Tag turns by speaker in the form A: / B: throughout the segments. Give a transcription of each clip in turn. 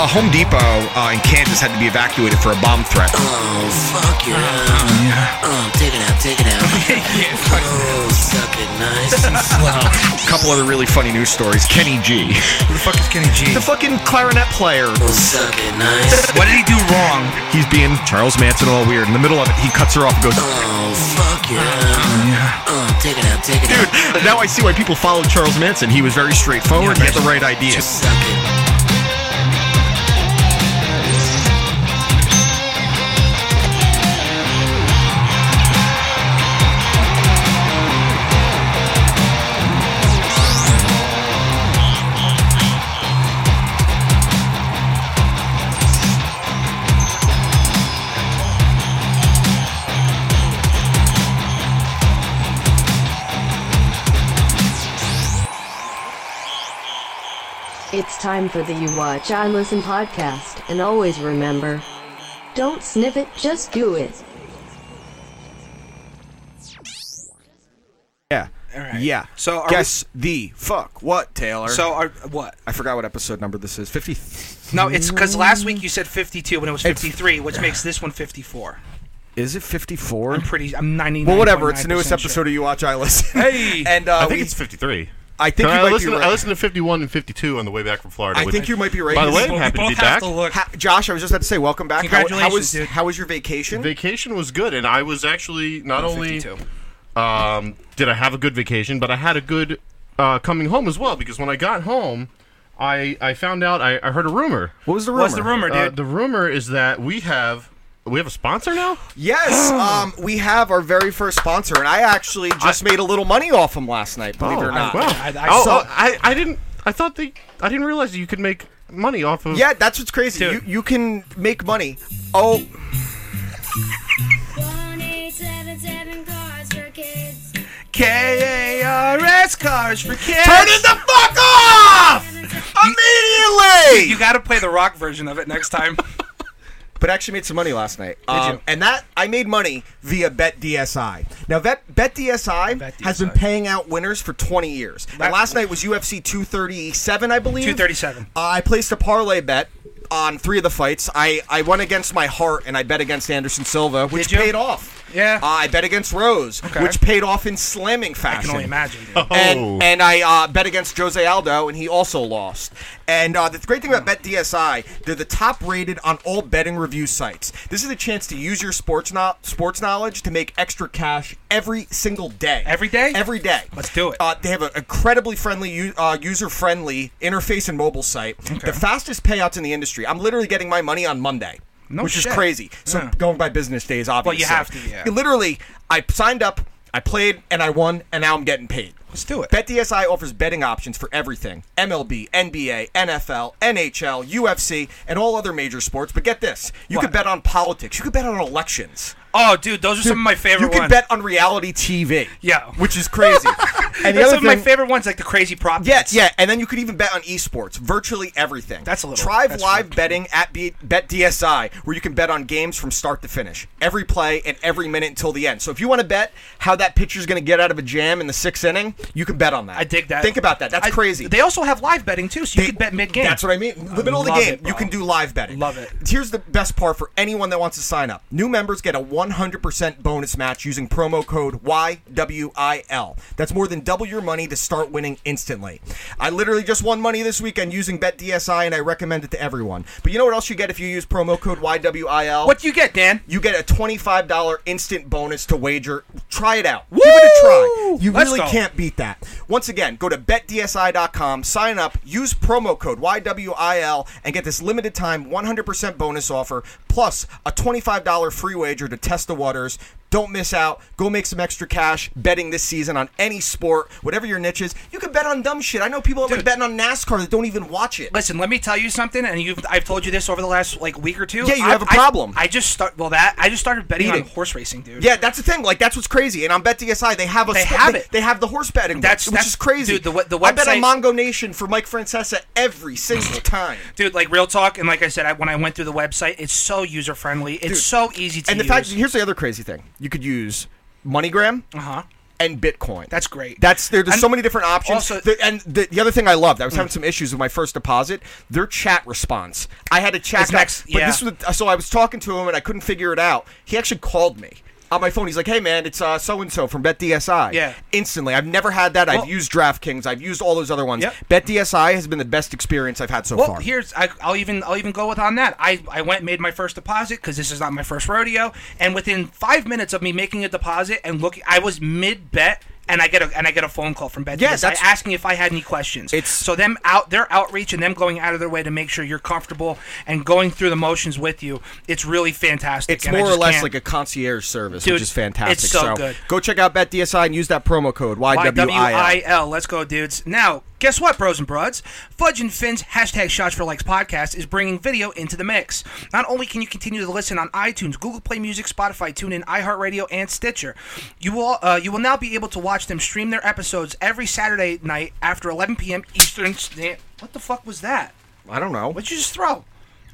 A: a Home Depot uh, in Kansas had to be evacuated for a bomb threat.
B: Oh, fuck your ass.
A: yeah.
B: Oh, take it out, take it out. Oh, suck it nice and slow.
A: A couple other really funny news stories. Kenny G,
C: Who the fuck is Kenny G?
A: the fucking clarinet player.
B: Oh, suck it nice.
C: What did he do wrong?
A: He's being Charles Manson all weird. In the middle of it, he cuts her off and goes,
B: Oh, fuck your ass. Oh, take it out, take it out.
A: "Dude, now I see why people followed Charles Manson. He was very straightforward. he had the right idea."
B: Suck it.
D: It's time for the You Watch I Listen podcast, and always remember don't sniff it, just do it.
A: Yeah. Yeah.
C: So are
A: guess the fuck what, Taylor?
C: So are what?
A: I forgot what episode number this is. Fifty.
C: No, it's because last week you said 52 when it was 53, which makes this one 54.
A: Is it fifty-four?
C: I'm pretty. I'm 99.
A: Well, whatever. It's the newest episode of You Watch I Listen.
C: Hey!
A: and uh,
E: I think
A: we-
E: it's 53.
A: I think
E: No,
A: you
E: I,
A: might be
E: listened,
A: right.
E: I listened to 51 and 52 on the way back from Florida.
A: I
E: which-
A: think you might be right.
E: By the way,
A: Well,
E: I'm
A: we
E: happy
C: both
E: to be
C: have
E: back.
C: to look.
A: Ha- Josh, I was just about to say, welcome back. How- How,
C: Congratulations,
A: was
C: dude.
A: how was your vacation?
E: Vacation was good, and I was actually not only
C: 52.
E: um, did I have a good vacation, but I had a good uh, coming home as well because when I got home, I, I found out I, I heard a rumor.
A: what was the rumor?
C: What's the rumor, dude?
E: Uh, the rumor is that we have we have a sponsor now.
A: Yes, um, we have our very first sponsor, and I actually just made a little money off him last night. Believe it or not.
E: Wow.
C: I-
E: I,
C: I
E: oh,
C: saw-
E: oh, I, I didn't I thought they I didn't realize you could make money off of
A: Yeah, that's what's crazy. You,
C: Dude.
A: you can make money. Oh,
F: One eight seven seven cars for kids.
C: KARS cars for kids.
A: turn it the fuck off immediately!
C: You got to play the rock version of it next time.
A: but I actually made some money last night. Did
C: you?
A: And that I made money via Bet DSI. Now that Bet DSI
C: Bet
A: has been
C: DSI.
A: paying out winners for 20 years. And
C: That-
A: last night was UFC 237, I believe.
C: 237.
A: Uh, I placed a parlay bet on three of the fights. I, I went against my heart and I bet against Anderson Silva, which
C: Did you?
A: paid off.
C: Yeah.
A: Uh, I bet against Rose,
C: Okay.
A: which paid off in slamming fashion.
C: I can only imagine. Dude.
E: Oh.
A: And, and I uh, bet against Jose Aldo, and he also lost. And uh, the great thing about BetDSI, they're the top rated on all betting review sites. This is a chance to use your sports no- sports knowledge to make extra cash every single day.
C: Every day?
A: Every day.
C: Let's do it.
A: Uh, they have an incredibly friendly, u- uh, user friendly interface and mobile site. The fastest payouts in the industry. I'm literally getting my money on Monday.
C: No
A: which
C: shit.
A: is crazy. So
C: Yeah.
A: going by business days, obviously.
C: you have to, yeah.
A: Literally, I signed up, I played, and I won, and now I'm getting paid.
C: Let's do it.
A: BetDSI offers betting options for everything MLB, NBA, NFL, NHL, UFC, and all other major sports. But get this you
C: What?
A: could bet on politics, you could bet on elections,
C: oh, dude, those are some of my favorite
A: you could
C: ones.
A: bet on reality TV.
C: Yeah.
A: Which is crazy. and the
C: That's
A: other
C: some of my
A: thing-
C: favorite ones, like the crazy prop.
A: yeah,
C: bets.
A: yeah, and then you could even bet on esports, virtually everything.
C: That's a little-
A: Try
C: that's
A: live
C: fun.
A: betting at B- BetDSI, where you can bet on games from start to finish, every play and every minute until the end. So if you want to bet how that pitcher's going to get out of a jam in the sixth inning, you can bet on that.
C: I dig that.
A: Think about that. That's
C: I-
A: crazy.
C: They also have live betting too, so you
A: They-
C: can bet mid game.
A: That's what I mean. The middle of the
C: love
A: game,
C: it, bro.
A: you can do live betting.
C: Love it.
A: Here's the best part for anyone that wants to sign up. New members get a 100% bonus match using promo code YWIL. That's more than double your money to start winning instantly. I literally just won money this weekend using BetDSI, and I recommend it to everyone. But you know what else you get if you use promo code YWIL?
C: What do you get, Dan?
A: you get a $25 instant bonus to wager. Try it out. Give it a try. You
C: Let's
A: really
C: go.
A: can't beat that. Once again, go to betdsi.com, sign up, use promo code YWIL, and get this limited time 100% bonus offer plus a $25 free wager to test the waters. Don't miss out. Go make some extra cash betting this season on any sport, whatever your niche is. You can bet on dumb shit. I know people that have
C: Dude.
A: been betting on NASCAR that don't even watch it.
C: Listen, let me tell you something, and you've I've told you this over the last like week or two.
A: Yeah, you
C: I-
A: have a
C: I-
A: problem.
C: I, just start well that I just started betting
A: Eating.
C: on horse racing, dude.
A: Yeah, that's the thing. Like that's what's crazy. And on BetDSI, they have a
C: They
A: sport-
C: have
A: they,
C: it.
A: they have the horse betting.
C: That's-
A: That's which
C: that's-
A: is crazy.
C: dude, the we- the
A: I bet on
C: website-
A: Mongo Nation for Mike Francesa every single time.
C: Dude, like real talk, and like I said, I, when I went through the website, it's so user friendly. It's so easy to
A: and the
C: use.
A: fact here's the other crazy thing: you could use MoneyGram
C: uh-huh.
A: and Bitcoin.
C: That's great.
A: That's there, there's
C: And
A: so many different options.
C: also- Mm.
A: The- and the, the other thing I loved, I was having some issues with my first deposit. Their chat response. I had a chat
C: It's
A: guy,
C: next-
A: but
C: yeah.
A: this was so I was talking to him and I couldn't figure it out. He actually called me. On my phone, he's like, "Hey man, it's uh, so and so from BetDSI."
C: Yeah.
A: Instantly, I've never had that. I've
C: Well-
A: used DraftKings. I've used all those other ones.
C: Yep.
A: BetDSI has been the best experience I've had so
C: Well,
A: far.
C: here's I, I'll even I'll even go with on that. I I went and made my first deposit because this is not my first rodeo, and within five minutes of me making a deposit and looking, I was mid bet. And I get a and I get a phone call from BetDSI
A: Yeah, that's-
C: asking if I had any questions.
A: It's-
C: so them out their outreach and them going out of their way to make sure you're comfortable and going through the motions with you. It's really fantastic.
A: It's
C: and I
A: more or
C: just
A: less
C: can't-
A: like a concierge service,
C: Dude,
A: which is fantastic.
C: it's so good.
A: go check out BetDSI and use that promo code YWIL.
C: YWIL. Let's go, dudes. Now, guess what, bros and broads? Fudge and Finn's hashtag Shots for Likes podcast is bringing video into the mix. Not only can you continue to listen on iTunes, Google Play Music, Spotify, TuneIn, iHeartRadio, and Stitcher, you will uh, you will now be able to watch them stream their episodes every Saturday night after 11 p.m. Eastern. Stan- What the fuck was that?
A: I don't know.
C: What'd you just throw?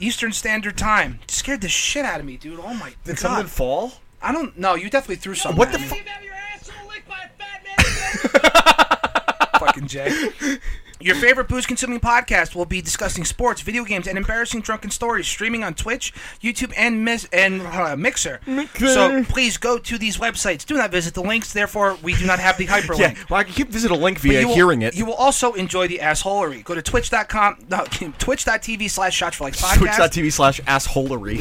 C: Eastern Standard Time. Scared the shit out of me, dude. Oh my
A: Did something
C: god.
A: fall?
C: I don't know. You definitely threw something.
A: What
C: at
A: the
C: me,
A: fuck?
C: fucking Jay. Your favorite booze consuming podcast will be discussing sports, video games, and embarrassing drunken stories streaming on Twitch, YouTube, and mis- and uh, Mixer. So please go to these websites. Do not visit the links. Therefore, we do not have the hyperlink.
A: Yeah, well, I can keep visit a link via
C: you will,
A: hearing it.
C: You will also enjoy the assholery. Go to twitch.com, no, twitch.tv slash shots for likes podcast.
A: Twitch.tv slash assholery.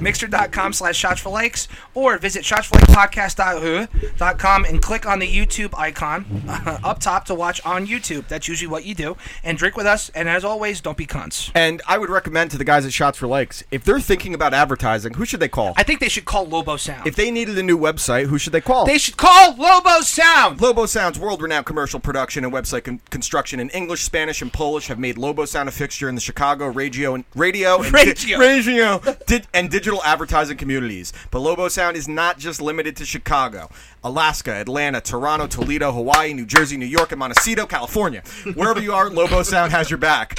C: Mixer.com slash shots for likes or visit shots for likes podcast.com and click on the YouTube icon uh, up top to watch on YouTube. That's usually what you do. And drink with us. And as always, don't be cunts.
A: And I would recommend to the guys at Shots for Likes, if they're thinking about advertising, who should they call?
C: I think they should call Lobo Sound.
A: if they needed a new website, who should they call?
C: they should call Lobo Sound.
A: Lobo Sound's world-renowned commercial production and website con- construction in English, Spanish, and Polish have made Lobo Sound a fixture in the Chicago radio and radio and
C: Radio.
A: radio di- and digital advertising communities. But Lobo Sound is not just limited to Chicago, Alaska, Atlanta, Toronto, Toledo, Hawaii, New Jersey, New York, and Montecito, California. Wherever you are, Lobo Sound has your back.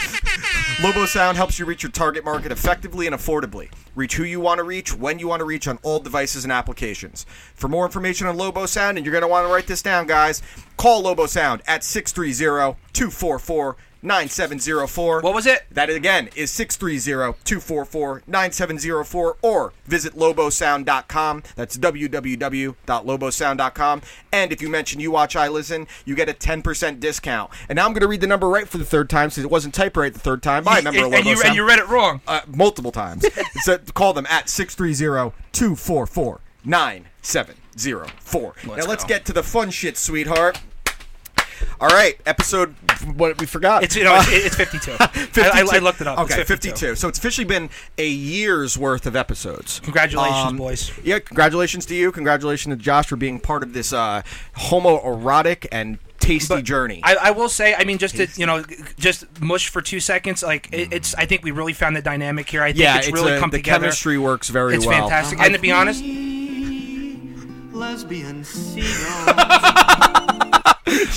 A: Lobo Sound helps you reach your target market effectively and affordably. Reach who you want to reach, when you want to reach on all devices and applications. For more information on Lobo Sound, and you're going to want to write this down, guys, call Lobo Sound at 630 244 9704.
C: What was it?
A: That again is 630-244-9704 or visit lobosound.com. That's www.lobosound.com. And if you mention you watch I listen, you get a 10% discount. And now I'm going to read the number right for the third time since it wasn't typed right the third time. I remember
C: and, and you, and
A: Lobosound
C: you read it wrong.
A: uh, multiple times. so call them at 630-244-9704. now let's
C: go.
A: get to the fun shit, sweetheart. All right, episode what we forgot.
C: It's, you know, it's, it's 52. I, I, I looked it up. It's
A: Okay, 52. So it's officially been a year's worth of episodes.
C: Congratulations,
A: Um,
C: boys.
A: Yeah, congratulations to you. Congratulations to Josh for being part of this uh, homoerotic and tasty journey.
C: I, I will say, I mean, just to you know, just mush for two seconds. Like it, it's, I think we really found the dynamic here. I think
A: yeah,
C: it's, really
A: a-
C: come
A: the
C: together.
A: chemistry works very
C: it's
A: well.
C: fantastic. And to be honest,
G: lesbian seagull.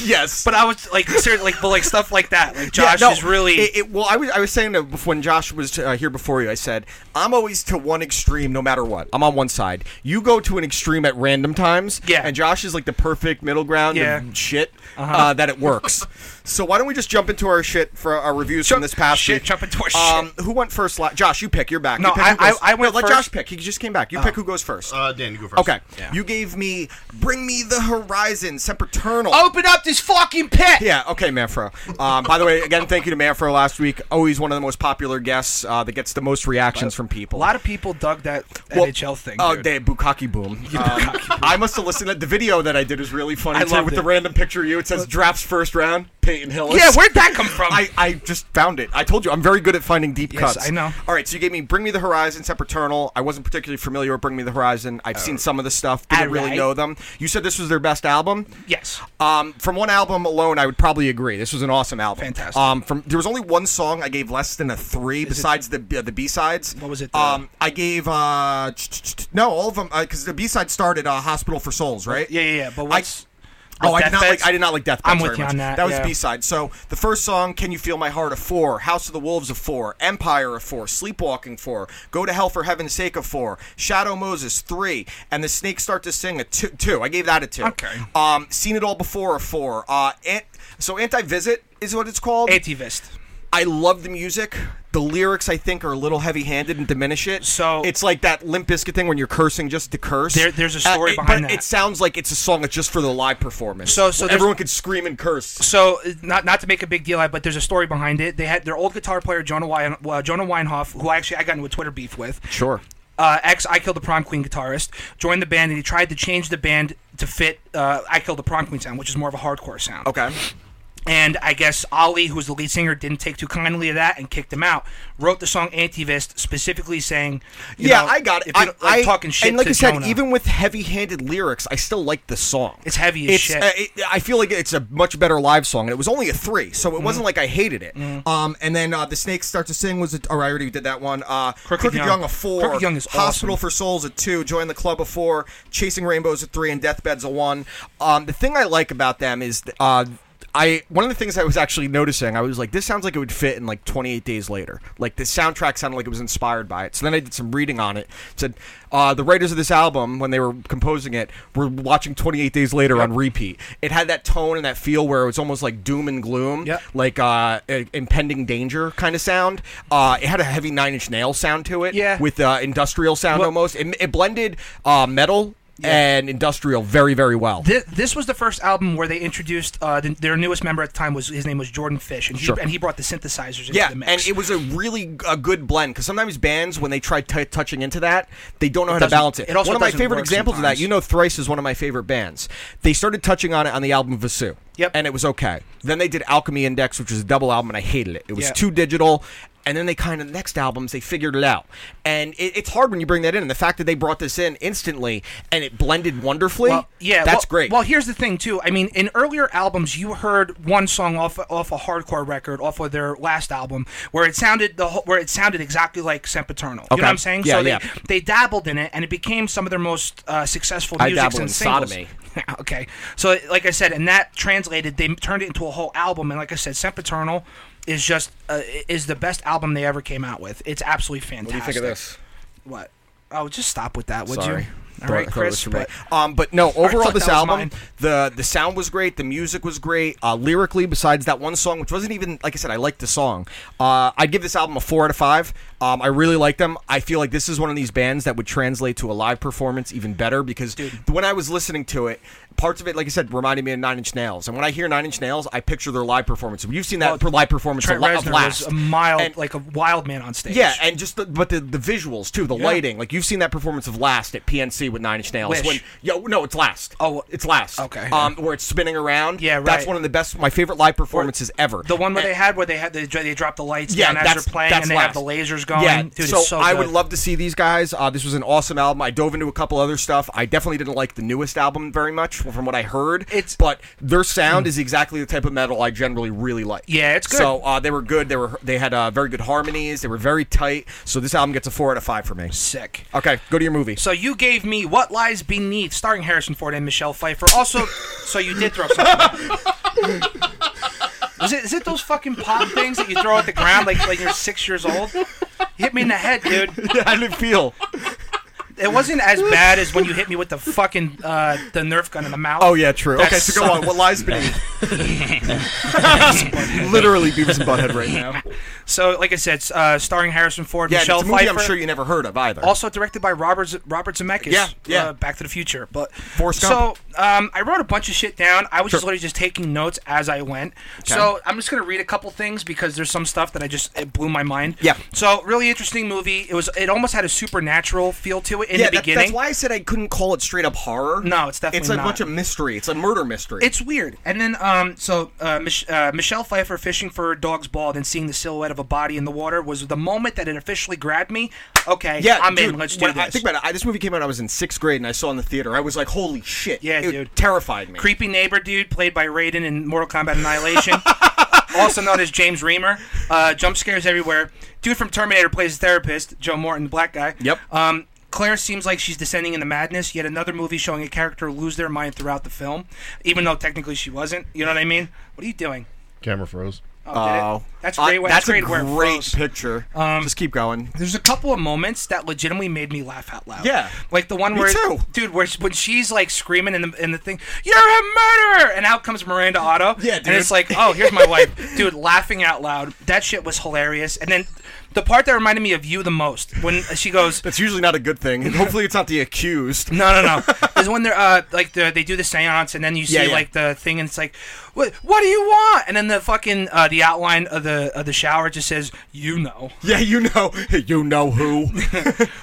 A: Yes,
C: but I was like, seriously, like, but like stuff like that. Like Josh
A: Yeah, no,
C: is really.
A: It, it- well, I was I was saying that bef- when Josh was uh, here before you, I said I'm always to one extreme, no matter what. I'm on one side. You go to an extreme at random times.
C: Yeah.
A: And Josh is like the perfect middle ground
C: Yeah. Uh-huh.
A: of shit uh that it works. so why don't we just jump into our shit for our reviews from
C: Jump-
A: this past
C: shit,
A: week?
C: jump into our shit.
A: um, Who went first? La- Josh, you pick. You're back.
C: No,
A: You pick
C: I-
A: who goes-
C: I- I went
A: No, Let
C: first. Uh-huh.
A: Josh pick. He just came back. You pick who goes first.
H: Uh, Dan, you go first.
A: okay. You gave me "Bring Me the Horizon," Sempraternal.
C: Open up the his fucking pet.
A: Yeah, okay, Manfro. Um, by the way, again, thank you to Manfro last week. Always one of the most popular guests uh, that gets the most reactions from people.
C: A lot of people dug that NHL thing.
A: Oh,
C: dude.
A: they Bukaki Boom. Um, I must have listened to the video that I did is really funny
C: I
A: too,
C: loved
A: with
C: it.
A: the random picture of you. It says drafts first round, Peyton Hillis.
C: yeah, where'd that come from?
A: I, I just found it. I told you, I'm very good at finding deep
C: Yes,
A: cuts.
C: I know.
A: All right, so you gave me Bring Me the Horizon, Sepaternal. I wasn't particularly familiar with Bring Me the Horizon. I've
C: Oh.
A: seen some of the stuff, didn't really
C: Alright.
A: know them. You said this was their best album.
C: yes.
A: Um, from one album alone, I would probably agree. This was an awesome album.
C: Fantastic.
A: Um, from there was only one song I gave less than a three, besides the uh, the B sides.
C: What was it,
A: Um, I gave uh, ch- ch- ch- no, all of them because the B side started uh, "Hospital for Souls," right?
C: Yeah, yeah, yeah. But
A: I-
C: what's
A: Oh, I
C: with
A: did not
C: Deathbeds?
A: like. I did not like Death.
C: I'm with you on that,
A: That was
C: yeah.
A: B side. So the first song, "Can You Feel My Heart," a four. "House of the Wolves," a four. "Empire," a four. "Sleepwalking," four. "Go to Hell for Heaven's Sake," a four. "Shadow Moses," three. And the snakes start to sing a two. two. I gave that a two.
C: Okay.
A: Um, seen it all before a four. Uh, ant- so anti-visit is what it's called.
C: Antivist.
A: I love the music. The lyrics, I think, are a little heavy-handed and diminish it.
C: So-
A: it's like that Limp Bizkit thing when you're cursing just to curse. Uh,
C: There- there's a story
A: it-
C: behind
A: but
C: that.
A: It sounds like it's a song that's just for the live performance.
C: So- so
A: Where
C: there's-
A: everyone could scream and curse.
C: So not not to make a big deal, out, but there's a story behind it. They had their old guitar player Jonah Wein, uh, Jonah Weinhoff, who actually I got into a Twitter beef with.
A: Sure.
C: Uh, ex I Killed the Prom Queen guitarist joined the band and he tried to change the band to fit uh, I Killed the Prom Queen sound, which is more of a hardcore sound.
A: Okay.
C: And I guess Ali, who's the lead singer, didn't take too kindly to that and kicked him out. Wrote the song Antivist specifically saying, you
A: yeah,
C: know,
A: I got it.
C: If you don't- like
A: I, I-
C: talking shit
A: And like
C: to
A: I said,
C: Jonah.
A: even with heavy-handed lyrics, I still like the song.
C: It's heavy as
A: It's-
C: shit.
A: uh, it- I feel like it's a much better live song, and it was only a three, so it
C: Mm-hmm.
A: wasn't like I hated it. Um, and then uh, the snakes start to sing was, a, or I already did that one. Uh, Crooked,
C: Young.
A: a four.
C: Crooked Young is
A: Hospital
C: awesome.
A: for Souls a two. Join the club a four. Chasing Rainbows a three, and Deathbeds a one. Um, the thing I like about them is. Uh, I one of the things I was actually noticing, I was like, this sounds like it would fit in like 28 days later. Like the soundtrack sounded like it was inspired by it. So then I did some reading on it. It said uh, the writers of this album, when they were composing it, were watching 28 Days Later on repeat. It had that tone and that feel where it was almost like doom and gloom,
C: Yep.
A: like uh, i- impending danger kind of sound. Uh, it had a heavy Nine Inch Nail sound to it,
C: Yeah.
A: with uh, industrial sound almost. It, it blended uh, metal and industrial very, very well.
C: Thi- this was the first album where they introduced uh, the, their newest member at the time was his name was Jordan Fish, and he,
A: Sure.
C: and he brought the synthesizers into
A: yeah,
C: the
A: and
C: mix.
A: it was a really g- a good blend because sometimes bands, when they try t- touching into that, they don't know how to
C: doesn't-
A: balance it.
C: it also
A: one of my
C: doesn't
A: favorite
C: work
A: examples of
C: sometimes.
A: that, you know, Thrice is one of my favorite bands. They started touching on it on the album Vasu,
C: Yep.
A: and it was okay. Then they did Alchemy Index, which was a double album, and I hated it. It was
C: Yeah.
A: too digital. And then they kind of next albums they figured it out, and it, it's hard when you bring that in. And the fact that they brought this in instantly and it blended wonderfully,
C: well, yeah,
A: that's
C: well-
A: great.
C: Well, here's the thing too. I mean, in earlier albums, you heard one song off off a hardcore record off of their last album where it sounded the whole, where it sounded exactly like Sempiternal. You
A: Okay.
C: know what I'm saying?
A: Yeah,
C: so they,
A: yeah.
C: they dabbled in it, and it became some of their most uh, successful
A: I
C: music
A: dabble
C: and
A: in
C: singles.
A: sodomy.
C: okay, so like I said, and that translated, they turned it into a whole album, and like I said, Sempiternal. Is just uh, is the best album they ever came out with. It's absolutely fantastic. What? Oh, just stop with that, would
A: Sorry.
C: you? All right,
A: Thought- thought it was
C: Chris.
A: from
C: But,
A: me. um, but no, overall,
C: thought
A: this
C: that was
A: album,
C: mine.
A: the the sound was great, the music was great, uh, lyrically. Besides that one song, which wasn't even like I said, I liked the song. Uh, I'd give this album a four out of five. Um, I really like them. I feel like this is one of these bands that would translate to a live performance even better because when I was listening to it, parts of it, like I said, reminded me of Nine Inch Nails. And when I hear Nine Inch Nails, I picture their live performance. You've seen that
C: Well,
A: live performance
C: Trent
A: a lot of
C: Reznor was
A: Last.
C: a mild,
A: And-
C: like a wild man on stage.
A: yeah, and just the, but the the visuals too, the lighting. Like you've seen that performance of Last at PNC with Nine Inch Nails.
C: Wish.
A: When yo no, it's Last.
C: Oh,
A: it's Last.
C: okay.
A: Um, where it's spinning around.
C: Yeah,
A: That's
C: right.
A: one of the best, my favorite live performances ever.
C: the one where they had where they had they, they dropped the lights
A: yeah,
C: down as
A: that's
C: they're playing
A: that's
C: and they
A: last.
C: have the lasers going.
A: Yeah,
C: Dude,
A: so,
C: it's so
A: I would
C: good.
A: love to see these guys. Uh, this was an awesome album. I dove into a couple other stuff. I definitely didn't like the newest album very much from what I heard.
C: It's- Hmm.
A: but their sound is exactly the type of metal I generally really like.
C: Yeah, it's good.
A: So uh, they were good. They were they had uh, very good harmonies. They were very tight. So this album gets a four out of five for me.
C: sick.
A: Okay, go to your movie.
C: Uh, So you gave me What Lies Beneath, starring Harrison Ford and Michelle Pfeiffer. Also, so you did throw something. Was it, is it those fucking pop things that you throw at the ground like like you're six years old? Hit me in the head, dude.
A: How did it feel?
C: It wasn't as bad as when you hit me with the fucking uh, the Nerf gun in the mouth.
A: Oh yeah, true.
C: That
A: okay, so go
C: sucked.
A: on. What lies beneath? Literally Beavis and Butthead right now.
C: So, like I said, s- uh, starring Harrison Ford,
A: Yeah, and
C: Michelle
A: it's a movie I'm
C: Pfeiffer,
A: sure you never heard of either.
C: also directed by Robert Z- Robert Zemeckis.
A: Yeah, yeah.
C: Uh, Back to the Future, but
A: Forrest
C: so
A: Gump.
C: um, I wrote a bunch of shit down. I was just
A: Sure.
C: literally just taking notes as I went. So I'm just gonna read a couple things because there's some stuff that I just it blew my mind.
A: Yeah.
C: So really interesting movie. It was it almost had a supernatural feel to it in
A: yeah,
C: the
A: that-
C: beginning.
A: that's why I said I couldn't call it straight up horror.
C: No, it's definitely
A: it's a
C: not.
A: bunch of mystery. It's a murder mystery.
C: It's weird. And then, um, so uh, Mich- uh, Michelle Pfeiffer fishing for a dog's ball, then seeing the silhouette of a body in the water was the moment that it officially grabbed me. Okay,
A: yeah,
C: I'm
A: dude,
C: in. Let's do
A: when
C: this.
A: I think about it. I, this movie came out. when I was in sixth grade, and I saw it in the theater. I was like, "Holy shit!"
C: Yeah,
A: it
C: dude.
A: terrified me.
C: Creepy neighbor dude, played by Raiden in Mortal Kombat Annihilation, also known as James Reamer. Uh, jump scares everywhere. Dude from Terminator plays a therapist, Joe Morton, the black guy.
A: Yep.
C: Um, Claire seems like she's descending into madness. Yet another movie showing a character lose their mind throughout the film, even though technically she wasn't. You know what I mean? What are you doing?
E: Camera froze.
C: Oh, did it?
A: Oh.
C: that's
A: Uh,
C: great. way-
A: that's
C: that's great.
A: a
C: where it Um,
A: great
C: froze.
A: picture. Just keep going.
C: There's a couple of moments that legitimately made me laugh out loud.
A: Yeah.
C: like the one
A: Me
C: where,
A: too.
C: dude, where when she's like screaming in the in the thing, "You're a murderer!" and out comes Miranda Otto.
A: Yeah,
C: and it's
A: dude.
C: like, oh, here's my wife, dude, laughing out loud. That shit was hilarious. And then the part that reminded me of you the most when she goes.
A: That's usually not a good thing. And hopefully, it's not the accused.
C: No, no, no. Is when they're uh, like the, they do the seance, and then you see
A: Yeah, yeah.
C: like the thing, and it's like, what, what do you want? And then the fucking uh, the outline of the of the shower just says, you know.
A: Yeah, you know, you know who.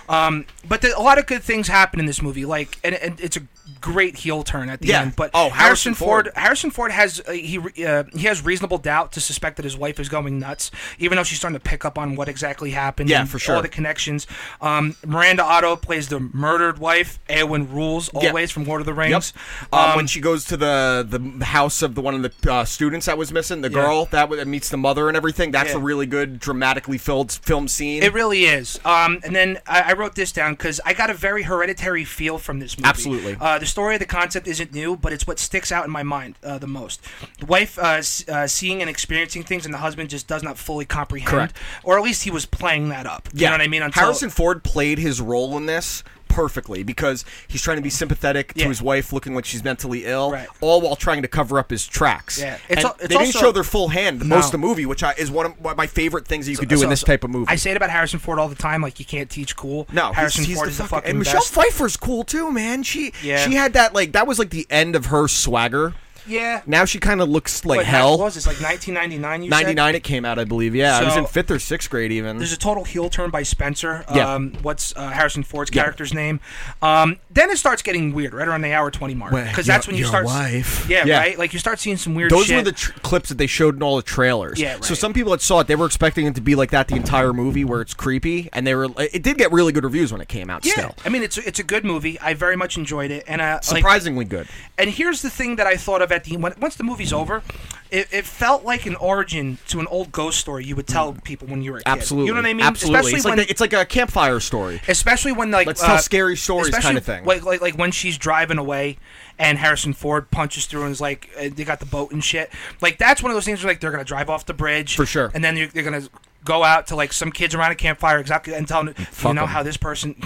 C: But the, a lot of good things happen in this movie. Like, and, and it's a great heel turn at the
A: Yeah.
C: end. But
A: Oh,
C: Harrison
A: Harrison
C: Ford,
A: Ford.
C: Harrison Ford has uh, he re- uh, he has reasonable doubt to suspect that his wife is going nuts, even though she's starting to pick up on what exactly happened.
A: Yeah,
C: and
A: for sure.
C: All the connections. Um, Miranda Otto plays the murdered wife. Eowyn rules
A: Yeah.
C: always from Lord of the
A: yep.
C: Rings.
A: Um, when she goes to the the house of the one of the uh, students that was missing, the
C: Yeah.
A: girl that, w- that meets the mother and everything. That's
C: Yeah.
A: a really good, dramatically filled film scene.
C: It really is. Um, and then I, I wrote this down because I got a very hereditary feel from this movie.
A: Absolutely.
C: Uh, the story of the concept isn't new, but it's what sticks out in my mind uh, the most. The wife uh, s- uh, seeing and experiencing things, and the husband just does not fully comprehend.
A: Correct.
C: Or at least he was playing that up. You know what I mean? Until-
A: Harrison Ford played his role in this perfectly because he's trying to be sympathetic
C: Yeah.
A: to his wife, looking like she's mentally ill,
C: Right.
A: all while trying to cover up his tracks.
C: Yeah. It's
A: And
C: al- it's
A: they didn't
C: also-
A: show their full hand the
C: No.
A: most of the movie, which I, is one of my- my favorite things that you could do
C: So-
A: in this
C: so-
A: type of movie.
C: I say it about Harrison Ford all the time, like you can't teach cool.
A: No,
C: Harrison
A: he's, he's
C: Ford
A: the
C: is the
A: fucking,
C: fucking
A: and Michelle
C: best.
A: Pfeiffer's cool too, man. She
C: Yeah.
A: she had that like that was like the end of her swagger.
C: yeah.
A: Now she kind of looks like
C: What
A: hell.
C: was this like 1999? You said?
A: Ninety nine, it came out, I believe. Yeah, I was
C: So-
A: in fifth or sixth grade even.
C: There's a total heel turn by Spencer.
A: Yeah.
C: Um, what's uh, Harrison Ford's
A: Yeah.
C: character's name? Um, then it starts getting weird right around the hour 20 mark.
A: Well,
C: Because
A: your-
C: that's when you
A: your
C: start.
A: wife.
C: Yeah,
A: Yeah.
C: right? Like you start seeing some weird
A: Those
C: shit.
A: were the tr- clips that they showed in all the trailers.
C: Yeah,
A: So
C: right.
A: some people that saw it, they were expecting it to be like that the entire movie, where it's creepy, and they were. It did get really good reviews when it came out.
C: yeah.
A: Still,
C: I mean, it's, it's a good movie. I very much enjoyed it. And uh, like,
A: surprisingly good.
C: And here's the thing that I thought of at the when, once the movie's over, it, it felt like an origin to an old ghost story you would tell people when you were a kid.
A: Mm. Absolutely,
C: you know what I mean?
A: Absolutely,
C: Especially
A: it's
C: when
A: like the- it's like a campfire story.
C: especially when like uh,
A: Let's tell scary stories
C: especially
A: kinda thing.
C: Like, like like when she's driving away and Harrison Ford punches through and is like uh, they got the boat and shit. Like that's one of those things where like they're gonna drive off the bridge
A: For sure.
C: and then they're, they're gonna go out to like some kids around a campfire exactly and tell them you know
A: 'em.
C: how this person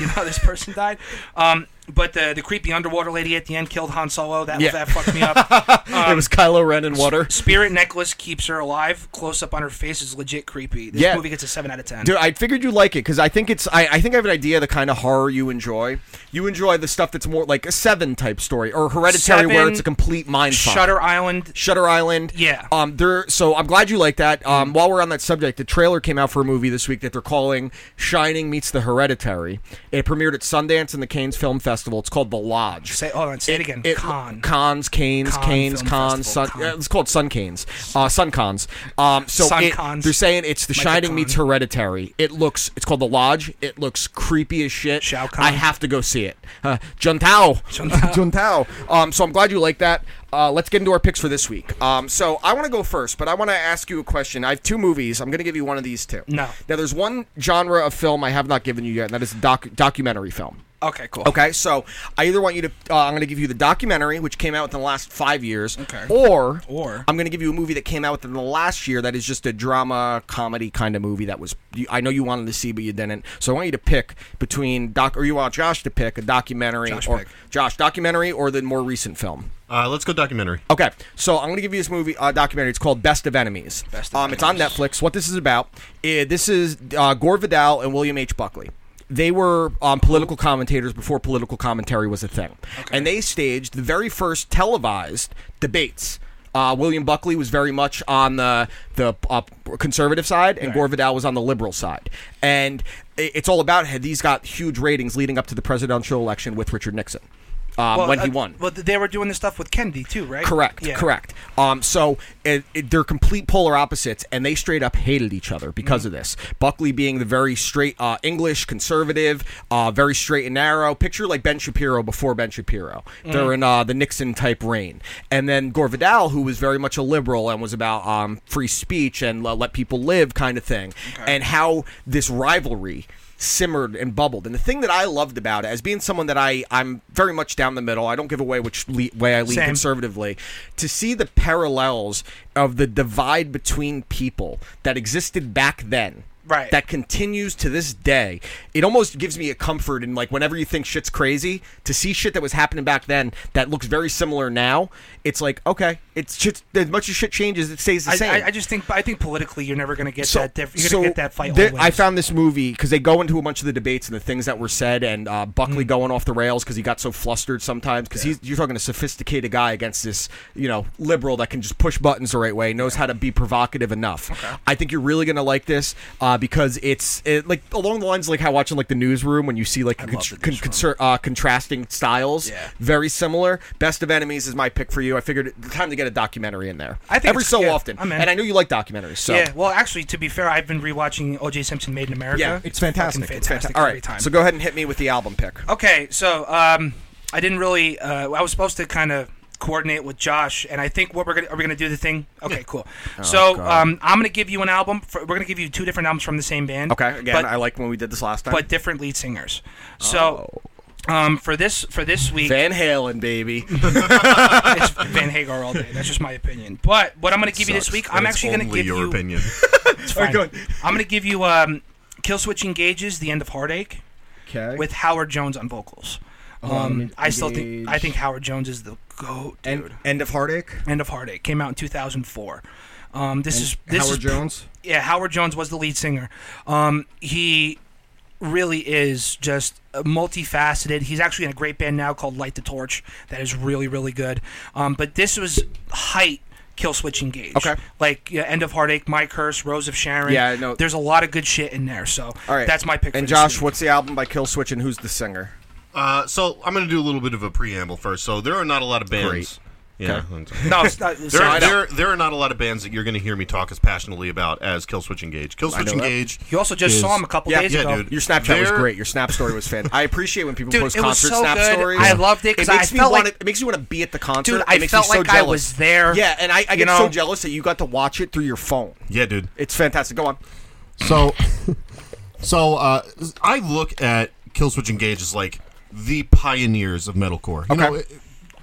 C: you know how this person died. Um, but the the creepy underwater lady at the end killed Han Solo. That
A: Yeah.
C: that fucked me up.
A: it was Kylo Ren in water.
C: Spirit necklace keeps her alive. Close up on her face is legit creepy. This
A: Yeah.
C: movie gets a seven out of ten.
A: Dude, I figured you would like it because I think it's. I, I think I have an idea of the kind of horror you enjoy. You enjoy the stuff that's more like a Seven type story or Hereditary, where
C: Seven,
A: it's a complete mind fuck.
C: Shutter Island.
A: Shutter Island.
C: Yeah. Mm.
A: Um. There. So I'm glad you like that. Um. While we're on that subject, the trailer came out for a movie this week that they're calling Shining meets the Hereditary. It premiered at Sundance and the Cannes Film Festival. It's called The Lodge.
C: Say, hold on, say it, again.
A: It-
C: Con.
A: Cons, Canes,
C: Cannes
A: Canes,
C: Film
A: Cons,
C: Festival,
A: Sun,
C: Cannes.
A: uh, it's called Sun Canes, uh, Sun Cons. Um, so
C: Sun
A: it-
C: Cons.
A: they're saying it's The
C: Michael
A: Shining
C: Kahn.
A: meets Hereditary. It looks, it's called The Lodge. It looks creepy as shit.
C: Shao Kahn.
A: I have to go see it. Uh, Jun Tao. Jun Tao. Um, so I'm glad you like that. Uh, let's get into our picks for this week. Um, so I want to go first, but I want to ask you a question. I have two movies. I'm going to give you one of these two.
C: No.
A: Now there's one genre of film I have not given you yet, and that is doc- documentary film.
C: Okay, cool.
A: Okay, so I either want you to, uh, I'm going to give you the documentary, which came out within the last five years,
C: Okay.
A: or
C: Or-
A: I'm going to give you a movie that came out within the last year that is just a drama comedy kind of movie that was you- I know you wanted to see but you didn't. So I want you to pick between doc, or you want Josh to pick a documentary
C: Josh
A: or
C: pick.
A: Josh documentary or the more recent film.
E: Uh, let's go documentary.
A: Okay, so I'm going to give you this movie uh, documentary. It's called Best of Enemies.
C: Best of
A: um, It's on
C: Enemies.
A: Netflix. What this is about, eh, this is uh, Gore Vidal and William H. Buckley. They were um, political commentators before political commentary was a thing. And they staged the very first televised debates. Uh, William Buckley was very much on the the uh, conservative side, and Gore Vidal was on the liberal side. And i- it's all about how these got huge ratings leading up to the presidential election with Richard Nixon um, when he
C: uh,
A: won.
C: Well, they were doing this stuff with Kennedy too, right?
A: Correct.
C: Yeah.
A: Correct. Um, so it, it, they're complete polar opposites, and they straight up hated each other
C: Mm.
A: because of this. Buckley being the very straight uh, English conservative, uh, very straight and narrow. Picture like Ben Shapiro before Ben Shapiro.
C: Mm.
A: They're in uh, the Nixon type reign, and then Gore Vidal, who was very much a liberal and was about um, free speech and uh, let people live kind of thing, and how this rivalry simmered and bubbled. And the thing that I loved about it, as being someone that I I'm very much down the middle, I don't give away which le- way I lean
C: Same.
A: conservatively, to see the parallels of the divide between people that existed back then.
C: Right.
A: That continues to this day. It almost gives me a comfort in like whenever you think shit's crazy, to see shit that was happening back then that looks very similar now. It's like okay, it's just as much as shit changes, it stays the
C: I,
A: same.
C: I, I just think I think politically you're never going to get that. Diff- you're
A: so
C: going to get that fight.
A: there-
C: always.
A: I found this movie because they go into a bunch of the debates and the things that were said, and uh,
C: Mm.
A: Buckley going off the rails because he got so flustered sometimes. Because he's you're talking a sophisticated guy against this, you know, liberal that can just push buttons the right way, knows how to be provocative enough. I think you're really gonna like this uh, because it's it, like along the lines of, like how watching like the newsroom when you see like con-
C: the
A: con- concer- uh, contrasting styles,
C: Yeah.
A: very similar. Best of Enemies is my pick for you. I figured it, time to get a documentary in there.
C: I think
A: every
C: it's-
A: so
C: yeah,
A: often,
C: I'm in.
A: and I know you like documentaries, so
C: Yeah. Well, actually, to be fair, I've been rewatching O.J. Simpson Made in America.
A: yeah, it's fantastic.
C: fucking
A: It's fantastic. Oh,
C: fantastic.
A: All
C: every
A: right,
C: time.
A: so go ahead and hit me with the album pick.
C: Okay, so um, I didn't really. Uh, I was supposed to kind of coordinate with Josh, and I think what we're gonna are we gonna do the thing? Okay, cool. so um, I'm gonna give you an album. For, we're gonna give you two different albums from the same band.
A: Okay, again,
C: but,
A: I like when we did this last time.
C: but different lead singers. So.
E: Oh.
C: Um, for this for this week,
A: Van Halen, baby.
C: it's Van Hagar all day. That's just my opinion. But what I'm going to give you this
E: Sucks.
C: week,
E: And
C: I'm
E: it's
C: actually going to
E: only
C: give
E: your
A: Oh.
C: you.
E: opinion.
C: It's fine. I'm going to give you um, Kill Switch Engages, The End of Heartache,
A: Okay.
C: with Howard Jones on vocals. Um, I still think I
A: Engage.
C: think Howard Jones is the goat.
A: End, End of Heartache.
C: End of Heartache came out in 2004. Um, this is this
A: Howard
C: is,
A: Jones.
C: Yeah, Howard Jones was the lead singer. Um, he really is just uh, multifaceted. He's actually in a great band now called Light the Torch that is really really good. Um, but this was height Kill Switch Engage.
A: Okay.
C: like yeah, End of Heartache, My Curse, Rose of Sharon.
A: Yeah, I know.
C: There's a lot of good shit in there. So
A: All right,
C: that's my pick.
A: And
C: for this
A: Josh,
C: week.
A: what's the album by Kill Switch and who's the singer?
E: Uh, so I'm going to do a little bit of a preamble first. So there are not a lot of bands.
A: Great.
E: Yeah.
C: No, it's not,
E: There,
C: sorry.
E: are, there, there are not a lot of bands that you're going to hear me talk as passionately about as Killswitch Engage. Killswitch
A: know that.
E: Engage.
C: you also just
E: is-
C: saw him a couple
A: Yeah,
C: days
E: yeah,
C: ago.
E: dude.
A: Your Snapchat was
E: There-
A: great. Your Snap story was fan. I appreciate when people
C: Dude,
A: post
C: it was
A: concert
C: so
A: Snap
C: good.
A: stories.
C: I loved it 'cause
A: It
C: I
A: makes me
C: felt
A: want
C: like-
A: to, it makes you want to be at the concert.
C: Dude,
A: It
C: I
A: makes
C: felt
A: me so
C: like I
A: jealous.
C: was there.
A: Yeah, and I, I get
C: You
A: so
C: know?
A: jealous that you got to watch it through your phone.
E: Yeah, dude.
A: It's fantastic. Go on.
E: So, so uh, I look at Killswitch Engage as like the pioneers of metalcore. You
A: Okay.
E: know,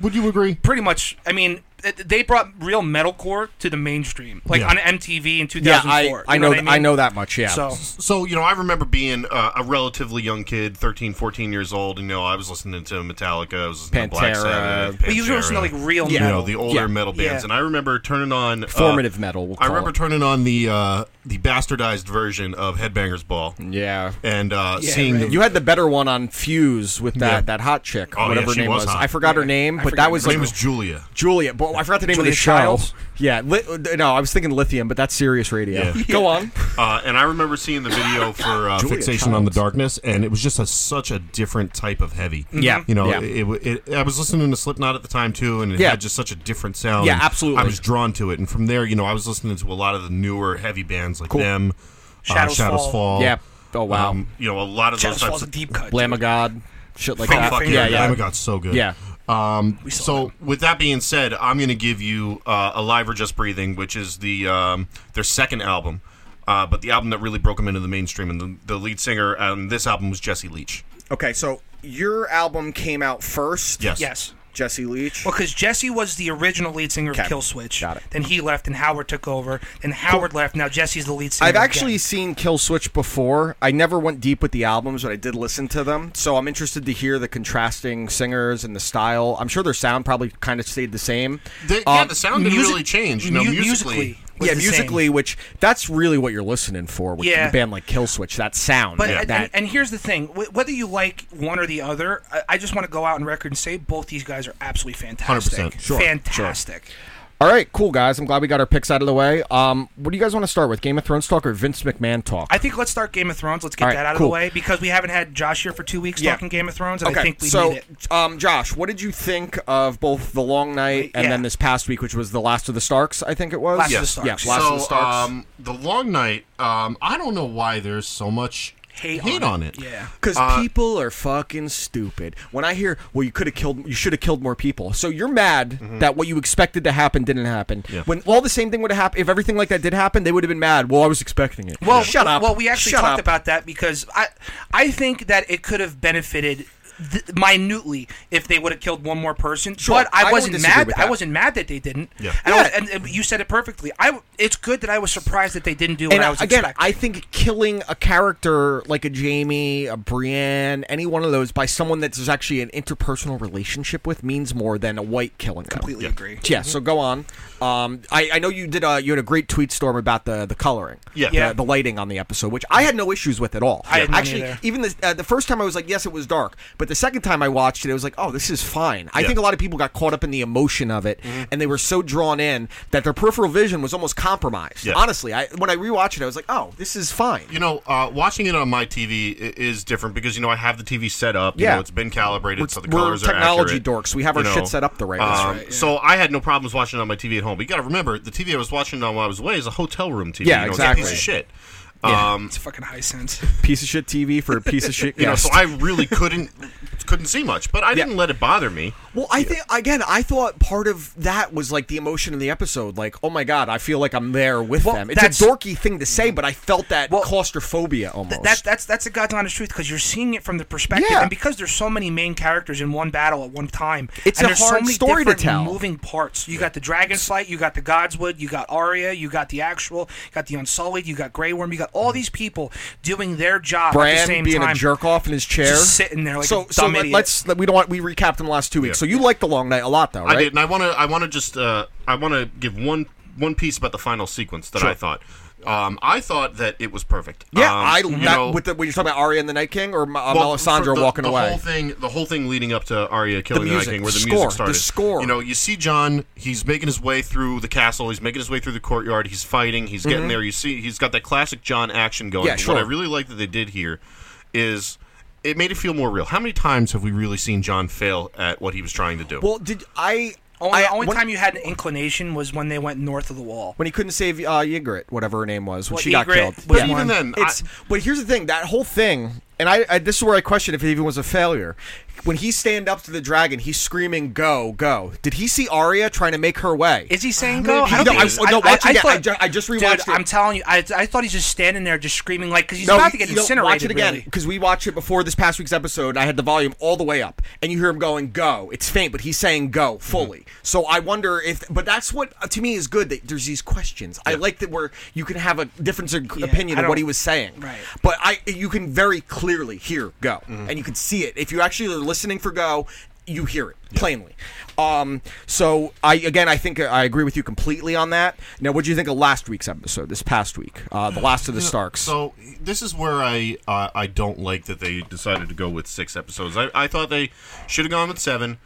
E: would you agree?
C: pretty much. I mean, th- they brought real metalcore to the mainstream, like
E: Yeah.
C: on MTV in
A: Yeah,
C: 2004.
A: I, I
C: You know,
A: know
C: what
A: th-
C: I,
A: I
C: mean?
A: know that much. Yeah.
C: So
E: so you know i remember being uh, a relatively young kid 13 14 years old and you know i was listening to metallica i was listening to black
A: Pantera.
E: sabbath
C: but you were listening to like real
A: Yeah.
E: you
C: metal.
E: know the older
A: Yeah.
E: metal bands
C: Yeah.
E: and i remember turning on uh,
A: Formative metal, we'll call
E: i remember
A: it.
E: turning on the uh, the bastardized version of headbangers ball
A: yeah.
E: and uh,
C: Yeah,
E: seeing
C: right.
E: the
A: You had the better one on Fuse with that
E: Yeah.
A: that hot chick,
E: Oh, yeah,
A: whatever her
E: she
A: name
E: was
A: was.
E: hot.
A: I forgot her name, but
C: forgot
A: that was
E: her
A: like
E: name was julia
A: Julia. But I forgot the name of
C: Julia
A: the show.
C: Childs?
A: Yeah, li- no, I was thinking Lithium, but that's serious radio.
E: Yeah.
A: Go on.
E: uh, and i remember seeing the video for uh,
A: Julia
E: fixation on the darkness and it was just a, such a different type of heavy
C: Mm-hmm.
A: Yeah.
E: you know
A: Yeah.
E: it, it, i was listening to slipknot at the time too and it
A: Yeah.
E: had just such a different sound
A: Yeah,
E: and
A: absolutely.
E: i was drawn to it and from there you know i was listening to a lot of the newer heavy bands like them
C: Shadows
E: uh, Shadows
C: Fall.
E: Fall,
A: Yeah. Oh wow.
E: um, you know a lot of
C: Shadows
E: those
C: Falls
E: types
C: a
E: of
C: deep cut.
A: Lamb of God, shit like
E: Fuck,
A: that.
E: fuck
A: yeah,
E: yeah,
A: yeah.
E: Lamb of God's so good
A: Yeah.
E: so with that being said, I'm going to give you uh, "Alive or Just Breathing," which is the um, their second album, uh, but the album that really broke them into the mainstream. And the, the lead singer on this album was Jesse Leach.
A: Okay, so your album came out first.
E: Yes.
C: Yes.
A: Jesse Leach.
C: Well, because Jesse was the original lead singer
A: Okay.
C: of Kill Switch.
A: Got it.
C: Then he left, and Howard took over, and Howard left. Now Jesse's the lead singer.
A: I've actually
C: again.
A: seen Kill Switch before. I never went deep with the albums, but I did listen to them. So I'm interested to hear the contrasting singers and the style. I'm sure their sound probably kind of stayed the same.
E: They- yeah,
A: Um,
E: the sound didn't
C: music-
E: really change. No,
C: mu-
E: musically.
C: was
A: yeah,
C: the same.
A: musically, which that's really what you're listening for with
C: Yeah.
A: a band like Kill Switch. That sound.
C: But
A: that,
C: and, and, and here's the thing: Wh- whether you like one or the other, I, I just want to go out on record and say both these guys are absolutely fantastic.
E: 100%.
A: Sure,
C: fantastic.
A: all right, cool guys. I'm glad we got our picks out of the way. Um, what do you guys want to start with? Game of Thrones talk or Vince McMahon talk?
C: I think let's start Game of Thrones. Let's get
A: All right,
C: that out of
A: cool.
C: the way because we haven't had Josh here for two weeks
A: Yeah.
C: talking Game of Thrones, and I think we
A: so
C: need it.
A: um, Josh, what did you think of both the Long Night and
C: Yeah.
A: then this past week, which was the Last of the Starks? I think it was.
C: Last of the
E: Yes.
C: Starks.
A: Yeah, Last
E: so,
A: of the Starks.
E: um, the long night. Um, I don't know why there's so much hate, on, it.
C: Yeah.
A: because
C: Uh,
A: people are fucking stupid. When I hear, "Well, you could have killed, you should have killed more people," so you're mad
C: Mm-hmm.
A: that what you expected to happen didn't happen.
E: Yeah.
A: When all the same thing would have happened, if everything like that did happen, they would have been mad. Well, I was expecting it.
C: Well,
A: shut up.
C: Well, we actually
A: Shut
C: talked
A: up.
C: about that because I, I think that it could have benefited th- minutely if they would have killed one more person.
A: Sure,
C: But
A: I
C: I
A: don't
C: wasn't
A: disagree
C: mad.
A: with
C: I
A: that.
C: wasn't mad that they didn't.
E: Yeah.
C: And, I was-
A: Yeah.
C: and- and you said it perfectly. I, w- it's good that I was surprised that they didn't do what
A: And
C: I was
A: again,
C: expecting.
A: I think killing a character like a Jamie, a Brienne, any one of those by someone that there's actually an interpersonal relationship with means more than a white killing them.
C: completely agree.
A: Yeah, so go on. Um, I, I know you did. A, you had a great tweet storm about the the coloring,
E: Yeah.
A: the,
E: Yeah.
A: the lighting on the episode, which I had no issues with at all.
C: I had none
A: actually
C: either.
A: even the uh, the first time I was like, yes, it was dark, but the second time I watched it, it was like, oh, this is fine. I
E: Yeah.
A: think a lot of people got caught up in the emotion of it,
C: Mm-hmm.
A: and they were so drawn in that their peripheral vision was almost compromised.
E: Yeah.
A: Honestly, I when I rewatched it, I was like, oh, this is fine.
E: You know, uh, watching it on my TV i- is different because you know I have the TV set up. You
A: Yeah.
E: know, it's been calibrated,
A: We're-
E: so the
A: we're
E: colors are
A: technology
E: accurate,
A: dorks. We have our
E: you
A: shit set up the right way. That's
E: Um, So I had no problems watching it on my TV at home. But you got to remember, the TV I was watching it on while I was away is a hotel room TV.
A: Yeah,
E: you know, It's a
A: exactly.
E: piece of shit. Um,
C: It's fucking high sense.
A: Piece of shit TV for a piece of shit.
E: you know,
A: guest.
E: so I really couldn't couldn't see much, but I didn't let it bother me.
A: Well, I think again, I thought part of that was like the emotion of the episode. Like, oh my god, I feel like I'm there with
C: Well,
A: them. It's a
C: that's- Mm-hmm.
A: dorky thing to say, but I felt that
C: Well,
A: claustrophobia almost.
C: That, that's that's the God's honest truth because you're seeing it from the perspective,
A: Yeah.
C: and because therere's so many main characters in one battle at one time,
A: It's
C: and
A: a
C: there's
A: hard
C: so many
A: story to
C: different
A: tell.
C: Moving parts. You got the Dragonflight, you got the Godswood, you got Arya, you got the actual, you got the Unsullied, you got Grey Worm, you got all these people doing their job at the
A: Bran
C: same
A: being
C: time.
A: a jerk off in his chair,
C: Just sitting there like
A: so.
C: a
A: so
C: dumb
A: let-
C: idiot.
A: let's let- we don't want we recapped them last two weeks.
E: Yeah.
A: So you liked the long night a lot, though, right?
E: I did, and I want to. I want to just. Uh, I want to give one one piece about the final sequence that I thought. Um, I thought that it was perfect.
A: Yeah,
E: Um,
A: I
E: you
A: that,
E: know,
A: with the, when you're talking about Arya and the Night King or Ma- uh,
E: well,
A: Melisandre
E: for the-
A: walking
E: the
A: away.
E: Whole thing, the whole thing leading up to Arya killing the,
A: music,
E: Night King, where the
A: the score,
E: music
A: the
E: started.
A: score.
E: You know, you see John. He's making his way through the castle. He's making his way through the courtyard. He's fighting. He's getting there. You see, he's got that classic John action going.
A: Mm-hmm. Yeah,
E: But
A: sure.
E: What I really like that they did here is. It made it feel more real. How many times have we really seen John fail at what he was trying to do?
A: well, did I?
C: only,
A: I-
C: only
A: when,
C: time you had an inclination was when they went north of the wall.
A: when he couldn't save uh, Ygritte, whatever her name was, when
C: Well,
A: she got
C: Ygritte
A: killed.
C: was
A: Yeah.
E: But even then, I-
A: it's but here's the thing that whole thing and I, I this is where i question if it even was a failure when he stand up to the dragon he's screaming go go did he see Arya trying to make her way
C: Is he saying
E: Maybe
C: go? I don't
E: he
C: think
E: does.
C: he's-
A: No, watch again.
C: thought-
A: I ju- I just
C: Dude,
A: rewatched it.
C: I'm telling you, I, I thought he's just standing there, just screaming like because he's
A: no,
C: about to get
A: you know,
C: incinerated.
A: watch it again
C: really.
A: because we watched it before this past week's episode. I had the volume all the way up, and you hear him going "go." It's faint, but he's saying "go"
C: Mm-hmm.
A: fully. So I wonder if, but that's what uh, to me is good. That there's these questions. I like that where you can have a difference of opinion
C: I
A: of what
C: don't-
A: he was saying,
C: Right. Mm-hmm.
A: But I, you can very clearly hear "go," and you can see it if you actually are listening for "go." You hear it plainly. Um, so I again, I think uh, I agree with you completely on that. Now, what do you think of last week's episode? This past week, uh, the last of the Starks.
E: So this is where I uh, I don't like that they decided to go with six episodes. I, I thought they should have gone with seven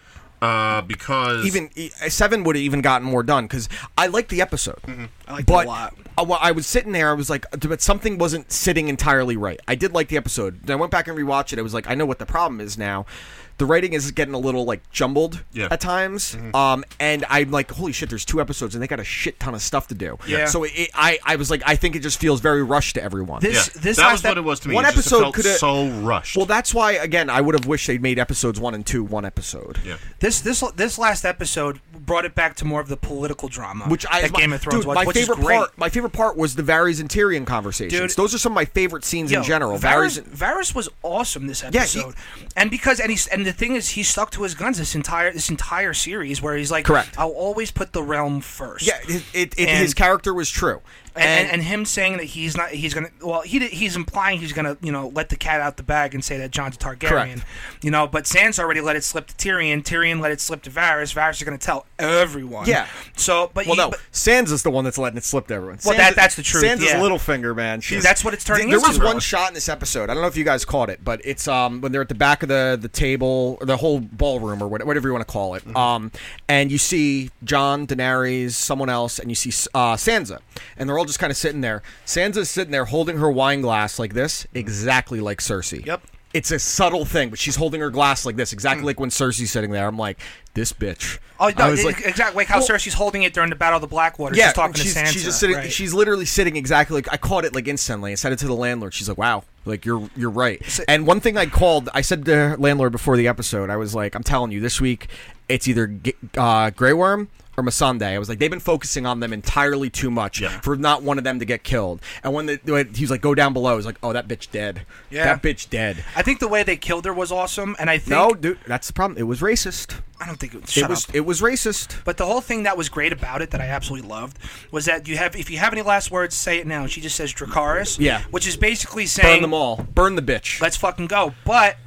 E: uh, because
A: even e- seven would have even gotten more done because I liked the episode. I
C: Mm-hmm. liked it a
A: but
C: lot.
A: I, wa- I was sitting there, I was like, but something wasn't sitting entirely right. I did like the episode. Then I went back and rewatched it. I was like, I know what the problem is now. the writing is getting a little like jumbled
E: Yeah.
A: at times.
C: Mm-hmm.
A: Um, and I'm like, holy shit, there's two episodes, and they got a shit ton of stuff to do.
C: Yeah.
A: So it, I, I was like, I think it just feels very rushed to everyone.
C: This
E: Yeah,
C: this
E: that
C: last
E: was what
C: ep-
E: it was to me.
A: one
E: It just
A: episode
E: felt
A: coulda-
E: so rushed.
A: well, that's why again, I would have wished they'd made episodes one and two one episode.
E: yeah.
C: This this this last episode brought it back to more of the political drama,
A: Which I
C: that
A: my-
C: Game of Thrones
A: dude,
C: was,
A: my
C: which is
A: favorite
C: great.
A: part. My favorite part was the Varys and Tyrion conversations.
C: Dude.
A: Those are some of my favorite scenes in
C: Yo,
A: general.
C: Varys,
A: and-
C: Varys was awesome this
A: he-
C: episode, and because and he's and the thing is, he stuck to his guns this entire this entire series where he's like,
A: Correct.
C: I'll always put the realm first.
A: yeah, it, it, it-
C: And-
A: his character was true.
C: and, and, and him saying that he's not he's gonna well he did- he's implying he's gonna you know let the cat out the bag and say that John's a Targaryen
A: Correct.
C: you know but Sansa already let it slip to Tyrion Tyrion let it slip to Varys Varys is gonna tell everyone
A: Yeah.
C: so but
A: well,
C: he-
A: no,
C: but-
A: Sansa's the one that's letting it slip to everyone.
C: Well,
A: Sansa-
C: that- that's the truth,
A: Sansa's
C: yeah.
A: little finger, man. She's,
C: that's what it's turning
A: There
C: into,
A: was
C: bro.
A: one shot in this episode. I don't know if you guys caught it, but it's um when they're at the back of the the table, or the whole ballroom, or what- whatever you want to call
C: Mm-hmm.
A: it. Um, and you see John, Daenerys, someone else, and you see uh, Sansa, and they're all just kind of sitting there. Sansa's sitting there holding her wine glass like this, exactly like Cersei.
E: Yep.
A: It's a subtle thing, but she's holding her glass like this, exactly like when Cersei's sitting there. I'm like, this bitch.
C: Mm. Oh
A: I
C: no!
A: was
C: e-
A: like-
C: exactly like how
A: Well-
C: Cersei's holding it during the Battle of the Blackwater. she's talking
A: she's,
C: to Sansa.
A: she's just sitting.
C: right.
A: She's literally sitting exactly like I caught it like instantly. I said it to the landlord. She's like, "Wow, like you're you're right." And one thing I called, I said to the landlord before the episode, I was like, "I'm telling you, this week it's either G- uh, Grey Worm." Or Masande, I was like, they've been focusing on them entirely too much
E: Yeah.
A: for not one of them to get killed. And when the, when he was like, "Go down below," I was like, "Oh, that bitch dead.
C: Yeah.
A: That bitch dead."
C: I think the way they killed her was awesome, and I think
A: No, dude, that's the problem. It was racist.
C: I don't think it,
A: it
C: shut
A: was
C: up.
A: it was racist.
C: But the whole thing that was great about it that I absolutely loved was that you have if you have any last words, say it now. And she just says Dracaris.
A: Yeah.
C: Which is basically saying
A: Burn them all. Burn the bitch.
C: Let's fucking go. But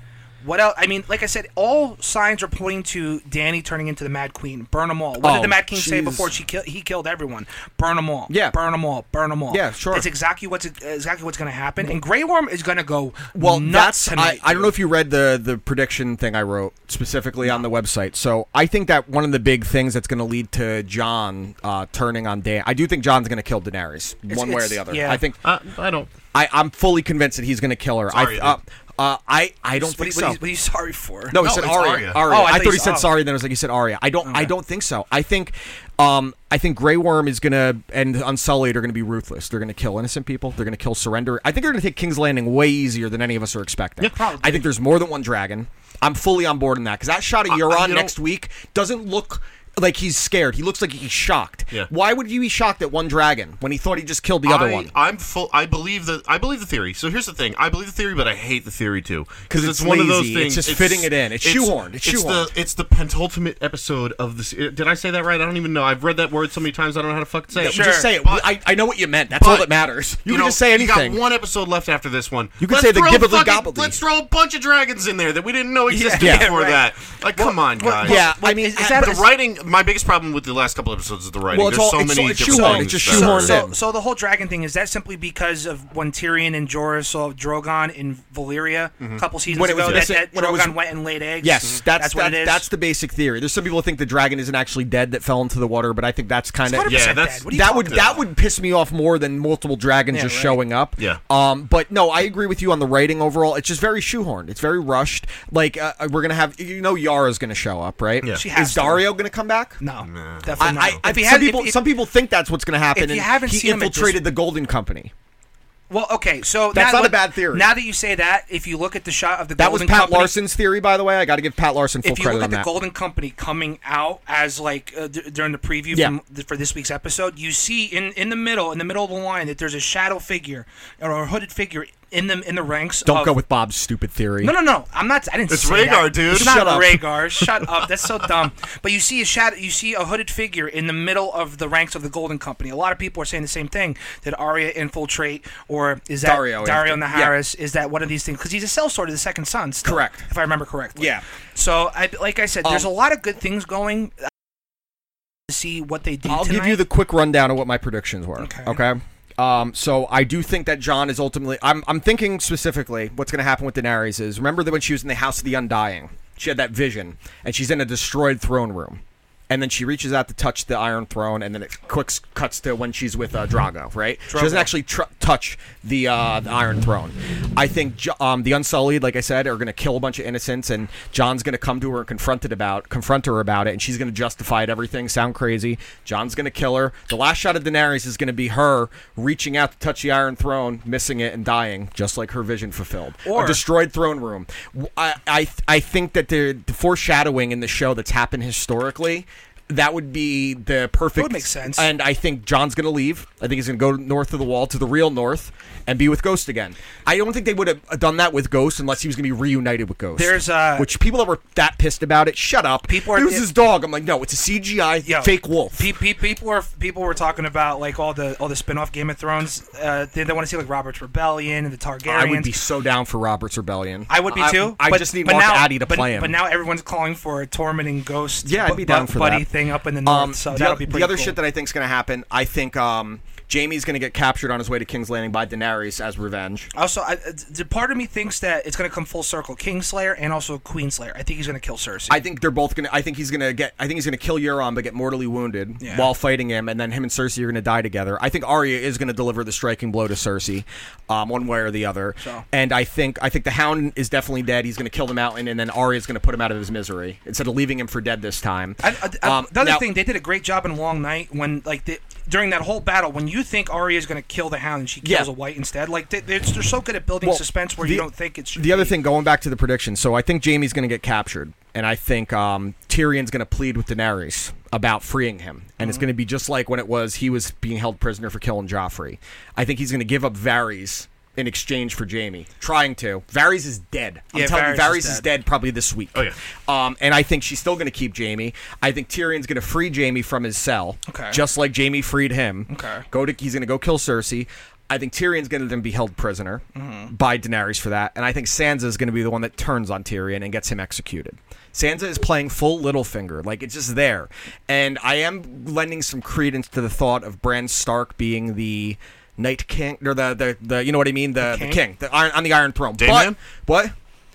C: what else? I mean, like I said, all signs are pointing to Danny turning into the Mad Queen. Burn them all. What
A: Oh,
C: did the Mad King say
A: jeez.
C: before she killed? He killed everyone. Burn them all.
A: Yeah.
C: Burn them all. Burn them all.
A: Yeah, sure.
C: That's exactly what's exactly what's going to happen. And Grey Worm is going to go
A: Well, that's
C: nuts tonight.
A: I, I don't know if you read the the prediction thing I wrote specifically on the website. So I think that one of the big things that's going to lead to John uh, turning on Dan. I do think John's going to kill Daenerys one way or
C: it's-
A: the other.
C: yeah. Uh,
A: I think
E: I, I don't.
A: I, I'm fully convinced that he's going to kill her.
E: Sorry,
A: I uh, uh, I I don't
C: What,
A: think
C: what,
A: so.
C: what are you sorry for?
A: No, he
E: No,
A: said
E: it's
A: Arya.
E: Arya.
A: Arya.
C: Oh,
A: I,
C: I thought
A: thought he
C: you-
A: said
C: oh.
A: sorry. Then I was like, he said Arya. I don't. I don't think so. I think, um, I think Grey Worm is gonna and Unsullied are gonna be ruthless. They're gonna kill innocent people. They're gonna kill Surrender. I think they're gonna take King's Landing way easier than any of us are expecting.
C: probably.
A: I think there's more than one dragon. I'm fully on board in that because that shot of Euron
E: you know-
A: next week doesn't look. Like he's scared. He looks like he's shocked.
E: Yeah.
A: Why would you be shocked at one dragon when he thought he just killed the other
E: I,
A: one?
E: I'm full. I believe the. I believe the theory. So here's the thing. I believe the theory, but I hate the theory too
A: 'Cause
E: it's,
A: it's
E: one of those
A: lazy. It's
E: things.
A: just fitting it in. It's shoehorned. It's shoehorned.
E: The, it's the penultimate episode of this. Did I say that right? I don't even know. I've read that word so many times. I don't know how to fucking say it.
C: Sure.
A: Just say it.
E: But-
A: I, I know what you meant. That's all
E: But,
A: that matters. You, can
E: know,
A: just say anything.
E: You got one episode left after this one.
A: You can
E: Let's
A: say the
E: throw
A: gibbly
E: fucking-
A: gobbly.
E: Let's throw a bunch of dragons in there that we didn't know existed
A: Yeah,
E: before
C: right.
E: that. Like, come on, guys.
A: yeah, I mean,
C: is- is that-
E: the writing. My biggest problem with the last couple episodes is the writing.
A: Well, it's
E: There's
A: all-
E: so
A: it's all-
E: many
A: it's
E: different
A: shoehorned.
E: things
A: It's just
E: that are-
A: shoehorned in.
C: So, so the whole dragon thing is that simply because of when Tyrion and Jorah saw Drogon in Valyria a couple seasons
A: Mm-hmm. When it was
C: ago that,
A: missing-
C: that
A: when it
C: Drogon
A: was-
C: went and laid eggs.
A: Yes, that's that's,
C: mm-hmm. what it is.
A: that's the basic theory. There's some people who think the dragon isn't actually dead that fell into the water, but I think that's kind of
C: 100%
E: Yeah,
C: dead.
E: that's-
C: What are you
A: that
C: talking
A: would
C: about?
A: that would piss me off more than multiple dragons
C: Yeah,
A: just
C: right.
A: showing up.
E: Yeah.
A: Um. But no, I agree with you on the writing overall. It's just very shoehorned. It's very rushed. Like uh, we're gonna have you know Yara's gonna show up, right?
E: Yeah.
C: She has
A: Is
C: to.
A: Dario gonna come back?
C: No,
A: I,
C: definitely not.
A: I, I,
C: If he
A: some
C: had- if
A: people
C: he-
A: some people think that's what's gonna happen.
C: If you
A: and
C: haven't
A: he
C: seen him at this-
A: infiltrated the Golden Company.
C: well, okay, so
A: That's
C: now
A: not a
C: that-
A: bad theory.
C: Now that you say that, if you look at the shot of the
A: That was
C: Golden
A: Pat
C: Company,
A: Larson's theory, by the way. I got to give Pat Larson full
C: if you
A: credit
C: look
A: on
C: at the
A: that.
C: Golden Company coming out as like uh, d- during the preview
A: Yeah.
C: from th- for this week's episode, you see in in the middle in the middle of the line that there's a shadow figure or a hooded figure in them in the ranks.
A: Don't
C: of-
A: go with Bob's stupid theory.
C: No, no, no. I'm not. I didn't.
E: It's
C: say
E: Rhaegar,
C: that.
E: dude.
C: It's not
A: Shut up.
C: Rhaegar. Shut up. That's so dumb. But you see a shadow. You see a hooded figure in the middle of the ranks of the Golden Company. A lot of people are saying the same thing. Did Arya infiltrate, or is that
A: Dario
C: Dario
A: infiltrate.
C: Naharis? Is that one of these things? Because he's a cell sort of the second son. Still,
A: Correct.
C: If I remember correctly.
A: Yeah.
C: So, I, like I said, there's a
A: Um,
C: lot of good things going. To see what they do.
A: I'll give
C: tonight.
A: you the quick rundown of what my predictions were.
C: Okay.
A: Okay. Um, so I do think that John is ultimately. I'm, I'm thinking specifically what's going to happen with Daenerys is remember that when she was in the House of the Undying, she had that vision, and she's in a destroyed throne room, and then she reaches out to touch the Iron Throne, and then it quick cuts to when she's with uh, Drago. Right? She doesn't actually tr- touch the, uh, the Iron Throne. I think Jo- um, the Unsullied, like I said, are going to kill a bunch of innocents, and John's going to come to her and confront it about confront her about it, and she's going to justify it. Everything sound crazy. John's going to kill her. The last shot of Daenerys is going to be her reaching out to touch the Iron Throne, missing it, and dying, just like her vision fulfilled.
C: Or-
A: a destroyed throne room. W- I I, I think that the, the foreshadowing in the show that's happened historically. That would be the perfect.
C: would make sense.
A: And I think John's going to leave. I think he's going to go north of the wall to the real north and be with Ghost again. I don't think they would have done that with Ghost unless he was going to be reunited with Ghost.
C: There's, uh,
A: which people that were that pissed about it. Shut up.
C: People are-
A: It was his dog. I'm like, no, it's a CGI
C: Yo,
A: fake wolf.
C: Pe- pe- people are people were talking about like all the all the spin-off Game of Thrones. Uh, they, they want to see like Robert's Rebellion and the Targaryens.
A: I would be so down for Robert's Rebellion.
C: I would be too.
A: I,
C: but,
A: just need
C: but
A: Mark
C: now,
A: Addy to
C: but,
A: play him.
C: But now everyone's calling for a tormenting ghost.
A: Yeah, I'd
C: bu-
A: be down
C: bu-
A: for
C: buddy
A: that.
C: thing up in the north.
A: Um,
C: so
A: the,
C: that'll
A: oth-
C: be
A: the
C: pretty
A: other
C: cool.
A: shit that I think is going to happen. I think um, Jamie's going to get captured on his way to King's Landing by Daenerys as revenge.
C: Also, I, uh, d- part of me thinks that it's going to come full circle. Kingslayer and also Queenslayer. I think he's going to kill Cersei.
A: I think they're both gonna. I think he's gonna get. I think he's gonna kill Euron, but get mortally wounded
C: Yeah.
A: while fighting him, and then him and Cersei are gonna die together. I think Arya is gonna deliver the striking blow to Cersei, um, one way or the other.
C: So.
A: And I think I think the Hound is definitely dead. He's gonna kill the Mountain, and then Arya's gonna put him out of his misery instead of leaving him for dead this time.
C: I, I, I-
A: Um,
C: uh, the other
A: now-
C: thing, they did a great job in Long Night when, like, the, during that whole battle, when you think Arya is going to kill the Hound and she kills
A: Yeah.
C: a White instead, like they, they're, they're so good at building
A: Well,
C: suspense where
A: the-
C: you don't think it's
A: The other thing, going back to the prediction, so I think Jamie's going to get captured, and I think um, Tyrion's going to plead with Daenerys about freeing him, and it's going to be just like when it was he was being held prisoner for killing Joffrey. I think he's going to give up Varys in exchange for Jamie, trying to. Varys is dead. I'm
C: Yeah,
A: telling you,
C: Varys
A: Varys
C: is
A: is
C: dead.
A: dead probably this week.
E: Oh, yeah.
A: Um, and I think she's still going to keep Jamie. I think Tyrion's going to free Jamie from his cell,
C: Okay.
A: just like Jamie freed him.
C: Okay.
A: Go to he's going to go kill Cersei. I think Tyrion's going to then be held prisoner
C: Mm-hmm.
A: by Daenerys for that, and I think Sansa is going to be the one that turns on Tyrion and gets him executed. Sansa is playing full Littlefinger, like it's just there, and I am lending some credence to the thought of Bran Stark being the Night King or the the, the you know what I mean the the
C: king?
A: king, the iron, on the Iron Throne.
E: Daemon?
A: But what?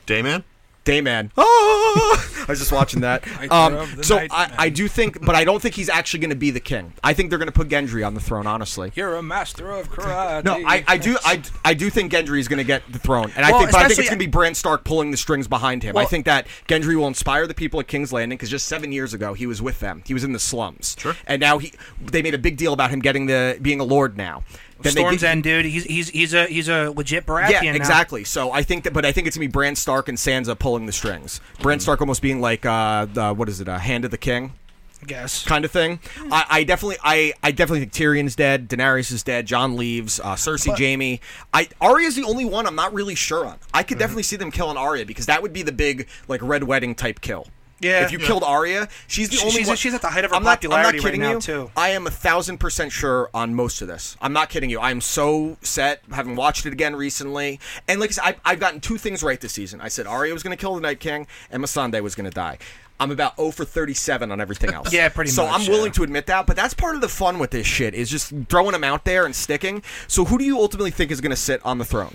E: Dayman?
A: Dayman. Oh, Ah! I was just watching that. um,
C: drove the
A: so I,
C: night man.
A: I do think, but I don't think he's actually going to be the king. I think they're going to put Gendry on the throne. Honestly,
C: You're a master of karate.
A: no, I, I do I, I do think Gendry is going to get the throne, and I
C: Well,
A: think but I think
C: especially-
A: it's going to be Bran Stark pulling the strings behind him. I
C: Well-
A: think that Gendry will inspire the people at King's Landing because just seven years ago he was with them. He was in the slums,
E: Sure.
A: and now he they made a big deal about him getting the being a lord now. Then they
C: Storm's
A: did-
C: End, dude. He's he's he's a he's a legit Baratheon.
A: yeah,
C: now.
A: exactly. So I think that, but I think it's gonna be Bran Stark and Sansa pulling the strings. Bran
C: Mm.
A: Stark almost being like, uh, the, what is it, a hand of the king
C: I guess.
A: kind of thing.
C: Mm.
A: I, I definitely, I, I definitely think Tyrion's dead, Daenerys is dead, John leaves, uh, Cersei, Jamie. I Arya's the only one I'm not really sure on. I
C: Mm-hmm.
A: could definitely see them killing Arya because that would be the big like red wedding type kill.
C: Yeah.
A: if you
C: Yeah.
A: killed Arya, she's the
C: She-
A: only
C: she's-
A: one.
C: she's at the height of her
A: I'm not, I'm
C: popularity
A: not
C: right
A: kidding
C: now,
A: you.
C: too.
A: I am a thousand percent sure on most of this. I'm not kidding you. I am so set, having watched it again recently. And like I said, I, I've gotten two things right this season. I said Arya was going to kill the Night King, and Masande was going to die. I'm about 0 for 37 on everything else.
C: Yeah, pretty
A: so
C: much,
A: I'm willing
C: yeah.
A: to admit that, but that's part of the fun with this shit is just throwing them out there and sticking. So who do you ultimately think is going to sit on the throne?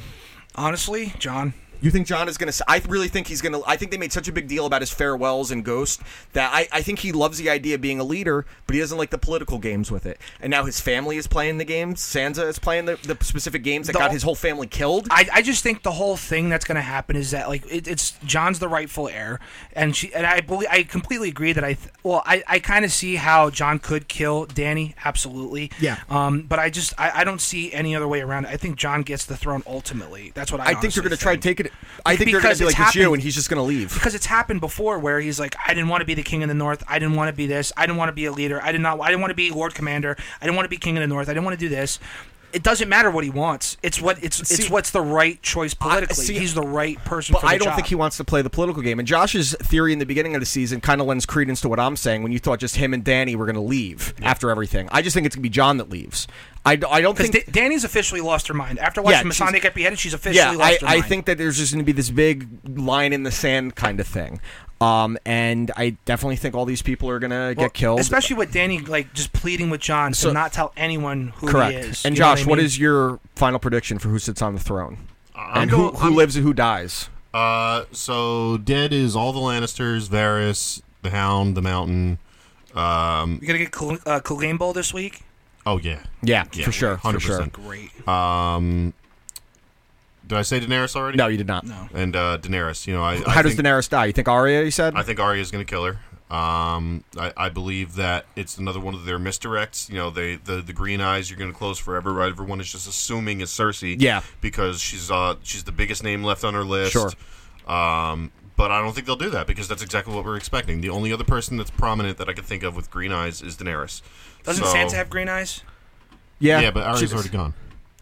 C: Honestly, John.
A: You think John is going to? I really think he's going to. I think they made such a big deal about his farewells and Ghost that I, I think he loves the idea of being a leader, but he doesn't like the political games with it. And now his family is playing the games. Sansa is playing the, the specific games that
C: The-
A: got his whole family killed.
C: I, I just think the whole thing that's going to happen is that like it, it's John's the rightful heir, and she and I believe I completely agree that I th- well I, I kind of see how John could kill Danny absolutely
A: Yeah.
C: um but I just I, I don't see any other way around it. I think John gets the throne ultimately. That's what I
A: I think they're
C: going to
A: try and take it. I think they're going
C: Because
A: to be
C: it's
A: like it's you,
C: happened-
A: and he's just going to leave.
C: because it's happened before where he's like I didn't want to be the king of the north I didn't want to be this I didn't want to be a leader I did not I didn't want to be lord commander I didn't want to be king of the north I didn't want to do this it doesn't matter what he wants it's what it's it's
A: See-
C: what's the right choice politically
A: see-
C: he's the right person
A: But
C: for the
A: I don't
C: job.
A: think he wants to play the political game. And Josh's theory in the beginning of the season kind of lends credence to what I'm saying when you thought just him and Danny were going to leave after everything. I just think it's going to be John that leaves. I, d- I don't
C: because
A: think.
C: Danny's officially lost her mind after watching
A: Yeah, she's-
C: Masande get beheaded she's officially
A: yeah,
C: lost
A: I,
C: her
A: I
C: mind
A: think that there's just going to be this big line in the sand kind of thing. Um, and I definitely think all these people are going to get killed.
C: especially with Danny like just pleading with John to
A: So-
C: not tell anyone who
A: Correct.
C: he is
A: and
C: You know
A: Josh,
C: I
A: what
C: mean?
A: is your final prediction for who sits on the throne?
E: I'm
A: and
E: going-
A: who, who
E: I'm-
A: lives and who dies?
E: Uh, so dead is all the Lannisters, Varys, the Hound, the Mountain. Um,
C: you gonna get cool, uh, cool game bowl this week
E: Oh yeah.
A: Yeah,
E: Yeah,
A: for sure. For sure.
E: 100%.
C: Great.
E: Did I say Daenerys already?
A: No, you did not. No.
E: And uh, Daenerys, you know, I,
A: How
E: I
A: does
E: think,
A: Daenerys die? You think Arya? You said.
E: I think Arya's going to kill her. Um, I, I believe that it's another one of their misdirects. You know, they the, the green eyes you're going to close forever, right? Everyone is just assuming is Cersei.
A: Yeah.
E: because she's uh she's the biggest name left on her list.
A: Sure.
E: Um, but I don't think they'll do that because that's exactly what we're expecting. The only other person that's prominent that I could think of with green eyes is Daenerys.
C: Doesn't
E: So-
C: Sansa have green eyes?
A: yeah.
E: Yeah, but Arya's
A: She's-
E: already gone.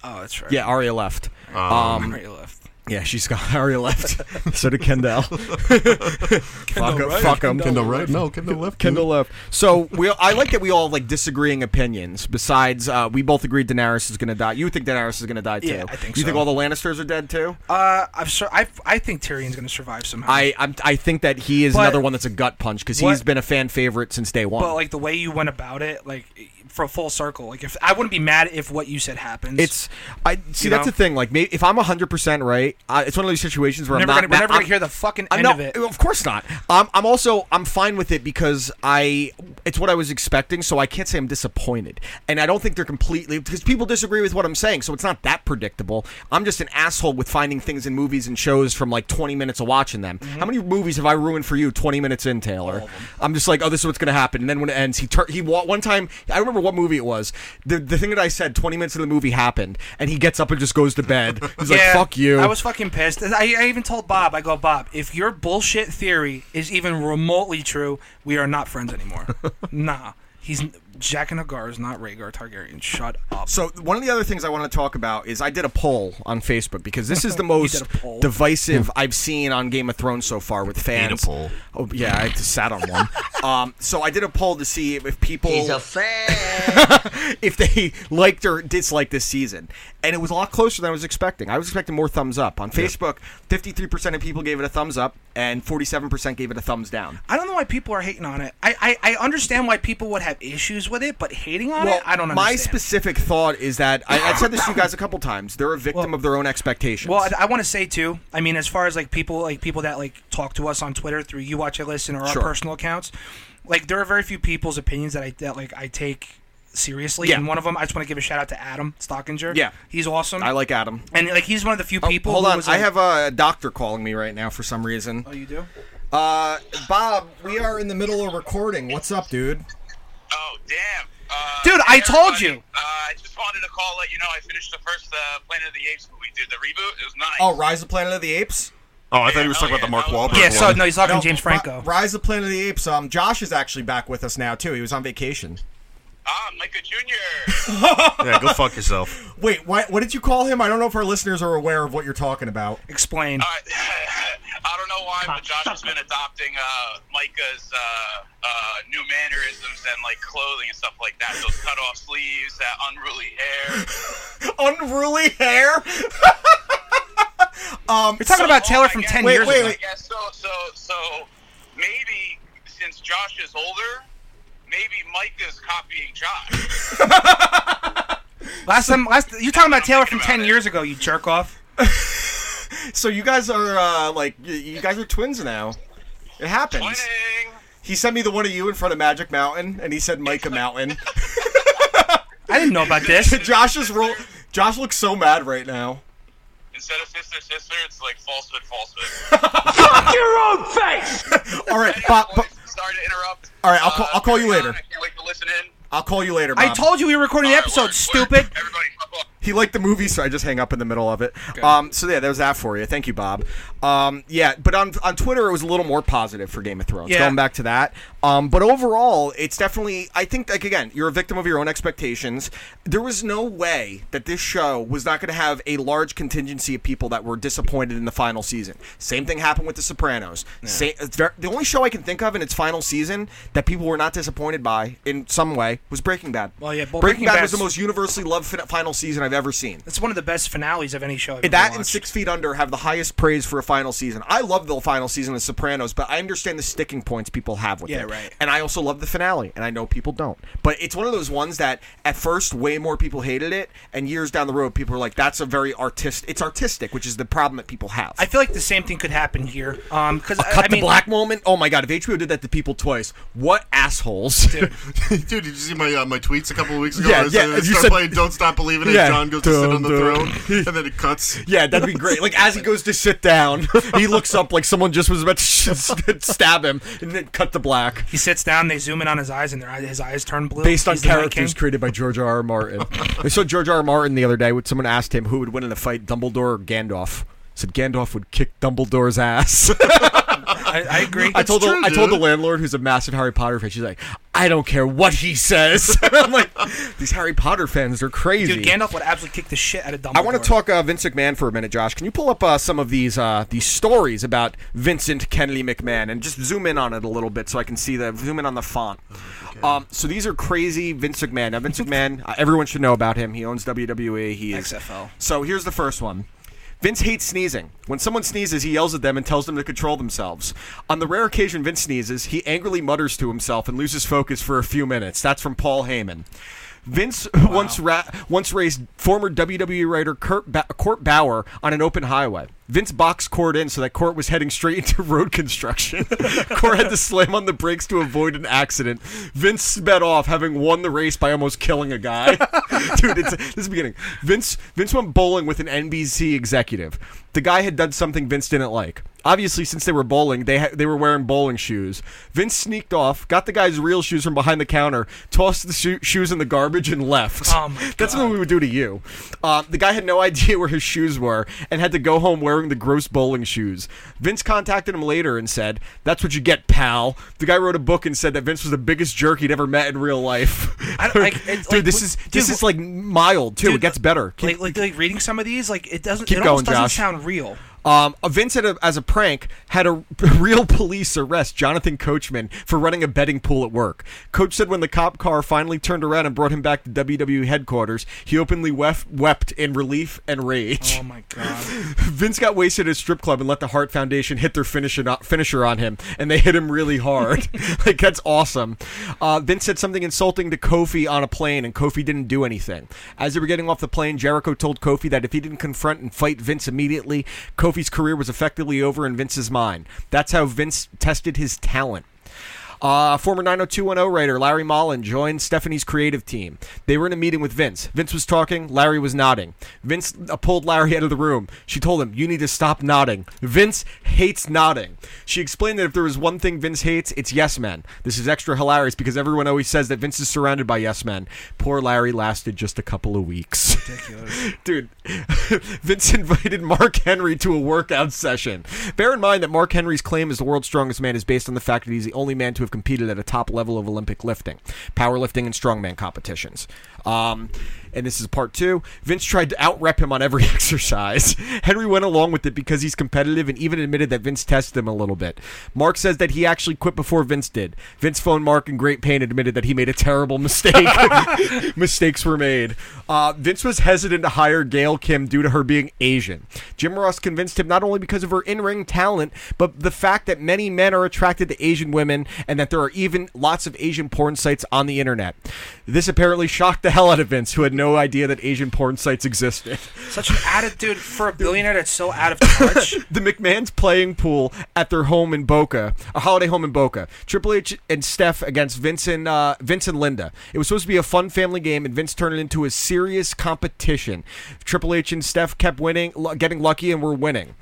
E: Um,
C: Oh, that's right.
A: Yeah, um, Arya left.
C: Right, you left.
A: Yeah, she's got Arya left. so did Kendall. fuck him. Fuck him.
E: Kendall right? No, Kendall left.
A: Kendall left. So we, I like that we all have, like disagreeing opinions. Besides, uh, we both agreed Daenerys is going to die. You think Daenerys is going to die too?
C: Yeah, I think
A: You
C: so.
A: think all the Lannisters are dead too?
C: Uh, I've sur- I, I think Tyrion's going to survive somehow.
A: I I'm, I think that he is
C: But-
A: another one that's a gut punch because
C: What-
A: he's been a fan favorite since day one.
C: but like the way you went about it, like for a full circle, like if I wouldn't be mad if what you said happens.
A: it's I see
C: You
A: that's
C: know?
A: the thing. Like may if I'm 100 percent right, I, it's one of those situations where
C: We're never
A: I'm not.
C: gonna- we're never
A: I'm-
C: gonna hear the fucking
A: I
C: end
A: know-
C: of it.
A: Of course not. Um, I'm also I'm fine with it because I it's what I was expecting, so I can't say I'm disappointed. And I don't think they're completely because people disagree with what I'm saying, so it's not that predictable. I'm just an asshole with finding things in movies and shows from like 20 minutes of watching them.
C: Mm-hmm.
A: How many movies have I ruined for you 20 minutes in, Taylor? I'm just like, oh, this is what's gonna happen, and then when it ends, he tur- he wa- one time I remember what movie it was. The the thing that I said 20 minutes of the movie happened, and he gets up and just goes to bed. He's like, fuck you.
C: I was fucking pissed. I, I even told Bob, I go, Bob, if your bullshit theory is even remotely true, we are not friends anymore. nah. He's Jack and Hagar is not Rhaegar Targaryen. Shut up.
A: So one of the other things I want to talk about is I did a poll on Facebook because this is the most
C: did a poll? Hmm.
A: divisive I've seen on Game of Thrones so far with fans.
E: poll.
A: Oh yeah, I just sat on one. um, so I did a poll to see if people
B: He's a fan.
A: if they liked or disliked this season, and it was a lot closer than I was expecting. I was expecting more thumbs up on Facebook. Fifty three percent of people gave it a thumbs up, and forty seven percent gave it a thumbs down.
C: I don't know why people are hating on it. I, I, I understand why people would have issues with it, but hating on it, I don't understand.
A: my specific thought is that I, I've said this to you guys a couple times. They're a victim
C: Well-
A: of their own expectations.
C: Well, I, want to say too. I mean, as far as like people, like people that like talk to us on Twitter through you watch I listen or
A: Sure.
C: our personal accounts, like there are very few people's opinions that I that like I take seriously.
A: Yeah.
C: And one of them, I just want to give a shout out to Adam Stockinger.
A: Yeah.
C: he's awesome.
A: I like Adam.
C: and like he's one of the few
A: Oh,
C: people.
A: Hold
C: who
A: on,
C: was,
A: I
C: like-
A: have a doctor calling me right now for some reason.
C: Oh, you do?
A: Uh, Bob, we are in the middle of recording. What's up, dude?
I: Oh damn, uh,
C: Dude, I
I: hey,
C: told
I: everybody.
C: you.
I: Uh, I just wanted to call let you know I finished the first uh, Planet of the Apes movie, dude. The reboot it was nice.
A: Oh, Rise of Planet of the Apes.
E: Oh, I thought he was talking about the Mark Wahlberg.
C: Yeah. So
E: one.
C: no, he's talking
A: No,
C: James
A: Ri-
C: Franco.
A: Rise of Planet of the Apes. Um, Josh is actually back with us now too. He was on vacation.
I: Ah, Micah Jr.
E: yeah, go fuck yourself.
A: Wait, what, what did you call him? I don't know if our listeners are aware of what you're talking about.
C: Explain.
A: uh,
I: I, I don't know why, but Josh has been adopting uh, Micah's uh, uh, new mannerisms and like clothing and stuff like that. Those cut off sleeves, that unruly hair. Oh
A: Unruly hair. Um,
C: You're talking about
I: Oh,
C: Taylor
I: I
C: from
I: guess-
C: ten
A: Wait,
C: years
A: wait,
C: ago.
A: wait.
I: I guess so. So, so maybe since Josh is older, maybe Micah's copying Josh.
C: Last time, last you're talking about Taylor from
I: about
C: ten
I: it.
C: years ago. You jerk off.
A: So you guys are uh, like y- you guys are twins now. It happens.
I: Winning.
A: He sent me the one of you in front of Magic Mountain, and he said Micah Mountain.
C: I didn't know about this.
A: Josh is real. Josh looks so mad right now.
I: Instead of sister, sister, it's like falsehood, falsehood.
A: All right,
I: Anyway,
A: Bob, Bo-
I: boys, sorry to interrupt. Uh,
A: All right, I'll call- I'll call you
I: carry on.
A: later.
I: I can't wait to listen in.
A: I'll call you later. Bob.
C: I told you we were recording the
I: All right,
C: episode.
I: word, word.
C: stupid.
I: Everybody, fuck off.
A: he liked the movie, so I just hang up in the middle of it. Um, so yeah, there's that for you. Thank you, Bob. Um, yeah, but on on Twitter it was a little more positive for Game of Thrones.
C: Yeah.
A: Going back to that, um, but overall it's definitely I think like again you're a victim of your own expectations. There was no way that this show was not going to have a large contingency of people that were disappointed in the final season. Same thing happened with The Sopranos. Sa- it's ver- the only show I can think of in its final season that people were not disappointed by in some way was Breaking Bad.
C: Well, yeah, well,
A: Breaking
C: Breaking
A: Bad was
C: Bad's-
A: the most universally loved fin- final season I've ever seen.
C: It's one of the best finales of any show. I've ever
A: That and
C: watched.
A: Six Feet Under have the highest praise for a final season. I love the final season of Sopranos, but I understand the sticking points people have with
C: Yeah,
A: it.
J: right.
A: And I also love the finale, and I know people don't. But it's one of those ones that at first way more people hated it, and years down the road people are like, that's a very artistic. It's artistic, which is the problem that people have.
C: I feel like the same thing could happen here. Um, because
A: A cut
C: I
A: the
C: mean,
A: black moment. Oh my god! If HBO did that to people twice, what assholes?
E: Dude, did you see my uh, my tweets a couple of weeks ago?
A: Yeah,
E: I said,
A: yeah, you
E: start
A: said-
E: playing "Don't Stop Believing" and
A: Yeah.
E: John goes to sit on the
A: Dun,
E: throne, and then it cuts.
A: yeah, that'd be great. Like as he goes to sit down, he looks up like someone just was about to sh- stab him, and then cut the black.
C: He sits down. They zoom in on his eyes, and their eye- his eyes turn blue.
A: based on
C: He's the Night
A: characters
C: King.
A: created by George R. R. Martin. I saw George R. R. Martin the other day when someone asked him who would win in a fight, Dumbledore or Gandalf. He Said Gandalf would kick Dumbledore's ass.
C: I, I agree.
A: I told
E: true,
A: the, I told the
E: dude.
A: landlord who's a massive Harry Potter fan. She's like, I don't care what he says. I'm like, these Harry Potter fans are crazy.
C: dude, Gandalf would absolutely kick the shit out of Dumbledore.
A: I want to talk uh, Vince McMahon for a minute, Josh. Can you pull up uh, some of these uh, these stories about Vincent Kennedy McMahon and just zoom in on it a little bit so I can see the zoom in on the font? Um, so these are crazy Vince McMahon. Now Vince McMahon, uh, everyone should know about him. He owns WWE. He is
C: XFL.
A: So here's the first one. Vince hates sneezing. When someone sneezes, he yells at them and tells them to control themselves. On the rare occasion Vince sneezes, he angrily mutters to himself and loses focus for a few minutes. That's from Paul Heyman. Vince once ra- once raised former WWE writer Kurt ba- Court Bauer on an open highway. Vince boxed Court in so that Court was heading straight into road construction. Court had to slam on the brakes to avoid an accident. Vince sped off, having won the race by almost killing a guy. Dude, it's, this is the beginning. Vince Vince went bowling with an NBC executive. The guy had done something Vince didn't like. Obviously, since they were bowling, they ha- they were wearing bowling shoes. Vince sneaked off, got the guy's real shoes from behind the counter, tossed the sho- shoes in the garbage, and left.
C: Oh my
A: That's something we would do to you. Uh, the guy had no idea where his shoes were and had to go home wearing the gross bowling shoes. Vince contacted him later and said, "That's what you get, pal." The guy wrote a book and said that Vince was the biggest jerk he'd ever met in real life.
C: I don't- like, it's
A: dude,
C: like-
A: this is this
C: dude,
A: is like mild too.
C: Dude,
A: it gets better. Keep-
C: Like, like, like reading some of these, like it doesn't.
A: Keep
C: it almost
A: going,
C: doesn't
A: Josh.
C: sound real.
A: Um, Vince, had a, as a prank, had a real police arrest Jonathan Coachman for running a betting pool at work. Coach said when the cop car finally turned around and brought him back to WWE headquarters, he openly wef- wept in relief and rage.
C: Oh my god.
A: Vince got wasted at a strip club and let the Hart Foundation hit their finisher, finisher on him, and they hit him really hard. like, that's awesome. Uh, Vince said something insulting to Kofi on a plane, and Kofi didn't do anything. As they were getting off the plane, Jericho told Kofi that if he didn't confront and fight Vince immediately, Kofi's career was effectively over in Vince's mind. That's how Vince tested his talent. Uh, former 90210 writer Larry Mullen joined Stephanie's creative team. They were in a meeting with Vince. Vince was talking, Larry was nodding. Vince uh, pulled Larry out of the room. She told him, You need to stop nodding. Vince hates nodding. She explained that if there was one thing Vince hates, it's yes men. This is extra hilarious because everyone always says that Vince is surrounded by yes men. Poor Larry lasted just a couple of weeks. Dude, Vince invited Mark Henry to a workout session. Bear in mind that Mark Henry's claim as the world's strongest man is based on the fact that he's the only man to have competed at a top level of Olympic lifting, powerlifting, and strongman competitions. Um, and this is part two. Vince tried to outrep him on every exercise. Henry went along with it because he's competitive and even admitted that Vince tested him a little bit. Mark says that he actually quit before Vince did. Vince phoned Mark in great pain and admitted that he made a terrible mistake. Mistakes were made. Uh, Vince was hesitant to hire Gail Kim due to her being Asian. Jim Ross convinced him not only because of her in ring talent, but the fact that many men are attracted to Asian women and that there are even lots of Asian porn sites on the internet. This apparently shocked the hell out of Vince, who had no idea that Asian porn sites existed.
C: Such an attitude for a billionaire that's so out of touch.
A: the McMahons playing pool at their home in Boca, a holiday home in Boca. Triple H and Steph against Vince and, uh, Vince and Linda. It was supposed to be a fun family game, and Vince turned it into a serious competition. Triple H and Steph kept winning, lu- getting lucky, and were winning.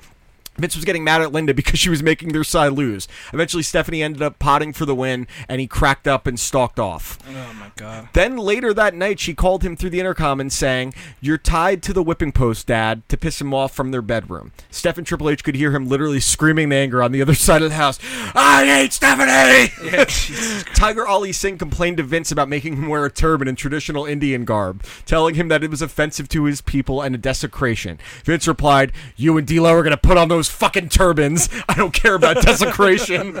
A: Vince was getting mad at Linda because she was making their side lose. Eventually, Stephanie ended up potting for the win, and he cracked up and stalked off.
C: oh my god.
A: Then later that night, she called him through the intercom and sang, You're tied to the whipping post, Dad, to piss him off from their bedroom. Steph and Triple H could hear him literally screaming in anger on the other side of the house, I hate Stephanie! Tiger Ali Singh complained to Vince about making him wear a turban in traditional Indian garb, telling him that it was offensive to his people and a desecration. Vince replied, You and D'Lo are going to put on those those fucking turbans. I don't care about desecration.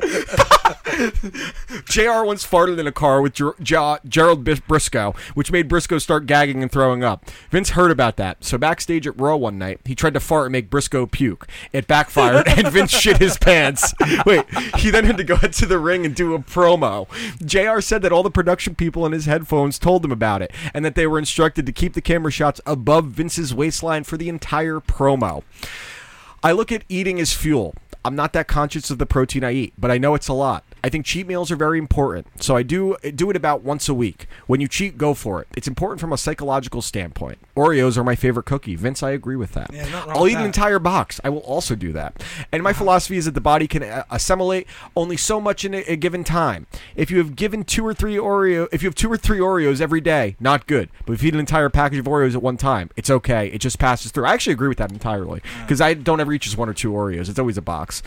A: JR once farted in a car with Ger- Ja- Gerald Bis- Briscoe, which made Briscoe start gagging and throwing up. Vince heard about that, so backstage at Raw one night, he tried to fart and make Briscoe puke. It backfired, and Vince shit his pants. Wait, he then had to go out to the ring and do a promo. JR said that all the production people in his headphones told him about it, and that they were instructed to keep the camera shots above Vince's waistline for the entire promo. I look at eating as fuel. I'm not that conscious of the protein I eat, but I know it's a lot. I think cheat meals are very important, so I do do it about once a week. When you cheat, go for it. It's important from a psychological standpoint. Oreos are my favorite cookie. Vince, I agree with that.
C: Yeah, not wrong
A: I'll
C: with
A: eat an
C: that.
A: entire box. I will also do that. And my philosophy is that the body can uh, assimilate only so much in a, a given time. If you have given two or three Oreo, if you have two or three Oreos every day, not good. But if you eat an entire package of Oreos at one time, it's okay. It just passes through. I actually agree with that entirely because I don't ever eat just one or two Oreos. It's always a box.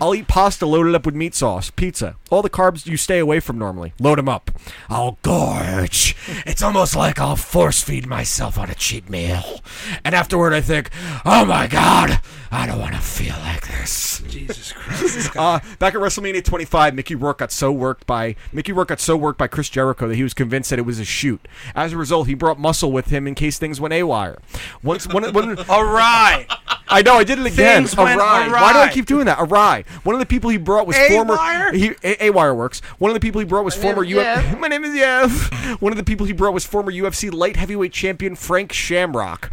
A: I'll eat pasta loaded up with meat sauce, pizza, all the carbs you stay away from normally. Load them up. I'll gorge. It's almost like I'll force feed myself on a cheat meal. And afterward, I think, oh my God, I don't want to feel like this.
C: Jesus Christ.
A: Uh, back at WrestleMania 25, Mickey Rourke got so worked by Mickey Rourke got so worked by Chris Jericho that he was convinced that it was a shoot. As a result, he brought muscle with him in case things went awry. Once, one, one,
C: All right.
A: I know I did it again.
C: Things went
A: Why do I
C: awry.
A: keep doing that? Awry. One of the people he brought was former
C: A-wire?
A: he, A Wire works. One of the people he brought was former
K: is
A: UFC.
K: Yev.
A: My name is Yev. One of the people he brought was former UFC light heavyweight champion Frank Shamrock.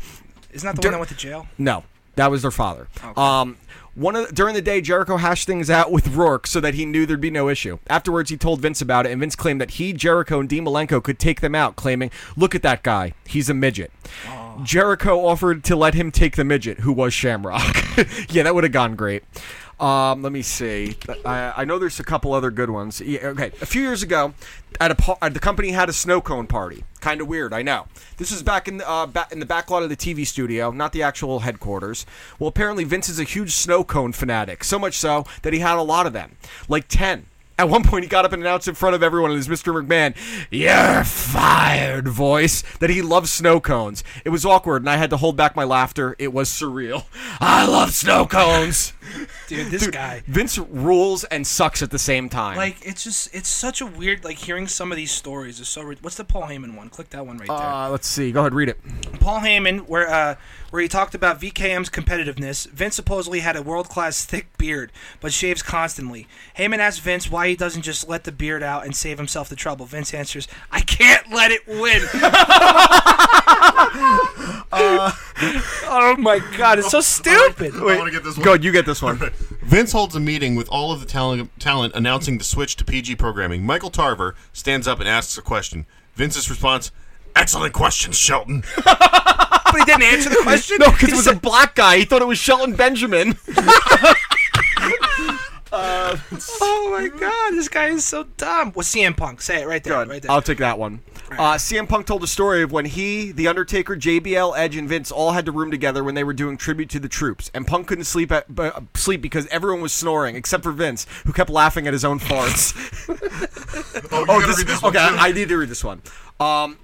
C: Isn't that the
A: Dur-
C: one that went to jail?
A: No, that was their father. Um, one of the- during the day, Jericho hashed things out with Rourke so that he knew there'd be no issue. Afterwards, he told Vince about it, and Vince claimed that he, Jericho, and Dean Malenko could take them out, claiming, "Look at that guy, he's a midget." Jericho offered to let him take the midget, who was Shamrock. yeah, that would have gone great. Um, let me see. I, I know there's a couple other good ones. Yeah, okay, a few years ago, at a par- the company had a snow cone party. Kind of weird, I know. This is back in the, uh, ba- in the back lot of the TV studio, not the actual headquarters. Well, apparently Vince is a huge snow cone fanatic, so much so that he had a lot of them, like ten. At one point, he got up and announced in front of everyone in his Mr. McMahon, "You're fired" voice that he loves snow cones. It was awkward, and I had to hold back my laughter. It was surreal. I love snow cones.
C: Dude, this guy.
A: Vince rules and sucks at the same time.
C: Like it's just it's such a weird like hearing some of these stories is so. rid- What's the Paul Heyman one? Click that one right there.
A: uh, let's see. Go ahead, read it.
C: Paul Heyman, where uh, where he talked about VKM's competitiveness. Vince supposedly had a world class thick beard, but shaves constantly. Heyman asked Vince why he doesn't just let the beard out and save himself the trouble. Vince answers, "I can't let it win." Uh,
A: Oh my god, it's so stupid.
E: I want to get this one.
A: Go, you get this one.
E: Vince holds a meeting with all of the talent, talent announcing the switch to PG programming. Michael Tarver stands up and asks a question. Vince's response, Excellent question, Shelton.
C: but he didn't answer the question.
A: no, because it was a black guy. He thought it was Shelton Benjamin.
C: Oh my god, this guy is so dumb. Well, CM Punk, say it right there,
A: Good.
C: right there.
A: I'll take that one. Uh, CM Punk told a story of when he, The Undertaker, JBL, Edge, and Vince all had to room together when they were doing tribute to the troops, and Punk couldn't sleep at, b- sleep because everyone was snoring except for Vince, who kept laughing at his own farts.
E: Oh,
A: oh, this, okay, I I need to read this one. Um,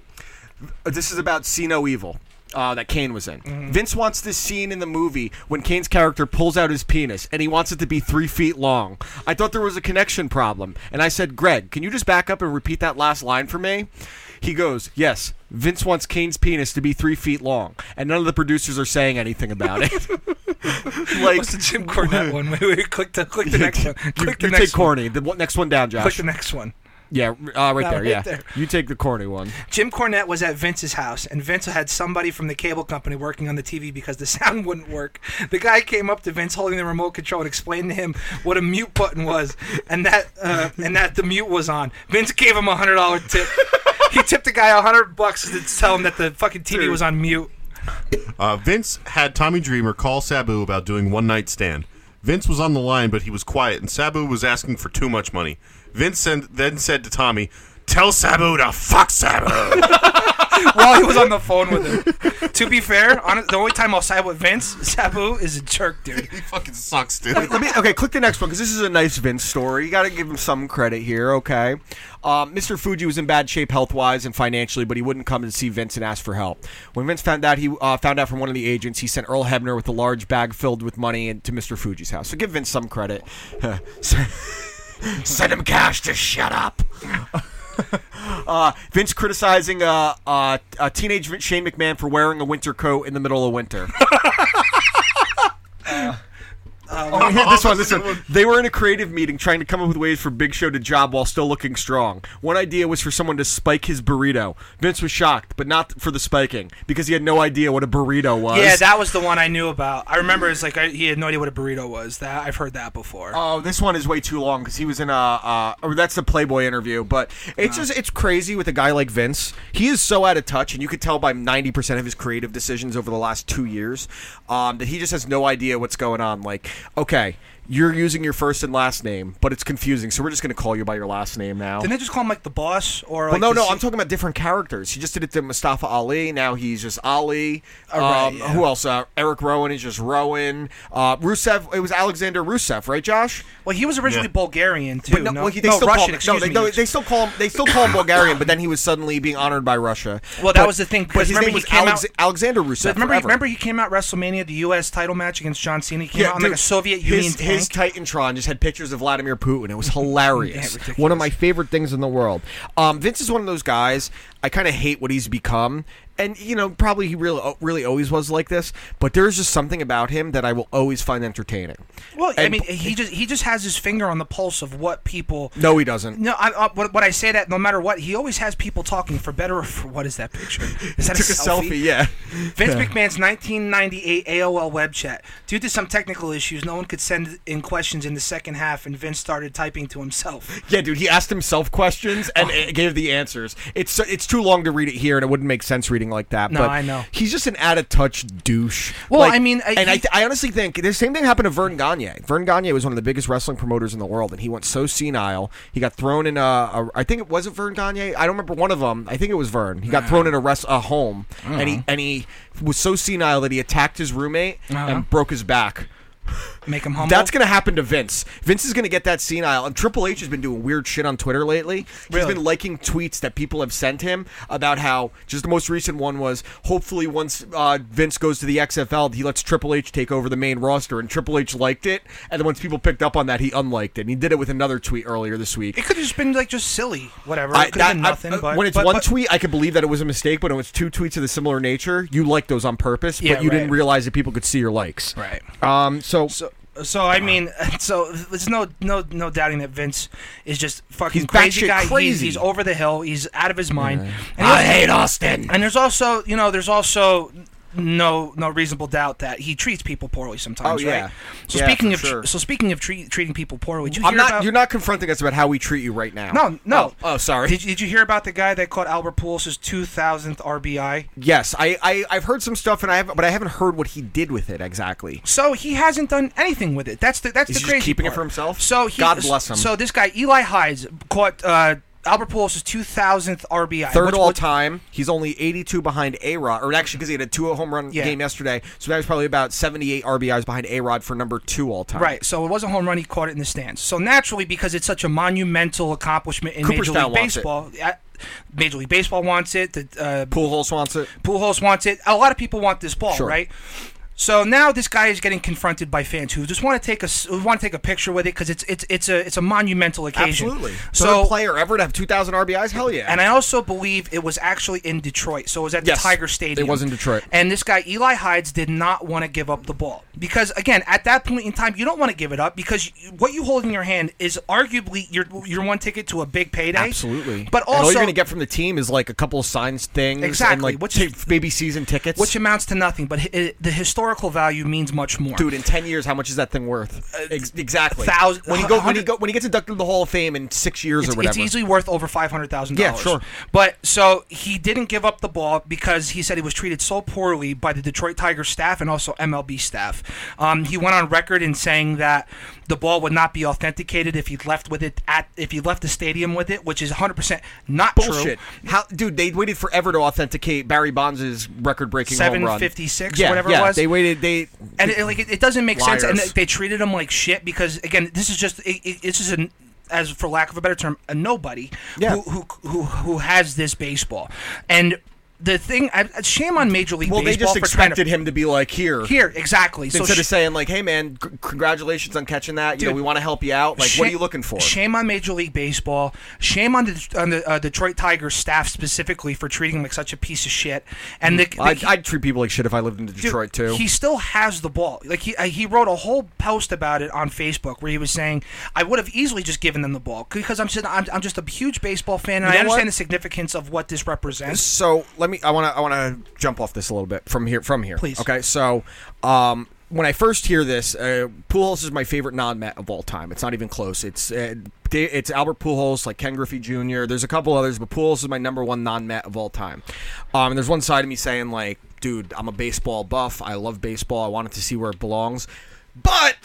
A: this is about See No Evil. Uh, that Kane was in. Vince wants this scene in the movie when Kane's character pulls out his penis and he wants it to be three feet long. I thought there was a connection problem, and I said, Greg, can you just back up and repeat that last line for me? He goes, Yes, Vince wants Kane's penis to be three feet long, and none of the producers are saying anything about it. like,
C: What's the Jim Cornette one? Wait, wait, click the click the next one.
A: you,
C: Click the
A: you
C: next
A: take
C: one.
A: corny. The one- next one down, Josh.
C: Click the next one.
A: yeah, uh, right
C: No,
A: there.
C: right
A: yeah,
C: there.
A: you take the corny one.
C: Jim Cornette was at Vince's house, and Vince had somebody from the cable company working on the TV because the sound wouldn't work. The guy came up to Vince holding the remote control and explained to him what a mute button was, and that uh, and that the mute was on. Vince gave him a hundred dollar tip. he tipped the guy a hundred bucks to tell him that the fucking TV was on mute.
E: Uh, Vince had Tommy Dreamer call Sabu about doing one night stand. Vince was on the line, but he was quiet, and Sabu was asking for too much money. Vince send, then said to Tommy, "Tell Sabu to fuck Sabu."
C: while he was on the phone with her. To be fair, on, the only time I'll side with Vince, Sabu is a jerk, dude.
E: He fucking sucks, dude.
A: Let me okay. Click the next one because this is a nice Vince story. You got to give him some credit here. Okay, um, Mr. Fuji was in bad shape health wise and financially, but he wouldn't come and see Vince and ask for help. When Vince found out, he uh, found out from one of the agents. He sent Earl Hebner with a large bag filled with money in- to Mr. Fuji's house. So give Vince some credit. Send him cash to shut up. Uh, Vince criticizing uh, uh, uh, teenage Vin- Shane McMahon for wearing a winter coat in the middle of winter. Uh, Oh, here, this one, this one. They were in a creative meeting trying to come up with ways for Big Show to job while still looking strong. One idea was for someone to spike his burrito. Vince was shocked, but not for the spiking because he had no idea what a burrito was.
C: Yeah, that was the one I knew about. I remember it's like I, he had no idea what a burrito was. That I've heard that before.
A: Oh, this one is way too long because he was in a. Uh, or that's the Playboy interview, but it's just it's crazy with a guy like Vince. He is so out of touch, and you could tell by ninety percent of his creative decisions over the last two years um, that he just has no idea what's going on. Like, okay, you're using your first and last name, but it's confusing, so we're just going to call you by your last name now.
C: Didn't they just call him like the boss or?
A: well,
C: Like,
A: no,
C: the
A: no,
C: se-
A: I'm talking about different characters. He just did it to Mustafa Ali. Now he's just Ali. Um,
C: Oh, right, yeah.
A: Who else? Uh, Eric Rowan is just Rowan. Uh, Rusev. It was Alexander Rusev, right, Josh?
C: Well, he was originally Bulgarian too.
A: But no,
C: no,
A: well, he- they
C: no
A: still
C: Russian.
A: call him,
C: excuse
A: no, they,
C: me.
A: no, they still call him. They still call him Bulgarian, but then he was suddenly being honored by Russia.
C: Well, that
A: But-
C: was the thing,
A: But
C: because
A: his
C: remember
A: name
C: he
A: was
C: came
A: Alex-
C: out-
A: Alexander Rusev.
C: But remember,
A: forever.
C: remember, he came out WrestleMania, the U.S. title match against John Cena. He came out in like
A: dude,
C: a Soviet
A: his,
C: Union
A: His
C: tank.
A: Titantron just had pictures of Vladimir Putin. It was hilarious.
C: ridiculous.
A: one of my favorite things in the world. Um, Vince is one of those guys. I kind of hate what he's become, and you know, probably he really, really always was like this. But there's just something about him that I will always find entertaining.
C: well, I
A: and-
C: mean, he just he just has his finger on the pulse of what people.
A: No, he doesn't.
C: No, I, I, what, what I say that no matter what, he always has people talking for better or for what is that picture? Is that
A: Took a selfie, yeah.
C: Vince McMahon's 1998 AOL web chat. Due to some technical issues, no one could send in questions in the second half, and Vince started typing to himself.
A: Yeah, dude, he asked himself questions and
C: Oh.
A: it gave the answers. It's it's too long to read it here, and it wouldn't make sense reading like that.
C: No,
A: but
C: I know.
A: he's just an out of touch douche.
C: Well,
A: Like-
C: I mean, I-
A: and I,
C: he-
A: th- I honestly think the same thing happened to Vern Gagne. Vern Gagne was one of the biggest wrestling promoters in the world, and he went so senile. He got thrown in a, a I think it was it Vern Gagne. I don't remember one of them. I think it was Vern. He got thrown in a rest a home, and
C: Mm.
A: he and he was so senile that he attacked his roommate
C: Uh-huh.
A: and broke his back.
C: Make him humble.
A: That's going to happen to Vince. Vince is going to get that senile. And Triple H has been doing weird shit on Twitter lately.
C: Really?
A: He's been liking tweets that people have sent him about how just the most recent one was hopefully once uh, Vince goes to the XFL, he lets Triple H take over the main roster. And Triple H liked it. And then once people picked up on that, he unliked it. And he did it with another tweet earlier this week.
C: It could have just been like just silly, whatever.
A: I-
C: It could have
A: that-
C: been
A: I-
C: nothing.
A: uh,
C: but,
A: when it's
C: but-
A: one
C: but-
A: tweet, I could believe that it was a mistake. But when it's two tweets of the similar nature, you like those on purpose,
C: Yeah,
A: but you
C: right.
A: didn't realize that people could see your likes.
C: Right.
A: Um.
C: So, so I mean, so there's no no no doubting that Vince is just fucking
A: He's
C: crazy
A: batshit
C: guy. He's,
A: crazy.
C: he's over the hill. He's out of his mind. And he
A: I
C: also-
A: hate Austin.
C: And there's also you know there's also no no reasonable doubt that he treats people poorly sometimes.
A: Oh, yeah.
C: Right? So
A: Yeah,
C: speaking
A: for
C: of tr-
A: sure.
C: so speaking of treat, treating people poorly, did you
A: I'm
C: hear
A: not.
C: about-
A: You're not confronting us about how we treat you right now.
C: No, no.
A: Oh, oh, sorry.
C: Did, did you hear about the guy that caught Albert Pujols' 2,000th RBI?
A: yes, I, I I've heard some stuff, and I have, but I haven't heard what he did with it exactly.
C: So he hasn't done anything with it. That's the that's
A: He's
C: the
A: just
C: crazy
A: keeping it
C: part.
A: for himself?
C: So he,
A: God bless him.
C: So this guy Eli Hides caught uh, Albert Pujols' 2000th RBI,
A: Third
C: which
A: all
C: was-
A: time, he's only 82 behind A Rod, or actually because he had a two home run
C: Yeah.
A: game yesterday, so that was probably about 78 RBIs behind A Rod for number two all time.
C: Right, so it was a home run. He caught it in the stands. So naturally, because it's such a monumental accomplishment in Major
A: Cooperstown
C: League
A: wants it.
C: Baseball, uh, Major League Baseball wants it. The uh,
A: Pujols wants it.
C: Pujols wants it. A lot of people want this ball,
A: Sure.
C: right? So now this guy is getting confronted by fans who just want to take a s- who want to take a picture with it because it's it's it's a it's a monumental occasion.
A: Absolutely.
C: So
A: Third player ever to have 2,000 RBIs. Hell yeah.
C: And I also believe it was actually in Detroit. So it was at the
A: Yes,
C: Tiger Stadium.
A: it was in Detroit.
C: And this guy, Eli Hides, did not want to give up the ball. Because, again, at that point in time, you don't want to give it up because you- what you hold in your hand is arguably your, your one ticket to a big payday.
A: Absolutely.
C: But
A: And all
C: also,
A: you're going to get from the team is like a couple of signs things,
C: Exactly,
A: and like
C: which is-
A: ta- baby season tickets.
C: which amounts to nothing. But hi- the historic historical value means much more.
A: Dude, in ten years, how much is that thing worth? Ex- exactly.
C: Uh, thousand-
A: When you go, when you
C: hundred-
A: go, when he gets inducted to the Hall of Fame in six years
C: it's,
A: or whatever.
C: it's easily worth over five hundred thousand
A: Yeah,
C: dollars.
A: sure.
C: But so he didn't give up the ball because he said he was treated so poorly by the Detroit Tigers staff and also MLB staff. Um, he went on record in saying that the ball would not be authenticated if he left with it at if he left the stadium with it, which is one hundred percent not
A: Bullshit.
C: true.
A: How, dude? They waited forever to authenticate Barry Bonds' record-breaking home run.
C: 756
A: yeah,
C: whatever it
A: yeah,
C: was.
A: They waited. They
C: and it, like it, it doesn't make sense. And
A: Liars.
C: they treated him like shit because again, this is just it, it, this is an as for lack of a better term, a nobody
A: Yeah.
C: who, who who who has this baseball and. The thing, I, shame on Major League
A: well, they
C: Baseball
A: just
C: for trying
A: expected
C: to,
A: him to be like here,
C: here exactly. So
A: instead
C: sh-
A: of saying like, "Hey, man, c- congratulations on catching that. you know,
C: Dude,
A: we want to help you out. Like, what are
C: Shame-
A: you looking for?"
C: Shame on Major League Baseball. Shame on the on the uh, Detroit Tigers staff specifically for treating him like such a piece of shit. And the, the,
A: I'd, I'd treat people like shit if I lived in Detroit
C: Dude,
A: too.
C: He still has the ball. Like he uh, he wrote a whole post about it on Facebook where he was saying, "I would have easily just given them the ball because I'm just I'm, I'm just a huge baseball fan and
A: You
C: I
A: know what?
C: understand the significance of what this represents."
A: so let me i want to i want to jump off this a little bit from here from here
C: Please.
A: okay so um when I first hear this, uh, Pujols is my favorite non-Met of all time. It's not even close. It's uh, Da- it's Albert Pujols, like Ken Griffey Jr. There's a couple others, but Pujols is my number one non-Met of all time. Um, and there's one side of me saying like, dude, I'm a baseball buff. I love baseball. I want it to see where it belongs, but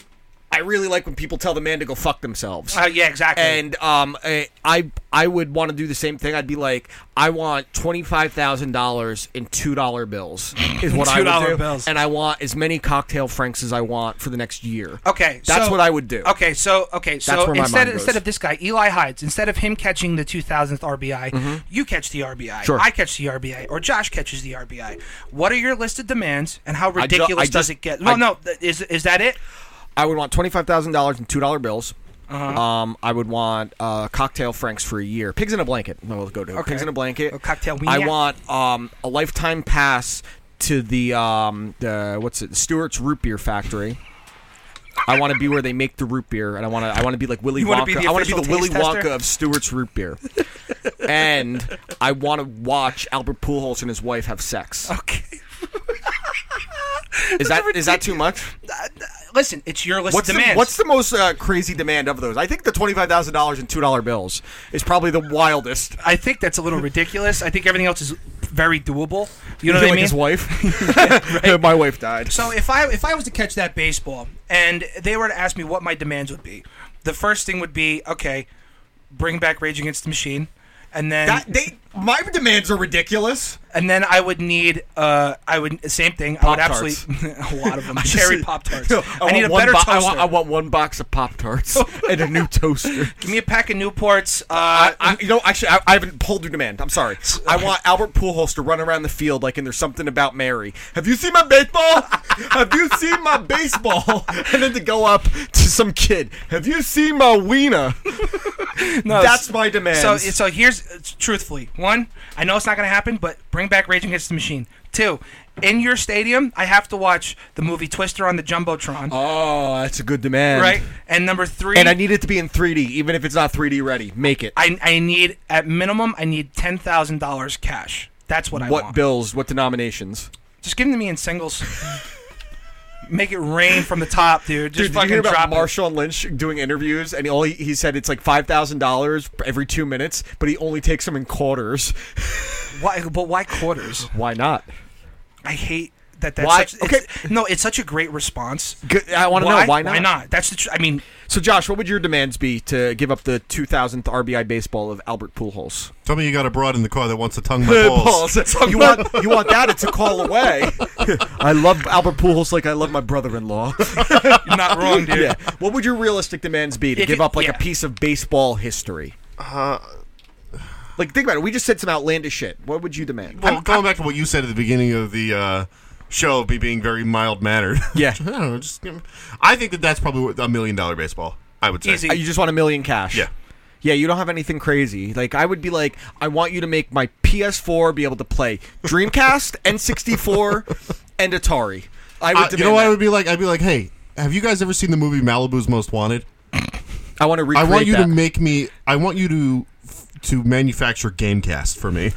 A: I really like when people tell the man to go fuck themselves.
C: Uh, yeah, exactly.
A: And um, I I- I would want to do the same thing. I'd be like, I want twenty five thousand dollars in two dollar bills is what I would
C: $2
A: do,
C: bills.
A: and I want as many cocktail franks as I want for the next year.
C: Okay,
A: that's
C: so-
A: what I would do.
C: Okay, so okay, so
A: That's where my
C: instead
A: mind goes.
C: instead of this guy, Eli Hides, instead of him catching the two thousandth RBI, you catch the RBI,
A: Mm-hmm. Sure.
C: I catch the RBI, or Josh catches the RBI. What are your listed demands, and how
A: ju-
C: ridiculous
A: I
C: does
A: just-
C: it get? Well,
A: I-
C: no, th- is is that it?
A: I would want twenty five thousand dollars in two dollar bills.
C: Uh-huh.
A: Um, I would want uh, cocktail franks for a year. Pigs in a blanket. No, we'll go to pigs in a blanket.
C: A cocktail
A: I
C: vignette.
A: want um, a lifetime pass to the um, the what's it? Stewart's Root Beer Factory. I want to be where they make the root beer, and I want to. I want to be like Willy
C: You wanna be
A: Wonka.
C: the
A: I want to be
C: official
A: the Willy
C: taste tester?
A: Wonka of Stewart's root beer, and I want to watch Albert Pujols and his wife have sex.
C: Okay,
A: Is that is that too much?
C: listen, it's your list
A: What's
C: of
A: the,
C: demands.
A: what's the most uh, crazy demand of those? I think the twenty five thousand dollars in two dollar bills is probably the wildest.
C: I think that's a little ridiculous. I think everything else is very doable. You know
A: like
C: what I mean?
A: His wife. My wife died.
C: So if I if I was to catch that baseball and they were to ask me what my demands would be, the first thing would be okay, bring back Rage Against the Machine, and then
A: that, they my demands are ridiculous.
C: and then I would need uh I would same thing I would
A: Pop-Tarts.
C: absolutely a lot of them cherry pop tarts.
A: No,
C: I, need a
A: want one
C: better
A: bo-
C: toaster.
A: I want, I want one box of pop tarts and a new toaster.
C: Give me a pack of Newports. Uh,
A: I, I, you know, actually, I, I haven't pulled your demand. I'm sorry. I want Albert Pujols to run around the field like, and there's something about Mary. Have you seen my baseball? Have you seen my baseball? And then to go up to some kid. Have you seen my wiener?
C: No,
A: That's
C: s-
A: my demands.
C: So, so here's truthfully one. I know it's not going to happen, but bring back Rage Against the Machine. Two, in your stadium, I have to watch the movie Twister on the jumbotron,
A: Oh, that's a good demand.
C: right? And number three,
A: And I need it to be in 3D, even if it's not 3D ready. Make it.
C: I, I need at minimum, I need ten thousand dollars cash. That's what I
A: what
C: want.
A: bills? What denominations?
C: Just give them to me in singles. Make it rain from the top,
A: Dude,
C: dude. Just
A: did you
C: fucking
A: hear about
C: drop it.
A: Marshawn Lynch doing interviews, and all he, he said it's like five thousand dollars every two minutes, but he only takes them in quarters.
C: Why, but why quarters?
A: Why not?
C: I hate that. That's
A: Why-
C: Such, it's, no, it's such a great response.
A: Good, I want to know why not.
C: Why not? That's the. Tr- I mean,
A: So, Josh, what would your demands be to give up the 2000th RBI baseball of Albert Pujols?
E: Tell me you got a broad in the car that wants to tongue my balls.
A: You want you want that? It's a call away. I love Albert Pujols like I love my brother-in-law.
C: you're not wrong, dude.
A: yeah. What would your realistic demands be to
C: If
A: give
C: it-
A: up like
C: yeah.
A: a piece of baseball history? Uh, like think about it. We just said some outlandish shit. What would you demand?
E: Well, going back to what you said at the beginning of the uh, show, me being very mild mannered.
A: Yeah.
E: I don't know. Just, I think that that's probably what- a million dollar baseball. I would say.
C: Easy.
A: Uh, You just want a million cash.
E: Yeah.
A: Yeah, you don't have anything crazy. Like I would be like, I want you to make my PS4 be able to play Dreamcast, N64, and Atari. I would.
E: Uh, you know
A: demand
E: what I
A: that.
E: would be like? I'd be like, hey, have you guys ever seen the movie Malibu's Most Wanted?
A: I want to
E: I
A: recreate
E: want you
A: that.
E: to make me. I want you to to manufacture GameCast for me.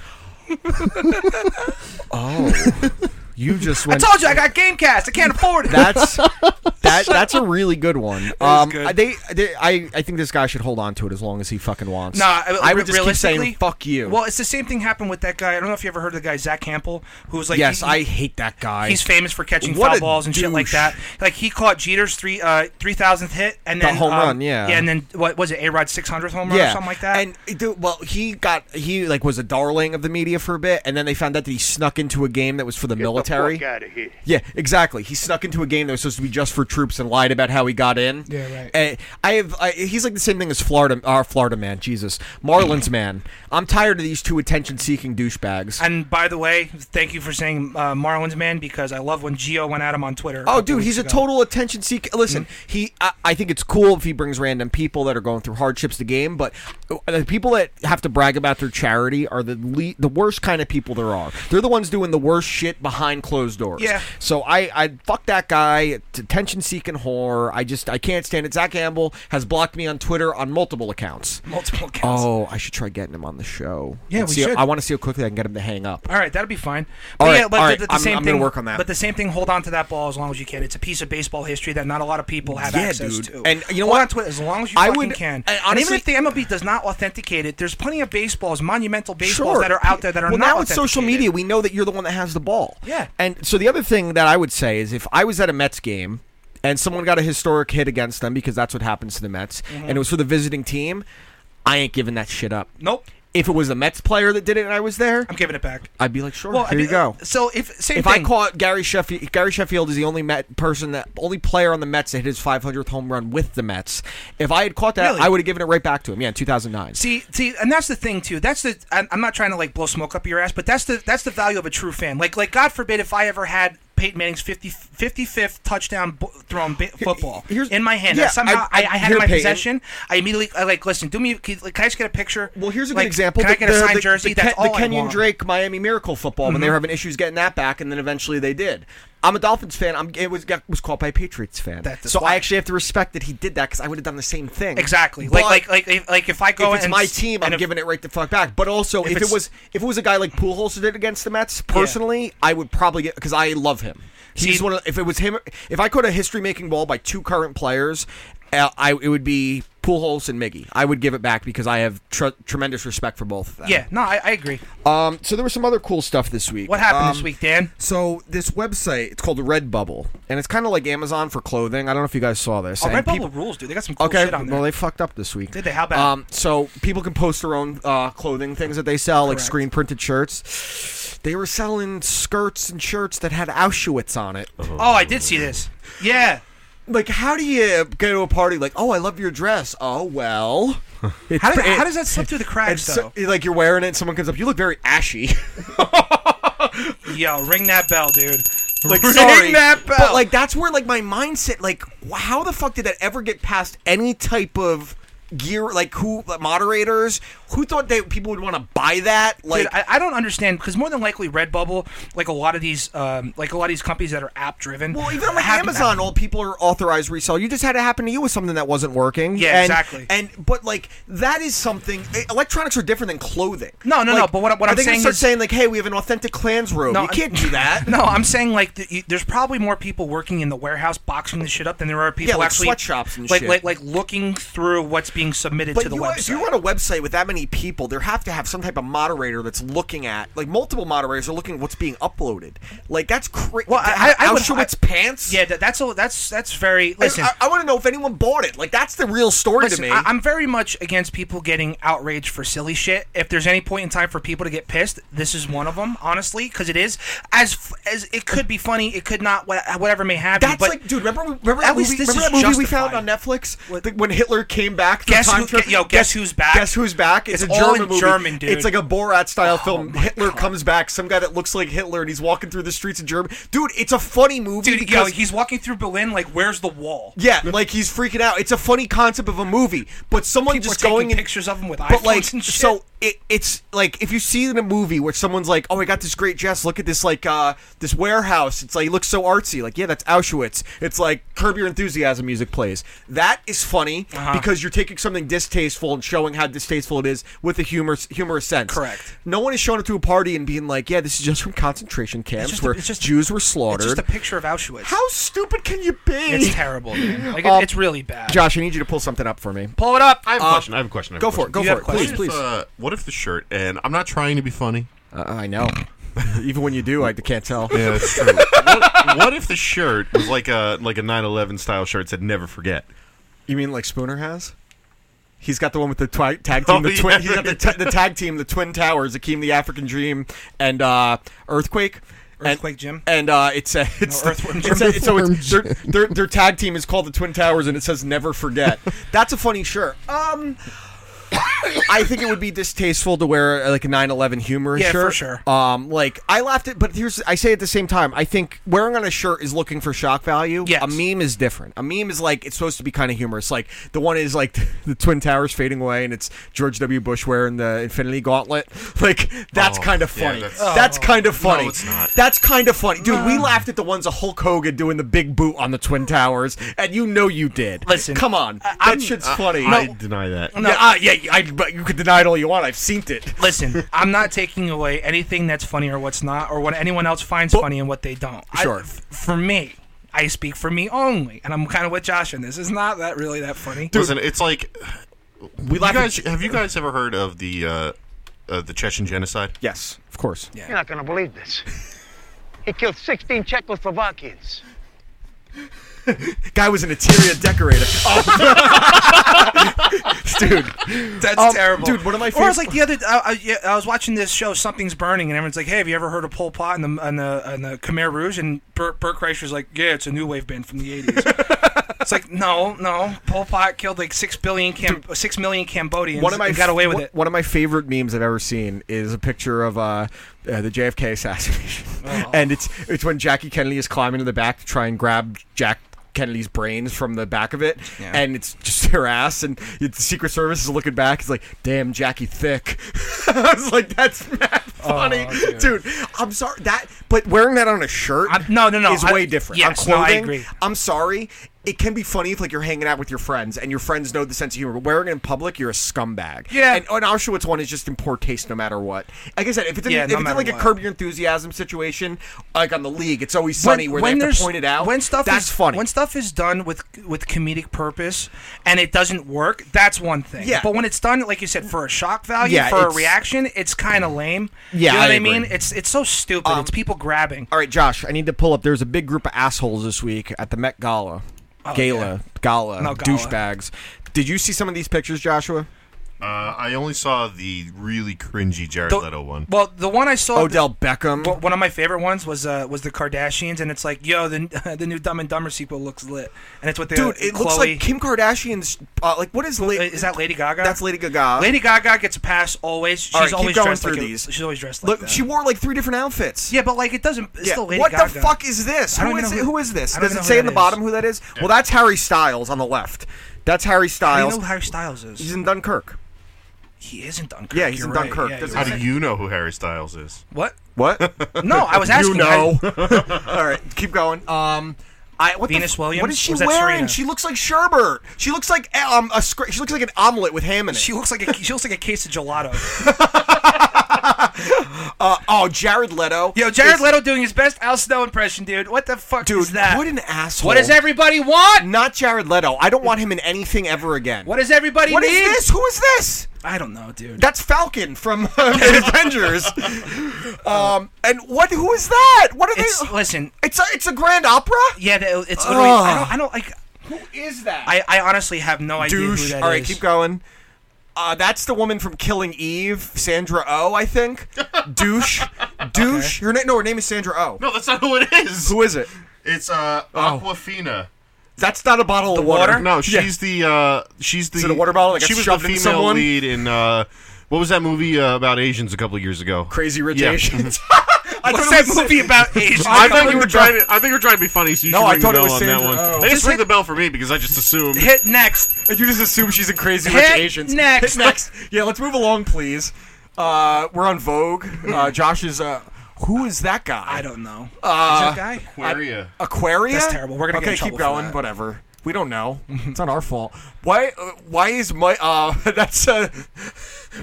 A: oh. You just
C: I
A: went.
C: told you I got Gamecast. I can't afford it.
A: That's that. That's a really good one. Um,
C: good.
A: They, they, I, I think this guy should hold on to it as long as he fucking wants.
C: Nah,
A: I would
C: re-
A: just keep
C: realistically-
A: saying fuck you.
C: Well, it's the same thing happened with that guy. I don't know if you ever heard of the guy Zach Campbell, who was like,
A: yes,
C: he-
A: I hate that guy.
C: He's famous for catching
A: What
C: foul
A: a
C: balls and shit like
A: douche.
C: that. Like he caught Jeter's three uh three thousandth hit and
A: The
C: then
A: home
C: um,
A: run, yeah.
C: yeah, and then what was it? A Rod's six hundredth home run or something like that.
A: And eh, dude, well, he got he like was a darling of the media for a bit, and then they found out that he snuck into a game that was for the military.
K: out of here.
A: Yeah, exactly. He snuck into a game that was supposed to be just for troops and lied about how he got in. Yeah, right. And I have. I, he's like the same thing as Florida, our Florida man. Jesus, Marlins man. I'm tired of these two attention-seeking douchebags.
C: And by the way, thank you for saying uh, Marlins man because I love when Gio went at him on Twitter.
A: Oh,
C: couple
A: dude,
C: weeks
A: he's a
C: ago.
A: total attention seeker. Listen,
C: Mm-hmm.
A: he. I, I think it's cool if he brings random people that are going through hardships to game, but uh, the people that have to brag about their charity are the le- the worst kind of people there are. They're the ones doing the worst shit behind closed doors.
C: Yeah.
A: So I, I fuck that guy, attention seeking whore. I just I can't stand it. Zach Campbell has blocked me on Twitter on multiple accounts.
C: multiple accounts.
A: Oh, I should try getting him on the show.
C: Yeah,
A: Let's
C: we
A: see-
C: should.
A: I want to see how quickly I can get him to hang up.
C: All right, that'll be fine. But
A: All
C: yeah,
A: right,
C: but
A: all
C: the-
A: right,
C: the, the
A: I'm-
C: same
A: I'm
C: thing.
A: gonna work on that.
C: But the same thing. Hold on to that ball as long as you can. It's a piece of baseball history that not a lot of people have
A: Yeah,
C: access
A: dude.
C: to.
A: And you know
C: hold
A: what?
C: On to it as long as you
A: I
C: fucking
A: would-
C: can.
A: I-
C: and even
A: honestly-
C: if the MLB does not authenticate it, there's plenty of baseballs, monumental baseballs
A: Sure.
C: that are out there that are
A: well,
C: not.
A: now it's social
C: authenticated.
A: media. We know that you're the one that has the ball.
C: Yeah.
A: And so the other thing that I would say is if I was at a Mets game and someone got a historic hit against them because that's what happens to the Mets,
C: Mm-hmm.
A: and it was for the visiting team, I ain't giving that shit up.
C: Nope.
A: If it was the Mets player that did it and I was there,
C: I'm giving it back.
A: I'd be like, sure,
C: Well, I
A: here
C: mean,
A: you go.
C: uh, So if same
A: If I
C: thing.
A: caught Gary Sheffield, Gary Sheffield is the only Met person that only player on the Mets that hit his 500th home run with the Mets. If I had caught that,
C: Really?
A: I would have given it right back to him. Yeah, in 2009.
C: See, see, and that's the thing too. That's the. I'm I'm not trying to like blow smoke up your ass, but that's the that's the value of a true fan. Like like God forbid if I ever had Peyton Manning's 50, 55th touchdown bo- thrown ba- football
A: here's-
C: in my hand.
A: yeah,
C: that somehow I,
A: I-
C: I, had
A: here,
C: in my
A: Peyton.
C: possession. I immediately I like listen. Do me. Can, like, can I just get a picture?
A: Well, here's a good
C: Like,
A: example.
C: Can I
A: The-
C: get a
A: the-
C: signed
A: the-
C: jersey?
A: The,
C: that's
A: Ken-
C: all
A: the
C: I
A: Kenyon
C: want. Mm-hmm.
A: Drake Miami Miracle football when they were having issues getting that back, and then eventually they did. I'm a Dolphins fan. I'm, it was got, was caught by a Patriots fan,
C: That's
A: so
C: why.
A: I actually have to respect that he did that because I would have done the same thing.
C: Exactly.
A: But
C: Like like like if, like if I go
A: if it's
C: and
A: my team, I'm
C: and if-
A: giving it right the fuck back. But also, if,
C: it's-
A: it was if it was a guy like Pujols who did against the Mets, personally, I would probably get because I love him. He's
C: See-
A: one. Of, if it was him, if I caught a history making ball by two current players, uh, I it would be Pujols and Miggy. I would give it back because I have tr- tremendous respect for both of them.
C: Yeah. No, I, I agree.
A: Um, so there was some other cool stuff this week.
C: What happened
A: Um,
C: this week, Dan?
A: So this website, it's called Redbubble, and it's kind of like Amazon for clothing. I don't know if you guys saw this.
C: Oh,
A: And
C: Red
A: people-
C: Bubble rules, dude. They got some cool
A: okay,
C: shit on there.
A: well they fucked up this week.
C: Did they? How bad?
A: Um, so people can post their own uh, clothing things that they sell, like
C: Correct.
A: screen printed shirts. They were selling skirts and shirts that had Auschwitz on it.
C: oh, I did see this. Yeah.
A: Like, how do you go to a party like, oh, I love your dress. Oh well, It's
C: How, did,
A: pr-
C: how does that slip through the
A: And
C: cracks though?
A: so, like you're wearing it, and someone comes up. You look very ashy.
C: Yo, ring that bell, dude.
A: like
C: ring
A: sorry,
C: that bell.
A: but like that's where like my mindset like wh- how the fuck did that ever get past any type of gear like who like, moderators who thought that people would want to buy that like
C: Dude, I, I don't understand because more than likely Redbubble, like a lot of these, um, like a lot of these companies that are app driven.
A: well, even on like Amazon, all people are authorized resell. You just had it happen to you with something that wasn't working.
C: Yeah,
A: and,
C: exactly.
A: And but like that is something. eh, Electronics are different than clothing.
C: No, no,
A: Like,
C: no, but what I- what
A: are
C: I'm
A: they gonna
C: saying
A: start
C: is-
A: saying like, "Hey, we have an authentic Klans robe.
C: No,
A: you can't do that."
C: No, I'm saying like the, you, there's probably more people working in the warehouse boxing this shit up than there are people
A: like
C: actually
A: sweatshops and
C: like,
A: shit.
C: like like looking through what's being submitted
A: But
C: to the
A: you,
C: website.
A: if you're on a website with that many people, there have to have some type of moderator that's looking at, like multiple moderators are looking at what's being uploaded. Like that's crazy.
C: well, I, I, I would
A: Auschwitz
C: I-
A: pants.
C: Yeah, that, that's a, that's that's very. Listen,
A: I, want to know if anyone bought it. Like that's the real story
C: Listen,
A: to me.
C: I, I'm very much against people getting outraged for silly shit. If there's any point in time for people to get pissed, this is one of them, honestly, because it is as f- as it could be funny, it could not, wha- whatever may happen.
A: that's
C: but
A: like, dude, remember, we- remember
C: at
A: that
C: least
A: movie,
C: this
A: remember
C: is
A: that movie we found
C: justified.
A: on Netflix The- when Hitler came back. through
C: Guess
A: time
C: who-
A: trip?
C: yo, Guess Who's Back?
A: Guess who's back? It's,
C: It's
A: a
C: all
A: German
C: in
A: movie.
C: German, dude. Oh
A: It's like a Borat style film. Hitler comes back. Some guy that looks like Hitler and he's walking through the streets of Germany. Dude, it's a funny movie
C: dude, yo,
A: because
C: he's walking through Berlin, like, where's the wall?
A: Yeah, like he's freaking out. It's a funny concept of a movie, but someone
C: People
A: just
C: are taking
A: going and-
C: pictures of him with
A: but
C: iPhones
A: like
C: and shit.
A: so it, it's like if you see in a movie where someone's like, "Oh, I got this great dress. Look at this like uh this warehouse. It's like it looks so artsy." Like, yeah, that's Auschwitz. It's like Curb Your Enthusiasm music plays. That is funny
C: Uh-huh.
A: because you're taking something distasteful and showing how distasteful it is with a humorous humorous sense.
C: Correct.
A: No one is showing up to a party and being like, "Yeah, this is just from concentration camps
C: just a-
A: where
C: it's just-
A: Jews were
C: It's
A: slaughtered."
C: just a picture of Auschwitz.
A: how stupid can you be?
C: It's terrible, man. Like, it,
A: Um,
C: it's really bad.
A: Josh, I need you to pull something up for me.
C: Pull it up.
E: I have a
A: Uh,
E: question. I have a question. I have
A: Go
E: a
A: for it.
E: question.
A: Go
C: You
A: for
C: have
A: it,
C: a question?
A: please, please.
E: Uh, what if the shirt? And I'm not trying to be funny.
A: Uh, I know. Even when you do, I can't tell.
E: Yeah, that's true. what, what if the shirt was like a like a 9/11 style shirt that said "Never Forget"?
A: You mean like Spooner has? He's got the one with the twi- tag team,
E: Oh,
A: the twin.
E: yeah.
A: He's got the, t- the tag team, the Twin Towers, Akeem the African Dream, and uh, Earthquake. And-
C: Earthquake Jim?
A: And uh, it's a, it's, the-
C: Earthworm
A: it's, a, it's so it's their, their their tag team is called the Twin Towers, and it says "Never Forget." That's a funny shirt. Um, I think it would be distasteful to wear uh, like a 9/11 humorous
C: Yeah,
A: shirt.
C: for sure.
A: Um, like I laughed at, but here's I say at the same time, I think wearing on a shirt is looking for shock value.
C: Yes.
A: A meme is different. A meme is like it's supposed to be kind of humorous. Like the one is like the Twin Towers fading away, and it's George W. Bush wearing the Infinity Gauntlet. Like that's
E: Oh,
A: kind of
E: yeah,
A: funny.
E: that's-
A: that's kind
C: Oh,
A: of funny.
E: it's not.
A: That's kind of funny, dude. We laughed at the ones of Hulk Hogan doing the big boot on the Twin Towers, and you know you did.
C: Listen,
A: come on, that shit's funny.
E: I deny that.
A: Yeah, ah, yeah, I, but you could deny it all you want. I've seen it.
C: Listen, I'm not taking away anything that's funny or what's not, or what anyone else finds funny and what they don't. I-
A: Sure.
C: f- for me, I speak for me only, and I'm kind of with Josh in this. It's not that really that funny.
E: Listen, it's like we
A: laugh at
E: guys. Have you guys ever heard of the uh, uh, the Chechen genocide?
A: Yes, of course.
L: You're not gonna believe this. He killed 16 Czechoslovakians.
A: Guy was an interior decorator. Oh. dude,
C: That's
A: Um,
C: terrible,
A: dude, one of my
C: Or
A: fav-
C: it's like the other. I, I, yeah, I was watching this show, Something's Burning, and everyone's like, "Hey, have you ever heard of Pol Pot and the and the, and the Khmer Rouge?" And Bert, Bert Kreischer's like, "Yeah, it's a new wave band from the '80s." it's like, no, no, Pol Pot killed like six billion Cam- six million Cambodians.
A: one of my
C: and got away with
A: one,
C: it.
A: One of my favorite memes I've ever seen is a picture of uh, uh, the JFK assassination,
C: Oh.
A: and it's it's when Jackie Kennedy is climbing to the back to try and grab Jack. Kennedy's brains from the back of it,
C: Yeah.
A: and it's just her ass, and the Secret Service is looking back. It's like, "Damn, Jackie thick." I was like, "That's mad
C: Oh,
A: funny,
C: dude.
A: dude. I'm sorry that, but wearing that on a shirt,
C: I'm- no, no, no,
A: is
C: I-
A: way different.
C: yes,
A: on
C: no, I
A: clothing,
C: agree.
A: I'm sorry. It can be funny if like you're hanging out with your friends and your friends know the sense of humor. But wearing it in public, you're a scumbag.
C: Yeah.
A: And an Auschwitz one is just in poor taste, no matter what. Like I said, if it's, in,
C: Yeah,
A: if
C: no
A: it's in
C: matter
A: like a
C: what.
A: curb your enthusiasm situation, like on the league, it's always sunny where they have
C: there's-
A: to point it out.
C: When stuff
A: that's
C: is,
A: funny.
C: When stuff is done with with comedic purpose and it doesn't work, that's one thing.
A: Yeah.
C: But when it's done, like you said, for a shock value,
A: Yeah,
C: for a
A: it's-
C: reaction, it's kind of lame.
A: Yeah,
C: you know
A: I
C: what I
A: agree. Um,
C: mean. It's it's so stupid. it's people grabbing.
A: All right, Josh, I need to pull up. There's a big group of assholes this week at the Met Gala, Gala,
C: Oh, yeah.
A: Gala,
C: No, Gala.
A: douchebags. Did you see some of these pictures, Joshua?
E: Uh, I only saw the really cringy Jared
C: The-
E: Leto one.
C: Well, the one I saw.
A: Odell Beckham.
C: w- one of my favorite ones was uh, was the Kardashians, and it's like, yo, the the new Dumb and Dumber sequel looks lit, and it's what they
A: Dude, it
C: Chloe,
A: looks like Kim Kardashian's. Uh, like, what is la-
C: uh, is that Lady Gaga?
A: That's Lady Gaga.
C: Lady Gaga gets a pass always. She's
A: All right, keep
C: always
A: going
C: dressed
A: through
C: like a-
A: these.
C: she's always dressed like
A: Look,
C: that.
A: she wore like three different outfits.
C: yeah, but like it doesn't. It's still Lady
A: what
C: Gaga.
A: the fuck is this?
C: I don't
A: Who
C: even
A: is,
C: know
A: it-
C: who-
A: who is this?
C: I don't
A: Does
C: even
A: it
C: know
A: say
C: who
A: in the
C: that
A: bottom
C: is.
A: who that is? Well, that's Harry Styles on the left. That's Harry
C: I know
A: Styles.
C: who Harry Styles is.
A: He's in Dunkirk.
C: He is in Dunkirk.
A: Yeah, he's
C: you're
A: in
C: right.
A: Dunkirk.
C: Yeah,
A: Doesn't
E: How
C: you're
E: do
C: right.
E: you know who Harry Styles is?
C: What?
A: What?
C: No, I was asking.
A: you know. All right, keep going. Um, I what the
C: Venus
A: f-
C: Williams?
A: What is she
C: Or is that
A: wearing?
C: Serena?
A: She looks like sherbet. She looks like um a scr- she looks like an omelet with ham in
C: I-
A: it.
C: she looks like a, she looks like a case of gelato.
A: uh, oh, Jared Leto.
C: Yo, Jared
A: is-
C: Leto doing his best Al Snow impression, dude. What the fuck
A: Dude,
C: is that?
A: what an asshole.
C: What does everybody want?
A: Not Jared Leto. I don't want him in anything ever again.
C: What does everybody
A: What is
C: need?
A: this? Who is this?
C: I don't know, dude.
A: That's Falcon from uh, Avengers. um, and what? Who is that? What are
C: it's
A: they?
C: listen.
A: It's a it's a grand opera.
C: Yeah, that- it's literally. I
A: Ugh.
C: don't. I don't like.
A: Who is that?
C: I, I honestly have no idea who
A: douche.
C: that
A: All right,
C: is.
A: keep going. Uh, that's the woman from Killing Eve, Sandra O, I think. douche, douche. Her name? No, her name is Sandra O.
E: No, that's not who it is.
A: Who is it?
E: It's uh, Aquafina.
A: That's not a bottle of water.
E: No,
A: Oh. Yeah.
E: she's the uh, she's the.
A: it a water bottle that got
E: she was the
A: shoved in
E: female
A: someone?
E: lead in uh, what was that movie uh, about Asians a couple of years ago?
A: crazy rich
E: Yeah.
A: Asians. I
C: What's
A: thought it
C: that
A: was-
C: movie about Asian?
E: I thought
A: ring
E: you were
A: the bell.
E: trying. To, I think you were trying to be funny. So you
A: No,
E: should
A: I
E: ring
A: thought it
E: the bell
A: was
E: on
A: Sandra
E: that one.
A: Oh.
E: They just
A: Just
E: ring the bell for me because I just assumed.
C: Hit next.
A: You just assume she's in Crazy
C: Hit
A: Rich Asians.
C: next.
A: Hit next. Yeah, let's move along, please. Uh, we're on Vogue. Uh, Josh is. Uh, who is that guy? I
C: Hmm. don't know.
A: Uh,
C: Is that guy?
E: Aquaria.
A: I- Aquaria.
C: That's terrible. We're gonna
A: okay,
C: get in
A: keep
C: trouble for
A: going.
C: that.
A: Whatever. We don't know. It's not our fault. Why? Uh, why is my? Uh, that's uh,
C: Why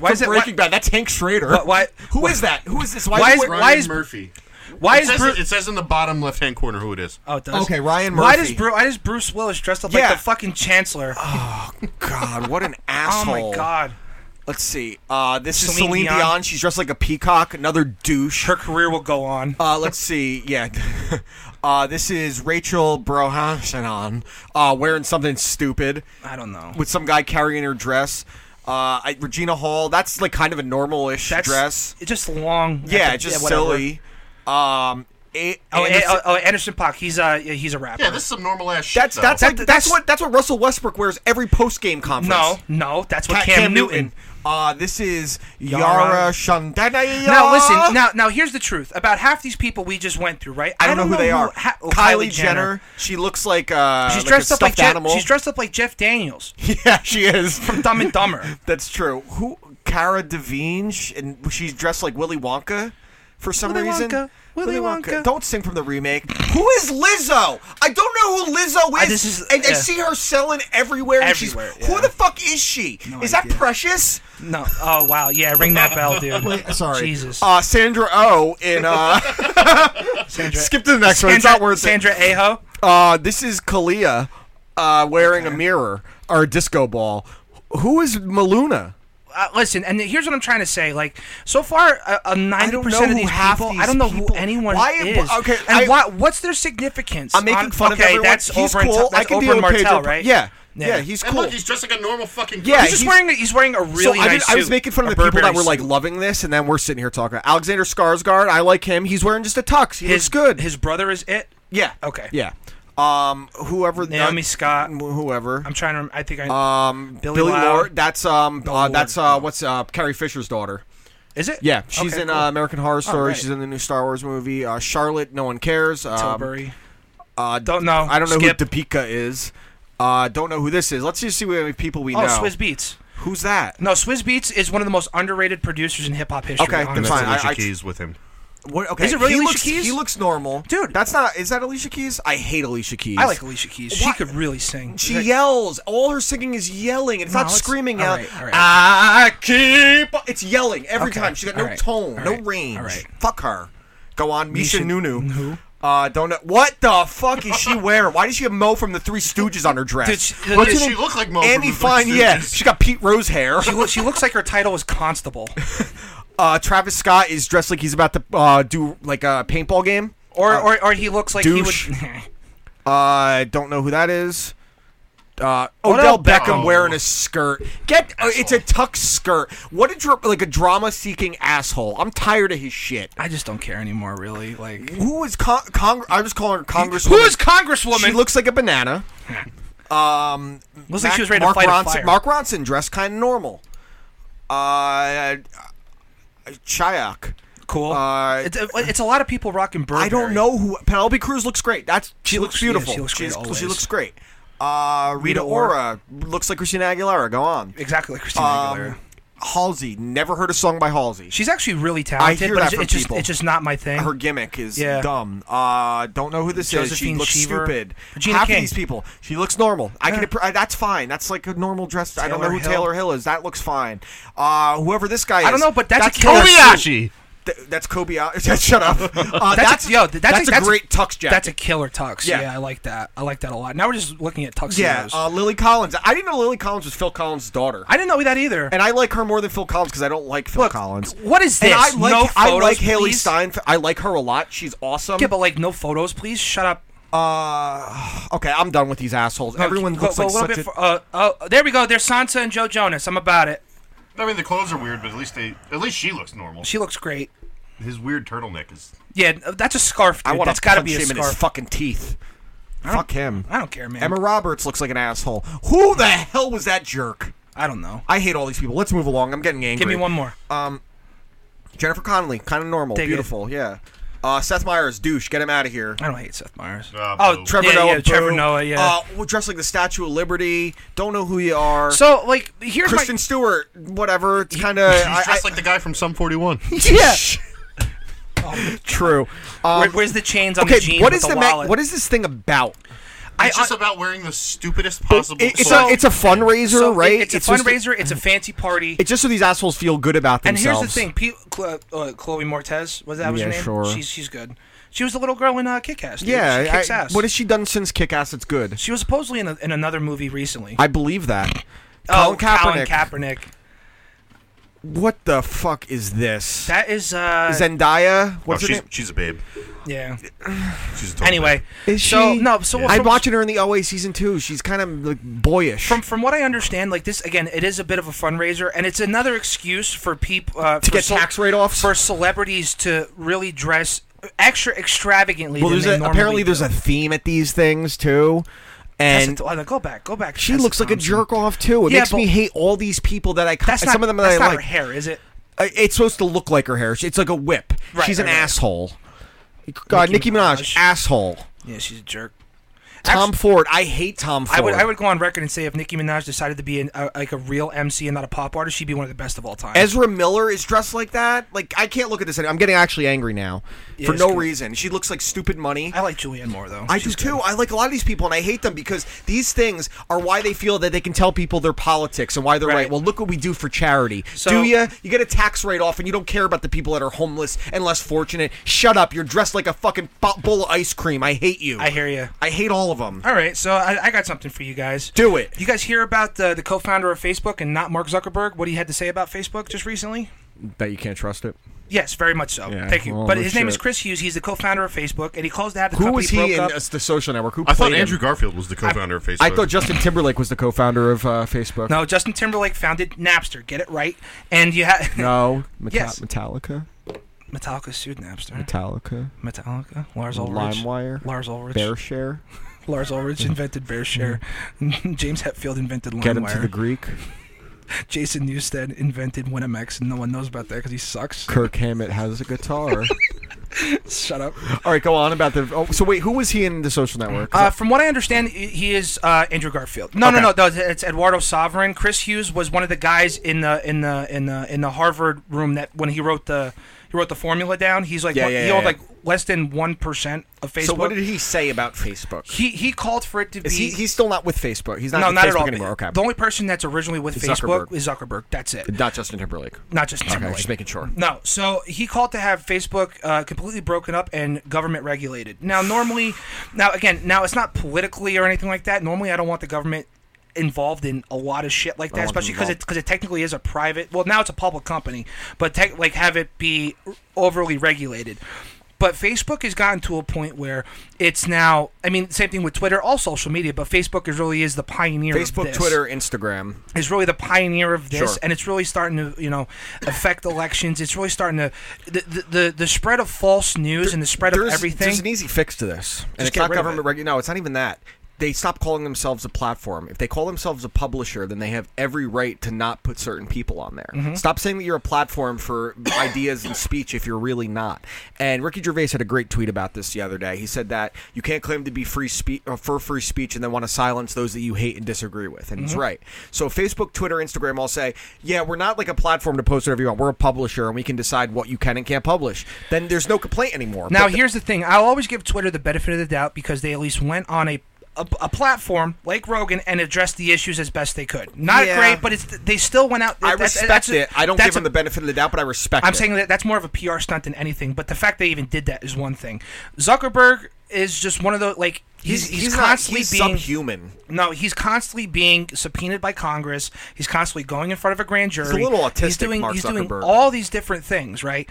A: from
C: is it-
A: Breaking
C: why-
A: Bad? That's Hank Schrader.
C: Why- why-
A: Who is that? Who is this?
C: Why is-
A: wearing-
C: why is-
E: Murphy?
C: Why
E: it
C: is
E: says,
C: Bruce?
E: it says in the bottom left hand corner who it is?
C: Oh, it does.
A: Okay, Ryan
C: Why
A: Murphy.
C: does Bruce? Why does Bruce Willis dressed up
A: Yeah.
C: like the fucking Chancellor? Oh,
A: God, what an asshole!
C: my god,
A: Let's see. Uh, this is
C: Celine
A: Celine Dion.
C: Dion.
A: She's dressed like a peacock. Another douche.
C: her career will go on.
A: Uh, let's see. Yeah. Uh, this is Rachel Brohanson uh, wearing something stupid
C: I don't know.
A: with some guy carrying her dress. Uh, I, Regina Hall. That's like kind of a normal-ish
C: That's
A: dress.
C: It's just long.
A: Yeah,
C: it's
A: it's just silly. Um, it,
C: Oh,
A: and it's-
C: Anderson, oh, Anderson Pock. He's a he's a rapper.
E: Yeah, this is some normal ass shit.
A: that's
E: though.
A: that's, like,
C: That-
A: that's
C: that's-
A: what that's what Russell Westbrook wears every post-game conference.
C: no, no, that's what
A: Ca-
C: Cam, Newton.
A: Uh, this is
C: Yara.
A: Yara Shandana.
C: Now listen. Now, now here's the truth about half these people we just went through. Right?
A: I don't, know who they are.
C: ha- oh,
A: Kylie, Jenner. She looks like uh,
C: She's
A: like
C: dressed
A: a
C: up like
A: stuffed
C: Jeff,
A: animal.
C: she's dressed up like Jeff Daniels
A: yeah, she is.
C: from Dumb and Dumber.
A: That's true. Who? Cara Delevingne, sh- and she's dressed like Willy Wonka for some
C: Willy
A: reason.
C: Wonka, Willy Wonka.
A: Don't sing from the remake. who is Lizzo? I don't know who Lizzo
C: I-
A: is.
C: this is-
A: and I
C: yeah.
A: see her selling everywhere. and she's-
C: Everywhere, yeah.
A: Who the fuck is she? is that Precious?
C: No. Oh wow. Yeah. Ring that bell, dude.
A: Sorry,
C: Jesus.
A: Uh, Sandra O oh in uh. Skip to the next one. It's
C: Sandra,
A: not worth it.
C: Sandra Aho.
A: Uh, this is Kalia uh, wearing a mirror or a disco ball. Who is Maluna?
C: uh, listen, and here's what I'm trying to say. Like, so far, a ninety percent
A: who
C: of these
A: half
C: people,
A: these
C: I don't know
A: people-
C: who anyone
A: Why-
C: is.
A: okay,
C: and
A: I-
C: why, what's their significance?
A: I'm making
C: on-
A: fun
C: okay,
A: of everyone.
C: That's
A: he's
C: Oberyn
A: cool.
C: Tel-
A: I
C: that's
A: can
C: Oberyn
A: deal with
C: Martell,
A: Pedro-
C: right?
A: Yeah. yeah,
C: Yeah.
A: he's
E: And
A: cool.
E: look, he's dressed like a normal fucking.
A: Yeah,
C: He's just wearing. A, he's wearing a really
A: so I,
C: nice
A: did- I was
C: suit,
A: making fun
C: a
A: of the people
C: Burberry
A: that were like
C: suit.
A: loving this, and then we're sitting here talking. Alexander Skarsgård, I like him. He's wearing just a tux. He looks
C: his
A: good.
C: His brother is it.
A: yeah.
C: Okay.
A: Yeah. Um. Whoever.
C: Naomi
A: uh,
C: Scott.
A: Whoever.
C: I'm trying to. rem- I think I
A: um.
C: Billy
A: Billy
C: Loud.
A: Lord. That's um. Uh,
C: Lord.
A: that's uh. What's uh. Carrie Fisher's daughter.
C: is it.
A: Yeah, she's
C: Okay,
A: in
C: cool.
A: uh, American Horror Story.
C: right.
A: She's in the new Star Wars movie. Uh, Charlotte, no one cares. Um,
C: Tilbury.
A: Uh,
C: Don't know.
A: I don't know
C: Skip.
A: who Topeka is. Uh, don't know who this is. Let's just see what people we
C: Oh,
A: know.
C: Swizz Beats.
A: Who's that?
C: No, Swizz Beats is one of the most underrated producers in hip hop history.
A: Okay, then
E: And
C: honestly.
E: that's
A: fine.
E: Alicia
A: I- I-
E: Keys with him.
A: What, okay,
C: Is it really
A: he
C: Alicia
A: looks,
C: Keys?
A: He looks normal,
C: Dude.
A: That's not. Is that Alicia Keys? I hate Alicia Keys.
C: I like Alicia Keys. She
A: What?
C: could really sing.
A: She
C: Like-
A: yells. All her singing is yelling. It's
C: No,
A: not
C: it's-
A: screaming
C: all
A: out.
C: right, all right.
A: I keep. on-" It's yelling every
C: Okay,
A: time. She's got
C: all
A: no
C: right,
A: tone,
C: all
A: no
C: right,
A: range.
C: all right.
A: Fuck her. Go on, Misha,
C: Misha
A: Nunu. Uh, don't know what the fuck is she wearing? Why does she have Mo from the Three Stooges on her dress?
C: Dude, she-
E: What
C: dude,
E: does she look like, Mo? from
A: Annie
E: the Three
A: Fine, yeah.
E: Stooges?
A: She got Pete Rose hair.
C: She, loo- she looks like her title was Constable.
A: Uh, Travis Scott is dressed like he's about to uh, do like a paintball game.
C: Or, or, or he looks like
A: Oh. douche.
C: he would.
A: I Uh, don't know who that is. Uh, Odell
C: Odell
A: Beckham
E: Beckham.
A: wearing a skirt. Get uh, it's a tux skirt. What a dra- like a drama seeking asshole. I'm tired of his shit.
C: I just don't care anymore, really. Like,
A: Who is con- Cong- I was calling her Congresswoman.
C: who is Congresswoman?
A: She looks like a banana. Um,
C: Looks like she was ready
A: Mark
C: to fight
A: Ronson,
C: a fire.
A: Mark Ronson dressed kind of normal. Uh, Chayak.
C: cool.
A: uh,
C: it's, a, it's a lot of people rocking Burberry.
A: I don't know who Penelope Cruz looks great. That's she, looks,
C: looks- yeah,
A: beautiful.
C: she looks great
A: She's-
C: always.
A: She looks great. Uh, Rita,
C: Rita
A: Ora
C: Ora.
A: looks like Christina Aguilera. Go on.
C: exactly like Christina Aguilera.
A: Um, Halsey. Never heard a song by Halsey.
C: She's actually really talented,
A: hear
C: but
A: that
C: it's,
A: from
C: it's just
A: people.
C: it's just not my thing.
A: her gimmick is
C: Yeah.
A: dumb. Uh, don't know who this is. She
C: Josephine
A: looks
C: Cheever.
A: stupid.
C: Regina
A: Half of
C: King.
A: these people. She looks normal. I can.
C: Yeah.
A: appro- I- that's fine. That's like a normal dress. I don't know
C: Taylor
A: who
C: Hill.
A: Taylor Hill is. That looks fine. Uh, whoever this guy is.
C: I don't know, but that's a killer
A: Kobe.
C: suit.
E: Kobayashi.
A: Th- that's Kobe. Shut up. Uh,
C: That's, a, yo,
A: that's,
C: th- that's,
A: a, great tux jacket.
C: That's a killer tux.
A: Yeah.
C: Yeah. I like that. I like that a lot. Now we're just looking at tuxedos.
A: Yeah, uh, Lily Collins. I didn't know Lily Collins was Phil Collins' daughter.
C: I didn't know that either.
A: and I like her more than Phil Collins because I don't like Phil
C: Look,
A: Collins.
C: what is
A: And
C: this?
A: I like
C: No
A: I
C: photos,
A: like Haley
C: please?
A: Steinfeld. I like her a lot. She's awesome.
C: yeah, but like no photos, please. Shut up.
A: uh, okay, I'm done with these assholes. Everyone
C: go,
A: looks
C: go
A: like
C: a little
A: such
C: bit
A: a.
C: for- uh, oh, there we go. There's Sansa and Joe Jonas. I'm about it.
E: I mean, the clothes are weird, but at least they, at least she looks normal.
C: She looks great.
E: His weird turtleneck is.
C: Yeah, that's a scarf,
A: I
C: dude.
A: want
C: that's
A: to
C: got to
A: punch
C: be a
A: him in his
C: scarf.
A: fucking teeth. Fuck him.
C: I don't care, man.
A: Emma Roberts looks like an asshole. Who the hell was that jerk?
C: I don't know.
A: I hate all these people. Let's move along. I'm Uh, getting angry.
C: Give me one more.
A: Jennifer Connelly, kind of normal,
C: Dig it.
A: beautiful. Yeah.
J: Uh, Seth Meyers, douche. Get him out of here.
C: I don't hate Seth Meyers.
J: oh,
C: boo.
J: Trevor
C: Yeah,
J: Noah.
C: yeah, Trevor
J: boo.
C: Noah, yeah.
J: Uh, well, dressed like the Statue of Liberty. Don't know who you are.
C: So, like, here's my-
J: Kristen Stewart. Whatever. It's kind
A: Uh,
J: of.
E: He's dressed like the guy from Sum 41.
A: True. Um,
C: Where- where's the chains on
A: okay,
C: the jeans
A: What
C: with
A: is
C: the
A: ma-
C: wallet?
A: what is this thing about?
E: It's just about wearing the stupidest possible.
A: It- it's
E: clothes. Oh,
A: a it's a fundraiser,
C: So, it-
A: right?
C: It's a
A: just-
C: fundraiser. it's a fancy party.
A: it's just so these assholes feel good about
C: And
A: themselves.
C: here's the thing, Pe- Cl- uh, Chloe Mortez was that was her
A: Yeah,
C: name?
A: sure.
C: She's she's good. She was the little girl in uh, Kick Ass. dude.
A: Yeah,
C: she kicks
A: I-
C: ass.
A: what has she done since Kick Ass? It's good.
C: She was supposedly in, a, in another movie recently.
A: I believe that.
C: oh,
A: Colin Kaepernick.
C: Colin Kaepernick.
A: What the fuck is this?
C: That is uh,
A: Zendaya.
E: Oh,
A: What's her
E: she's,
A: name?
E: she's a babe.
C: yeah.
E: She's a total
C: Anyway,
A: Is
C: so
A: she?
C: no, so
A: I'm
C: from,
A: watching her in the OA season two. She's kind of like boyish.
C: from from what I understand, like this again, it is a bit of a fundraiser, and it's another excuse for people uh,
A: To get tax write-offs?
C: for celebrities to really dress extra extravagantly.
A: well,
C: than
A: there's
C: they
A: a,
C: normally
A: apparently there's
C: do.
A: a theme at these things too,
C: Tessa
A: and
C: Th- go back, go back.
A: she
C: Tessa
A: looks like a
C: Thompson.
A: jerk off too. It
C: Yeah,
A: makes me
C: but-
A: hate all these people that I.
C: That's not
A: some of them that
C: that's
A: I
C: not
A: like.
C: her hair, is it?
A: Uh, It's supposed to look like her hair. It's like a whip.
C: Right,
A: She's an
C: right, right.
A: asshole. God, Nicki,
C: Nicki
A: Minaj,
C: Minaj.
A: asshole.
C: Yeah, she's a jerk.
A: Tom Ford, I hate Tom Ford.
C: I would I would go on record and say if Nicki Minaj decided to be an, a, like a real MC and not a pop artist, she'd be one of the best of all time.
A: Ezra Miller is dressed like that. Like I can't look at this. Anymore. I'm getting actually angry now
C: Yeah,
A: for
C: it's
A: no
C: good.
A: reason. She looks like stupid money.
C: I like Julianne Moore though.
A: I do
C: She's good.
A: too. I like a lot of these people, and I hate them because these things are why they feel that they can tell people their politics and why they're right.
C: Right.
A: Well, look what we do for charity.
C: So-
A: do you? You get a tax rate off, and you don't care about the people that are homeless and less fortunate. Shut up. You're dressed like a fucking bo- bowl of ice cream. I hate you.
C: I hear you.
A: I hate all of them.
C: All right, so I, I got something for you guys.
A: Do it.
C: You guys hear about the, the co-founder of Facebook and not Mark Zuckerberg? What he had to say about Facebook just recently?
A: Bet you can't trust it.
C: Yes, very much so.
A: Yeah,
C: Thank you.
A: well,
C: but
A: no
C: his name is
A: shit.
C: Chris Hughes. He's the co-founder of Facebook, and he calls to have the
A: Who
C: company
A: was he
C: broke
A: in
C: up.
A: uh, the social network? Who
E: I thought
A: played him?
E: Andrew Garfield was the co-founder of Facebook.
A: I thought Justin Timberlake was the co-founder of uh, Facebook.
C: no, Justin Timberlake founded Napster. Get it right. And you had
A: No, Meta-
C: Yes.
A: Metallica,
C: Metallica sued Napster.
A: Metallica,
C: Metallica. Lars Ulrich.
A: LimeWire,
C: Lars Ulrich.
A: BearShare,
C: Lars Ulrich invented BearShare. James Hetfield invented
A: Mm. Get Him to the
C: LimeWire.
A: Greek,
C: Jason Newstead invented Winamax, and no one knows about that because he sucks.
A: Kirk Hammett has a guitar.
C: Shut up.
A: All right, go on about the. Oh, so wait, who was he in the Social Network?
C: Uh, from what I understand, he- he is uh, Andrew Garfield. No, no, no, no. It's Eduardo Sovereign. Chris Hughes was one of the guys in the in the in the in the Harvard room that when he wrote the he wrote the formula down. He's like
A: Yeah,
C: one-
A: yeah,
C: he
A: yeah,
C: owned
A: yeah.
C: like less than one percent of Facebook.
A: so what did he say about Facebook?
C: he he called for it to
A: Is
C: be?
A: he? He's still not with Facebook. He's not.
C: no,
A: with
C: not
A: Facebook
C: at all.
A: anymore. Okay.
C: The only person that's originally with Facebook
A: Zuckerberg.
C: is Zuckerberg. That's it.
A: not Justin Timberlake.
C: Not just Timberlake.
A: just making sure.
C: No, so he called to have Facebook uh, completely broken up and government regulated. Now, normally, now again, now it's not politically or anything like that. Normally, I don't want the government involved in a lot of shit like that,
A: want them
C: especially because it
A: involved.
C: because it technically is a private. Well, now it's a public company, but tech, like have it be overly regulated. But Facebook has gotten to a point where it's now. I mean, same thing with Twitter, all social media, but Facebook is really is the pioneer. of
A: Facebook,
C: this
A: Twitter, Instagram.
C: is really the pioneer of this,
A: Sure.
C: and it's really starting to you know affect elections. It's really starting to the the, the, the spread of false news and the spread of
A: there's,
C: everything.
A: There's an easy fix to this, and
C: Just
A: it's
C: get
A: not
C: rid of
A: government
C: it.
A: regu- No, it's not even that. They stop calling themselves a platform. If they call themselves a publisher, then they have every right to not put certain people on there.
C: Mm-hmm.
A: Stop saying that you're a platform for ideas and speech if you're really not. And Ricky Gervais had a great tweet about this the other day. He said that you can't claim to be free speech for free speech and then want to silence those that you hate and disagree with. And
C: Mm-hmm.
A: he's right. So Facebook, Twitter, Instagram all say, "Yeah, we're not like a platform to post whatever you want. We're a publisher, and we can decide what you can and can't publish." Then there's no complaint anymore.
C: now
A: But
C: here's the thing: I'll always give Twitter the benefit of the doubt because they at least went on a. A, a platform like Rogan and addressed the issues as best they could. Not
A: Yeah.
C: great, but it's they still went out.
A: I
C: that's-
A: respect
C: that's a-
A: it. I don't
C: that's
A: give them
C: a-
A: the benefit of the doubt, but I respect
C: I'm
A: it.
C: saying that that's more of a PR stunt than anything. But the fact they even did that is one thing. Zuckerberg is just one of those like he's he's,
A: not-
C: constantly
A: he's
C: being
A: subhuman.
C: No, he's constantly being subpoenaed by Congress. He's constantly going in front of a grand jury.
A: little
C: He's
A: autistic,
C: doing
A: Mark
C: he's doing
A: Zuckerberg.
C: all these different things, right?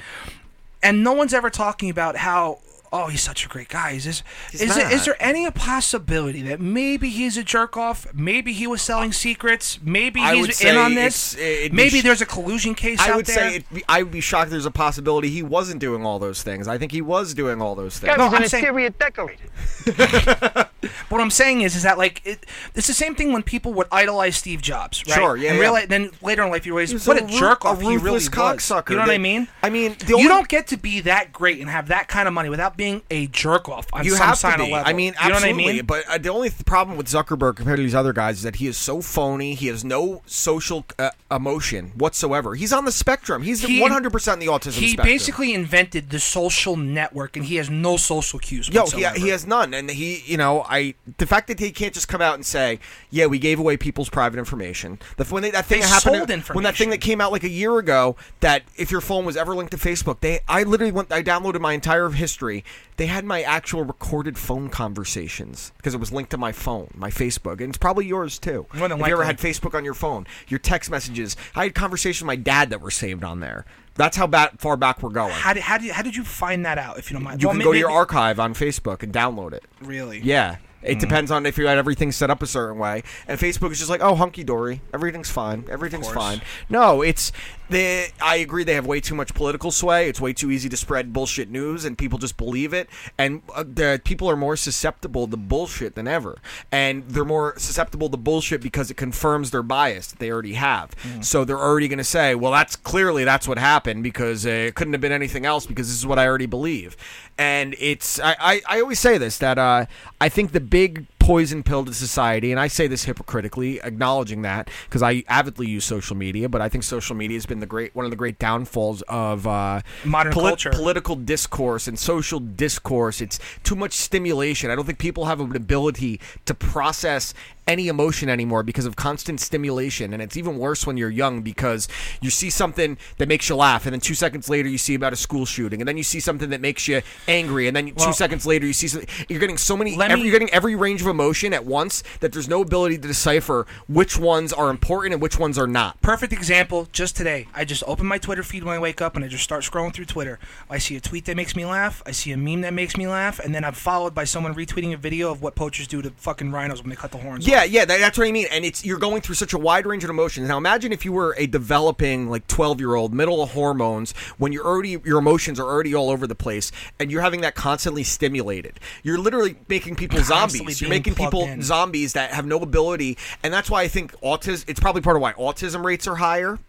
C: And no one's ever talking about how "Oh, he's such a great guy." Is this,
M: He's
C: is, it,
M: not.
C: is there any possibility that maybe he's a jerk off? Maybe he was selling secrets. Maybe
J: I would
C: he's
J: say
C: in on
J: it's-
C: this.
J: it'd be
C: maybe
J: sh-
C: there's a collusion case
A: I
C: out
A: would
C: there.
A: say it'd be, I would be shocked. There's a possibility he wasn't doing all those things. I think he was doing all those things.
C: Guy was No, an I'm saying-
L: decorator.
C: But what I'm saying is, is that like it, it's the same thing when people would idolize Steve Jobs, right?
A: Sure, yeah,
C: And
A: yeah.
C: realize, then later in life you
A: He
C: realize
A: was
C: what a,
A: a ru-
C: jerk off
A: a
C: he really
A: ruthless cocksucker
C: was. You know what I
A: that-
C: mean?
A: I mean, the
C: you
A: only-
C: don't get to be that great and have that kind of money without being a jerk off on
A: you
C: some
A: have
C: sign
A: to
C: of
A: be.
C: level.
A: I mean,
C: you know
A: absolutely.
C: what I mean?
A: But uh, the only th- problem with Zuckerberg compared to these other guys is that he is so phony. He has no social uh, emotion whatsoever. He's on the spectrum. He's
C: He-
A: 100 percent the autism
C: He
A: spectrum.
C: basically invented the social network, and he has no social cues.
A: Yo, he,
C: whatsoever.
A: he has none, and he, you know, I the fact that he can't just come out and say, "Yeah, we gave away people's private information." The f- when they, that thing
C: They
A: that happened,
C: sold
A: when that thing that came out like a year ago, that if your phone was ever linked to Facebook, they, I literally went, I downloaded my entire history. They had my actual recorded phone conversations because it was linked to my phone, my Facebook, and it's probably yours too.
C: More than
A: if you ever
C: likely.
A: had Facebook on your phone, your text messages, I had conversations with my dad that were saved on there. That's how ba- far back we're going.
C: How did, how did how did you find that out? If you don't mind,
A: You
C: Well,
A: can
C: may-
A: go to your
C: maybe-
A: archive on Facebook and download it.
C: Really?
A: Yeah. It
C: Mm.
A: depends on if you had everything set up a certain way. And Facebook is just like, oh, hunky dory. Everything's fine. Everything's
J: course.
A: fine. No, it's the. I agree. They have way too much political sway. It's way too easy to spread bullshit news, and people just believe it. And uh, the people are more susceptible to bullshit than ever. And they're more susceptible to bullshit because it confirms their bias that they already have.
C: Mm-hmm.
A: So they're already going to say, well, that's clearly that's what happened because uh, it couldn't have been anything else because this is what I already believe. And it's I I, I always say this that uh, I think the big poison pill to society, and I say this hypocritically, acknowledging that because I avidly use social media, but I think social media has been the great one of the great downfalls of uh,
C: Modern
A: polit-
C: culture.
A: political discourse and social discourse. It's too much stimulation. I don't think people have an ability to process any emotion anymore because of constant stimulation and it's even worse when you're young because you see something that makes you laugh and then two seconds later you see about a school shooting and then you see something that makes you angry and then two
J: Well-
A: seconds later you see something you're getting so many
J: Let
A: every,
J: me-
A: you're getting every range of emotion at once that there's no ability to decipher which ones are important and which ones are not
C: Perfect example, just today. I just open my Twitter feed when I wake up and I just start scrolling through Twitter. I see a tweet that makes me laugh. I see a meme that makes me laugh. And then I'm followed by someone retweeting a video of what poachers do to fucking rhinos when they cut the horns.
A: Yeah, yeah, that, that's what I mean. And it's you're going through such a wide range of emotions. Now imagine if you were a developing like 12-year-old, middle of hormones, when you're already your emotions are already all over the place and you're having that constantly stimulated. You're literally making people
J: Constantly
A: zombies. You're
J: being
A: making
J: plugged
A: people
J: in.
A: zombies that have no ability, and that's why I think autism it's probably part of why autism rates are higher.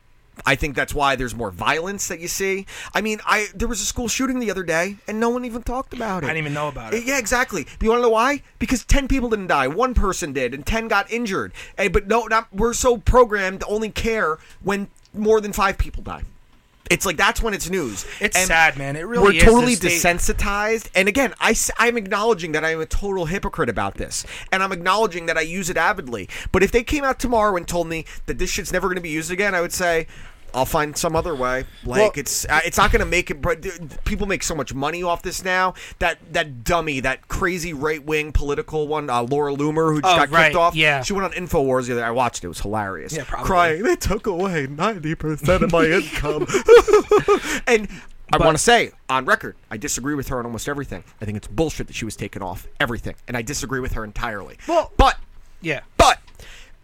A: I think that's why there's more violence that you see. I mean, I there was a school shooting the other day and no one even talked about it.
C: I didn't even know about it.
A: Yeah, exactly. Do you want to know why? Because ten people didn't die, one person did, and ten got injured. Eh, but no, not, we're so programmed to only care when more than five people die. It's like that's when it's news.
C: It's
A: And
C: sad, man. It really
A: we're
C: is the
A: totally
C: state-
A: desensitized. And again, I, am acknowledging that I'm a total hypocrite about this, and I'm acknowledging that I use it avidly. But if they came out tomorrow and told me that this shit's never going to be used again, I would say. I'll find some other way. Like
J: Well-
A: it's uh, it's not going to make it. But uh, people make so much money off this now. That that dummy, that crazy right wing political one, uh, Laura Loomer, who just
J: Oh,
A: got
J: right,
A: kicked off.
J: yeah.
A: she went on Infowars the other. I watched it. It was hilarious.
J: Yeah, probably.
A: Crying, they took away ninety percent of my income. and I want to say on record, I disagree with her on almost everything. I think it's bullshit that she was taken off everything, and I disagree with her entirely. Well, but
C: yeah,
A: but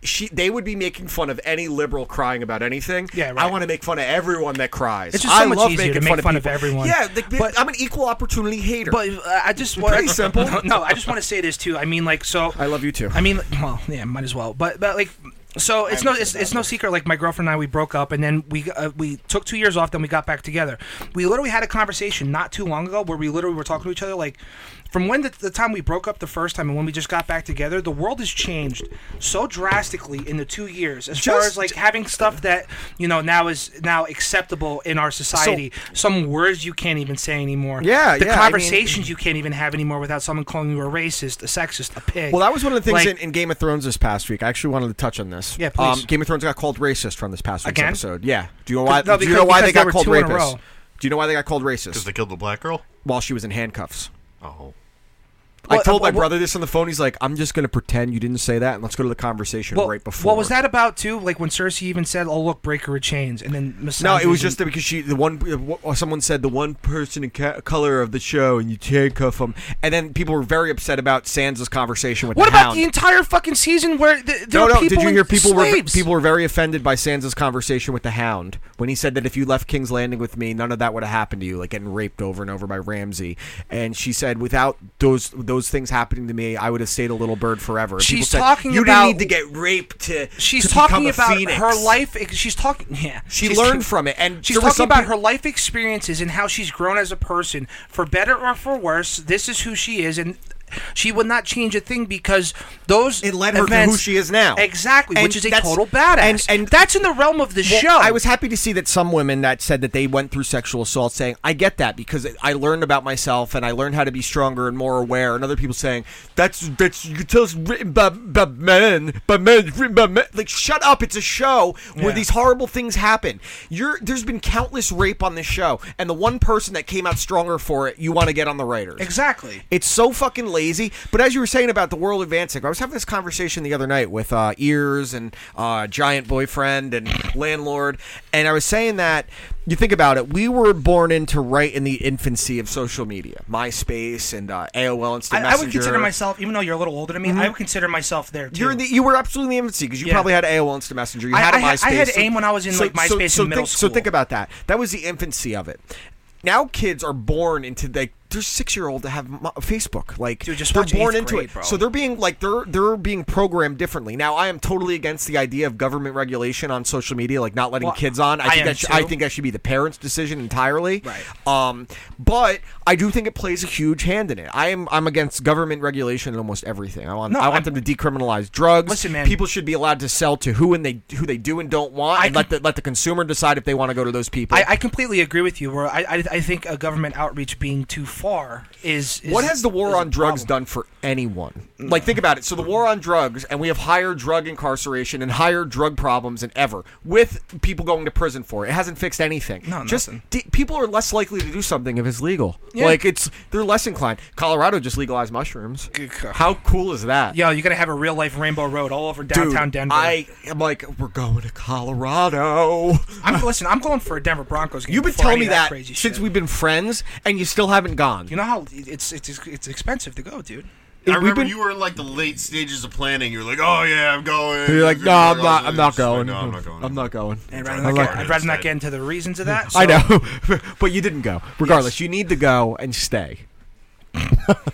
A: she they would be making fun of any liberal crying about anything. Yeah, right. I want to make fun of everyone that cries.
C: It's just so
A: I
C: much
A: love
C: easier to
A: making
C: make
A: fun,
C: fun
A: of,
C: of
A: people.
C: everyone.
A: Yeah, like, I'm an equal opportunity hater.
C: But uh, I just
A: Pretty simple.
C: No, no, I just want to say this too. I mean, like, so
A: I love you too.
C: I mean, well, yeah, might as well. But but like, so it's no it's, it's no secret. Like my girlfriend and I, we broke up, and then we uh, we took two years off, then we got back together. We literally had a conversation not too long ago where we literally were talking to each other like. From when the, the time we broke up the first time and when we just got back together, the world has changed so drastically in the two years. As far as
J: Just-
C: like having stuff that you know now is now acceptable in our society, some words you can't even say anymore.
A: Yeah,
C: the
A: yeah, I mean-
C: conversations you can't even have anymore without someone calling you a racist, a sexist, a pig.
A: Well, that was one of the things in,
C: Like,
A: in Game of Thrones this past week. I actually wanted to touch on this. Um,
C: Yeah, please.
A: Game of Thrones got called racist from this past week's
C: Again?
A: episode. Yeah. Do you know why?
C: No,
A: do you know
C: because-
A: why
C: because
A: they
C: there
A: got
C: were
A: called
C: two in a
A: rapists?
C: row.
A: Do you know why they got called racist? Because
E: they killed the black girl
A: while she was in handcuffs.
E: Oh.
A: I I told
C: uh,
A: my
C: wh-
A: brother this on the phone. He's like, "I'm just going to pretend you didn't say that, and let's go to the conversation
C: Well,
A: right before."
C: What was that about too? Like when Cersei even said, "Oh look, breaker of chains," and then
A: No, it was
C: massages
A: just that
C: and-
A: because she the one uh, someone said the one person in ca- color of the show and you handcuff them, and then people were very upset about Sansa's conversation with
C: What
A: the
C: about
A: Hound.
C: the entire fucking season where th- there
A: no,
C: were
A: no.
C: people
A: Did you
C: in
A: hear people were
C: slaves?
A: people were very offended by Sansa's conversation with the Hound when he said that if you left King's Landing with me, none of that would have happened to you, like getting raped over and over by Ramsey. And she said, without those those things happening to me, I would have stayed a little bird forever. And people
C: She's
A: said,
C: talking
A: you
C: about
A: didn't need to get raped to.
C: She's
A: to become
C: talking
A: a
C: about
A: phoenix."
C: her life. ex- She's talking. Yeah,
A: She
C: she's
A: learned from it, and
C: she's
A: there were
C: talking
A: some
C: about
A: peop-
C: her life experiences and how she's grown as a person, for better or for worse. This is who she is, and she would not change a thing because those it
A: led her to who she is now.
C: Exactly,
A: And
C: which is a
A: that's-
C: total badass.
A: and-
C: And,
A: and-
C: that's in the realm of the
A: Well,
C: show.
A: I was happy to see that some women that said that they went through sexual assault saying, I get that because I learned about myself and I learned how to be stronger and more aware. And other people saying, that's, that's, you can tell us written by, by men, by men, it's written by men. Like, shut up. It's a show where
C: Yeah.
A: these horrible things happen. You're, there's been countless rape on this show. And the one person that came out stronger for it, you want to get on the writers.
C: exactly.
A: It's so fucking lazy. But as you were saying about the world advancing, I was having this conversation the other night with uh, ears and uh, giant boyfriend and landlord, and I was saying that you think about it, we were born into right in the infancy of social media, MySpace and uh, AOL Instant Messenger.
C: I, I
A: Mm-hmm.
C: would consider myself, even though you're a little older than me, I would consider myself there too.
A: You're in the, you were absolutely in the infancy because you
C: Yeah.
A: probably had AOL Instant Messenger. You
C: I-
A: had a
C: I had-
A: MySpace.
C: I had AIM when I was in, like, MySpace in
A: so
C: middle
A: think,
C: school.
A: So think about that. That was the infancy of it. Now kids are born into like they're six year old to have mo- Facebook. Like
C: Dude, just
A: they're
C: watch
A: born
C: eighth
A: into
C: grade,
A: it.
C: bro.
A: So they're being like they're they're being programmed differently. Now I am totally against the idea of government regulation on social media, like not letting
C: Well,
A: kids on. I,
C: I
A: think
C: am
A: that should, I
C: too.
A: think that should be the parents' decision entirely.
C: Right.
A: Um, but I do think it plays a huge hand in it. I am I'm against government regulation in almost everything. I want
C: No,
A: I want
C: I'm-
A: them to decriminalize drugs.
C: Listen, man.
A: People should be allowed to sell to who and they who they do and don't want,
C: I
A: and let the let the consumer decide if they want to go to those people.
C: I, I completely agree with you. Where I, I, I think a government outreach being too far is, is
A: what has the
C: is
A: war
C: a
A: on drugs
C: problem.
A: done for anyone? Like, think about it. So the war on drugs, and we have higher drug incarceration and higher drug problems than ever, with people going to prison for it. It hasn't fixed anything.
C: No,
A: just
C: nothing.
A: d- people are less likely to do something if it's legal.
C: Yeah.
A: Like it's they're less inclined. Colorado just legalized mushrooms.
C: God.
A: How cool is that?
C: Yo, you're gonna have a real life Rainbow Road all over downtown
A: Dude,
C: Denver.
A: I am like, we're going to Colorado.
C: I'm listen. I'm going for a Denver Broncos game.
A: You've been
C: before
A: telling me
C: any of
A: that,
C: crazy
A: since
C: shit.
A: we've been friends, and you still haven't gone.
C: You know how it's it's it's expensive to go, dude.
E: I
A: we've
E: remember
A: been-
E: you were in like the late stages of planning. You were like, "Oh yeah, I'm going."
A: You're like,
E: It's
A: no,
E: gonna
A: I'm
E: be
A: not.
E: like,
A: I'm not
E: "Just like,
A: going.
E: No, I'm not going.
A: I'm not going.
C: I'd rather,
E: I'm
C: not
A: like
C: get,
E: it
C: I'd rather not
E: instead.
C: get into the reasons of that.
A: I
C: so-
A: know, but you didn't go. Regardless, you need to go and stay.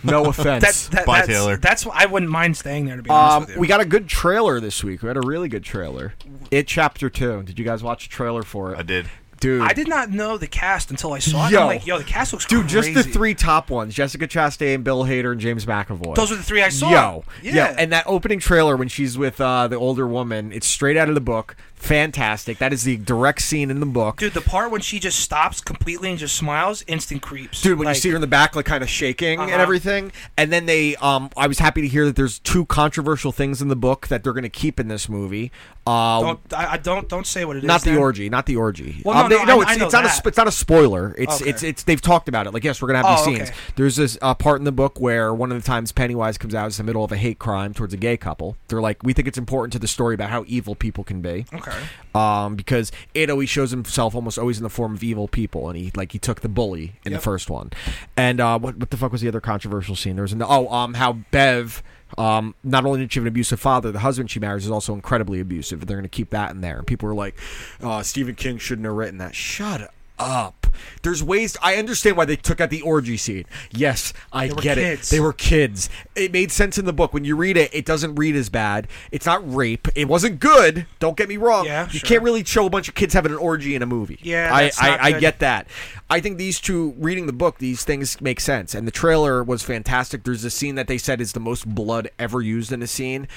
A: no offense.
C: That, that,
E: Bye,
C: that's,
E: Taylor.
C: That's why I wouldn't mind staying there to be honest
A: um,
C: with you.
A: we got a good trailer this week. We had a really good trailer. It chapter two. Did you guys watch the trailer for it?
E: I did.
A: Dude,
C: I did not know the cast until I saw it.
A: Yo.
C: I'm like, yo, the cast looks
A: Dude,
C: crazy.
A: just the three top ones: Jessica Chastain, Bill Hader, and James McAvoy.
C: Those were the three I saw.
A: Yo,
C: Yeah.
A: yo, and that opening trailer when she's with uh, the older woman, it's straight out of the book. Fantastic. That is the direct scene in the book.
C: Dude, the part when she just stops completely and just smiles, instant creeps.
A: Dude, when
C: Like,
A: you see her in the back, like kind of shaking and
C: Uh-huh.
A: everything, and then they, um, I was happy to hear that there's two controversial things in the book that they're going to keep in this movie. Uh,
C: don't I, I don't don't say what it is.
A: not the
C: then.
A: orgy, not the orgy. Um,
C: Well, no,
A: they-
C: no, I-
A: it's,
C: I know
A: it's not a
C: that.
A: sp- it's not a spoiler. It's
C: Okay.
A: it's it's they've talked about it. Like yes, we're gonna have
C: Oh,
A: these scenes.
C: okay.
A: There's this uh, part in the book where one of the times Pennywise comes out is in the middle of a hate crime towards a gay couple. They're like, we think it's important to the story about how evil people can be.
C: Okay.
A: Um, because it always shows himself almost always in the form of evil people, and he like he took the bully in the first one, and uh, what what the fuck was the other controversial scene? There was an, oh um how Bev. Um, not only did she have an abusive father, the husband she marries is also incredibly abusive. They're going to keep that in there. And people were like, uh, Stephen King shouldn't have written that. Shut up. There's ways. I understand why they took out the orgy scene. Yes, I
C: were
A: get
C: kids.
A: it. They were kids. It made sense in the book. When you read it, it doesn't read as bad. It's not rape. It wasn't good. Don't get me wrong.
C: Yeah,
A: you
C: sure.
A: can't really show a bunch of kids having an orgy in a movie.
C: Yeah,
A: I,
C: that's
A: I,
C: not
A: I
C: good.
A: get that. I think these two reading the book, these things make sense. And the trailer was fantastic. There's a scene that they said is the most blood ever used in a scene.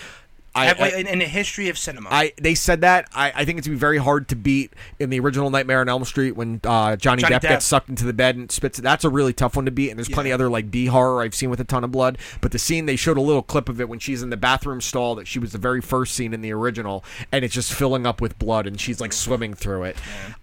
A: I-
C: Have-
A: I-
C: in, in the history of cinema.
A: I they said that I, I think it's gonna be very hard to beat in the original Nightmare on Elm Street when uh, Johnny,
C: Johnny
A: Depp,
C: Depp.
A: gets sucked into the bed and spits. That's a really tough one to beat. And there's plenty other like B horror I've seen with a ton of blood. But the scene they showed a little clip of it when she's in the bathroom stall that she was the very first scene in the original, and it's just filling up with blood and she's like swimming through it.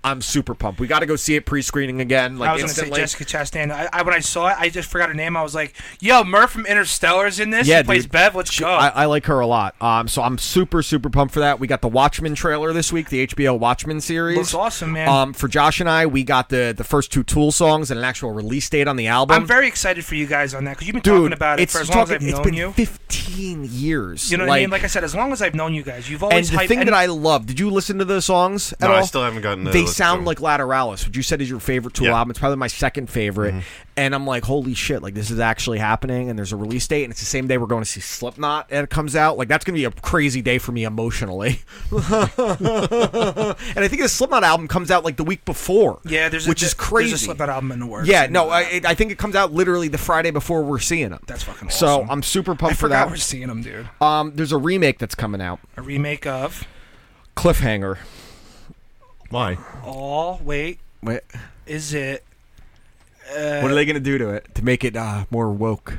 A: I'm super pumped. We got to go see it pre-screening again. Like
C: I was
A: instantly.
C: gonna say Jessica Chastain. I, I when I saw it, I just forgot her name. I was like, "Yo, Murph from Interstellar's in this.
A: Yeah,
C: she plays
A: dude.
C: Bev. Let's
A: She-
C: go."
A: I, I like her a lot. Um, so I'm super, super pumped for that. We got the Watchmen trailer this week, the HBO Watchmen series.
C: Looks awesome, man.
A: Um, for Josh and I, we got the the first two Tool songs and an actual release date on the album.
C: I'm very excited for you guys on that because you've been
A: Dude,
C: talking about it
A: it's
C: for as long as
A: talking-
C: I've
A: it's
C: known
A: been
C: you.
A: 15 years.
C: You know what I mean? Like I said, as long as I've known you guys, you've
A: and
C: always
A: the
C: hyped.
A: thing
C: and
A: that I love, did you listen to the songs at
E: No, I
A: all?
E: still haven't gotten to
A: They
E: listen to
A: sound
E: them.
A: like Lateralis, which you said is your favorite Tool
E: Yeah. Mm-hmm.
A: album. It's probably my second favorite. And I'm like, holy shit, like this is actually happening. And there's a release date, and it's the same day we're going to see Slipknot, and it comes out. Like that's gonna be a crazy day for me emotionally. and I think the Slipknot album comes out like the week before.
C: yeah, there's a,
A: which is crazy.
C: There's a Slipknot album in the works.
A: yeah, no, I, it- I think it comes out literally the Friday before we're seeing them.
C: That's fucking
A: So
C: awesome.
A: I'm super pumped
C: I
A: for
C: forgot
A: that.
C: we're seeing them, dude.
A: Um, there's a remake that's coming out.
C: A remake of
A: Cliffhanger. Why?
C: All Wait
A: Wait,
C: Is It.
A: what
C: Uh,
A: are they gonna do to it to make it uh, more woke?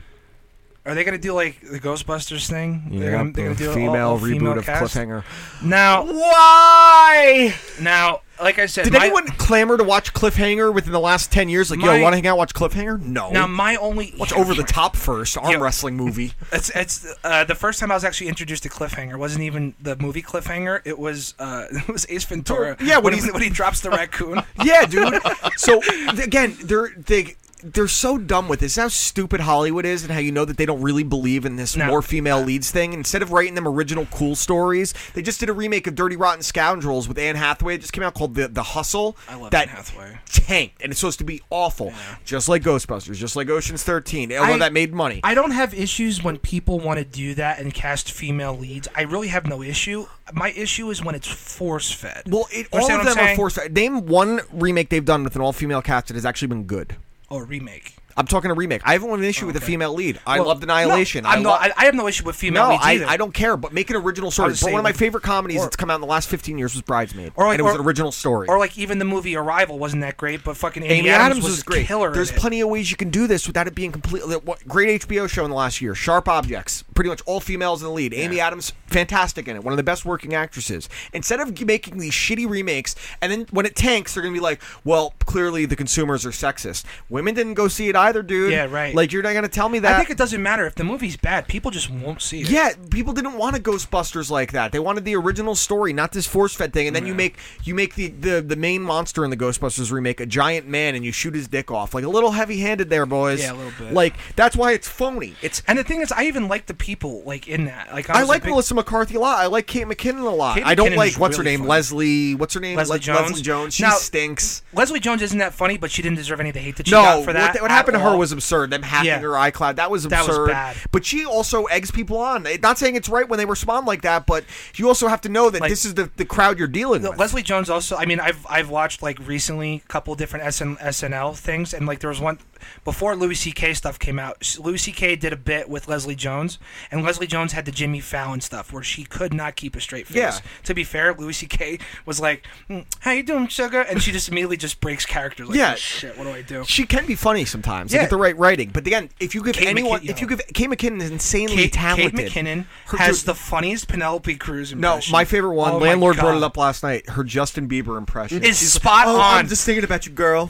C: are they gonna do like the Ghostbusters thing?
A: Yeah,
C: they're gonna, they're
A: the
C: gonna do
A: female
C: all, all
A: reboot
C: female
A: of
C: cast?
A: Cliffhanger.
C: Now,
A: why?
C: Now, like I said,
A: Did
C: my-
A: anyone clamor to watch Cliffhanger within the last ten years? Like,
C: My-
A: yo, want to hang out, watch Cliffhanger? No.
C: Now my only
A: watch over the top first arm wrestling movie.
C: It's it's uh, the first time I was actually introduced to Cliffhanger. It wasn't even the movie Cliffhanger. It was uh, it was Ace Ventura.
A: Yeah, when
C: when,
A: he's-
C: he when he drops the raccoon.
A: yeah, dude. So th- again, they're they. They're so dumb with this. How stupid Hollywood is, and how you know that they don't really believe in this
C: No.
A: more female leads thing. Instead of writing them original cool stories, they just did a remake of Dirty Rotten Scoundrels with Anne Hathaway. It just came out called The The Hustle. I
C: love
A: that
C: Anne Hathaway.
A: tanked, and it's supposed to be awful, just like Ghostbusters, just like Ocean's Thirteen. Although
C: I-
A: that made money.
C: I don't have issues when people want to do that and cast female leads. I really have no issue. My issue is when it's force fed.
A: well, it, all of them are forced. Name one remake they've done with an all female cast that has actually been good.
C: Or Oh, remake.
A: I'm talking a remake. I haven't had an issue with a female lead. I
C: Oh, Well,
A: loved Annihilation.
C: No, I'm
A: I
C: not,
A: lo-
C: I, I have no issue with female
A: no,
C: leads
A: I,
C: either.
A: I don't care. But make an original
C: I
A: story.
C: was
A: But one of my
C: saying-
A: favorite comedies
C: or-
A: that's come out in the last 15 years was Bridesmaid,
C: Or like-
A: and it was
C: or-
A: an original story.
C: Or like even the movie Arrival wasn't that great, but fucking Amy,
A: Amy Adams, was,
C: a
A: great.
C: killer. in
A: There's
C: it.
A: plenty of ways you can do this without it being completely. What, great HBO show in the last year. Sharp Objects. Pretty much all females in the lead. Amy Adams, fantastic in it. One of the best working actresses. Instead of g- making these shitty remakes, and then when it tanks, they're going to be like, well, clearly the consumers are sexist. Women didn't go see it either, dude.
C: Yeah, right.
A: Like, you're not going to tell me that.
C: I think it doesn't matter if the movie's bad. People just won't see it.
A: Uh, Yeah, people didn't want a Ghostbusters like that. They wanted the original story, not this force fed thing. And then you make you make the, the the main monster in the Ghostbusters remake a giant man, and you shoot his dick off like a little heavy handed there, boys.
C: Yeah, a little bit.
A: Like that's why it's phony. It's
C: And the thing is, I even like the people like in that. Like
A: I,
C: was a
A: like
C: big-
A: Melissa McCarthy a lot. I like Kate McKinnon a lot.
C: Kate
A: I don't
C: McKinnon
A: like
C: is
A: what's her
C: really
A: name,
C: funny.
A: Leslie. What's her name?
C: Leslie
A: Les-
C: Jones.
A: Leslie Jones. She
C: Now-
A: stinks.
C: Leslie Jones isn't that funny, but she didn't deserve any of the hate that she
A: No,
C: got for that.
A: what, what
C: at
A: happened to her
C: all.
A: was absurd. Them hacking
C: Yeah.
A: her iCloud, that was
C: That was
A: absurd.
C: bad.
A: But she also eggs people on. Eh, Not saying it's right when they respond like that, but you also have to know that
C: Like-
A: this is the, the crowd you're dealing with.
C: Leslie Jones also. I mean, I've I've watched like recently a couple different SN, SNL things, and like there was one before Louis C.K. stuff came out. s- Louis C.K. did a bit with Leslie Jones, and Leslie Jones had the Jimmy Fallon stuff where she could not keep a straight face.
A: Yeah.
C: To be fair, Louis C.K. was like, "Mm, "How you doing, sugar?" and she just immediately just breaks character. Like,
A: Yeah.
C: "Oh, shit. What do I do?
A: She can be funny sometimes. Yeah.
C: Yeah.
A: get the right writing. But again, if you give
C: Kate
A: anyone,
C: McKin-
A: if you give Kate McKinnon is insanely
C: Kate, Kate
A: talented.
C: McKinnon
A: Her-
C: has
A: dude-
C: the funniest Penelope Cruz
A: No,
C: impression.
A: my favorite one.
C: Oh my
A: Landlord brought
C: God.
A: it up last night. Her Justin Bieber impression
C: Is
A: She's
C: spot
A: like, "Oh,
C: on."
A: I'm just thinking about you, girl.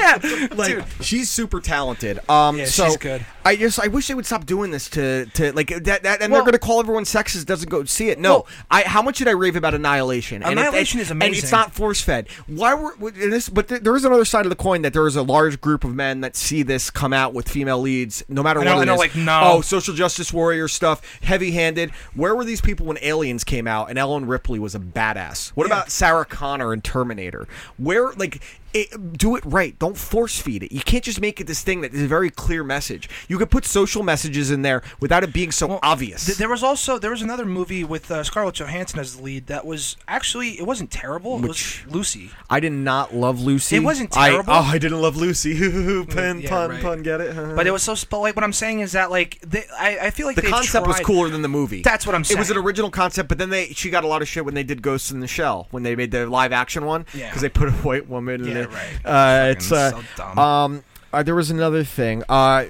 C: yeah,
A: Like
C: dude.
A: she's super talented. Um,
C: Yeah,
A: so
C: she's good.
A: I just I wish they would stop doing this to to like that. that and
C: Well-
A: they're gonna call everyone sexist. Doesn't go see it. No,
C: Well-
A: I. How much did I rave about Annihilation? And it-
C: Annihilation
A: it-
C: is
A: And
C: amazing.
A: it's not force fed. Why were and this? But th- there is another side of the coin that there is a large group of men that see this come out with female leads, no matter
C: I know-
A: what.
C: I
A: it
C: know,
A: is.
C: like, no.
A: Oh, social justice warrior stuff, heavy handed. Where were these people when Aliens came out and Ellen Ripley was a badass? What about Sarah Connor in Terminator? Where like it, do it right. Don't force feed it. You can't just make it this thing that is a very clear message. You could put social messages in there without it being so obvious.
C: Th- there was also there was another movie with uh, Scarlett Johansson as the lead that was actually it wasn't terrible. It
A: Which-
C: was Lucy.
A: I did not love Lucy.
C: It wasn't
A: I-
C: terrible.
A: oh, I didn't love Lucy. pun,
C: Yeah,
A: pun,
C: right.
A: pun. Get it?
C: But it was so. But like what I'm saying is that like they, I, I feel like
A: the
C: they
A: concept was
C: tried-
A: cooler than the movie.
C: That's what I'm
A: It
C: saying.
A: was an original concept, but then they she got a lot of shit when they did Ghost in the Shell when they made the live action one because
C: Yeah.
A: they put a white woman. in
C: Yeah,
A: it.
C: right.
A: Uh, it's uh,
C: Fucking so dumb.
A: um. uh, there was another thing. Uh,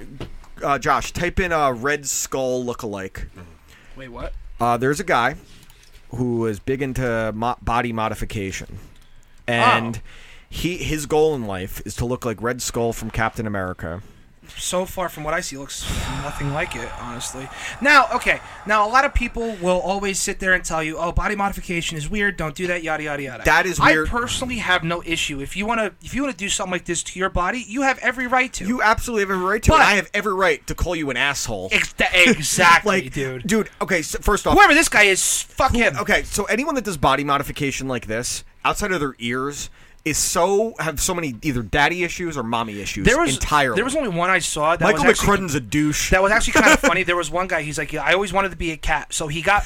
A: uh, Josh, type in uh, Red Skull lookalike.
C: Wait, what?
A: Uh, there's a guy who is big into mo- body modification, and he his goal in life is to look like Red Skull from Captain America.
C: so far from what I see, looks nothing like it, honestly. Now, okay, now a lot of people will always sit there and tell you, "Oh, body modification is weird. Don't do that." Yada yada yada.
A: That is weird.
C: I personally have no issue. If you want to, if you want to do something like this to your body, you have every right to.
A: You absolutely have every right to.
C: But-
A: and I have every right to call you an asshole.
C: Ex- exactly,
A: like,
C: dude.
A: Dude, okay. So first off,
C: Whoever this guy is, fuck him.
A: okay. So anyone that does body modification like this, outside of their ears, is so have so many either daddy issues or mommy issues.
C: There was
A: entirely.
C: There was only one I saw that
A: Michael
C: was actually-
A: McCrudden's a douche.
C: That was actually kind of funny. There was one guy. He's like, yeah, I always wanted to be a cat, so he got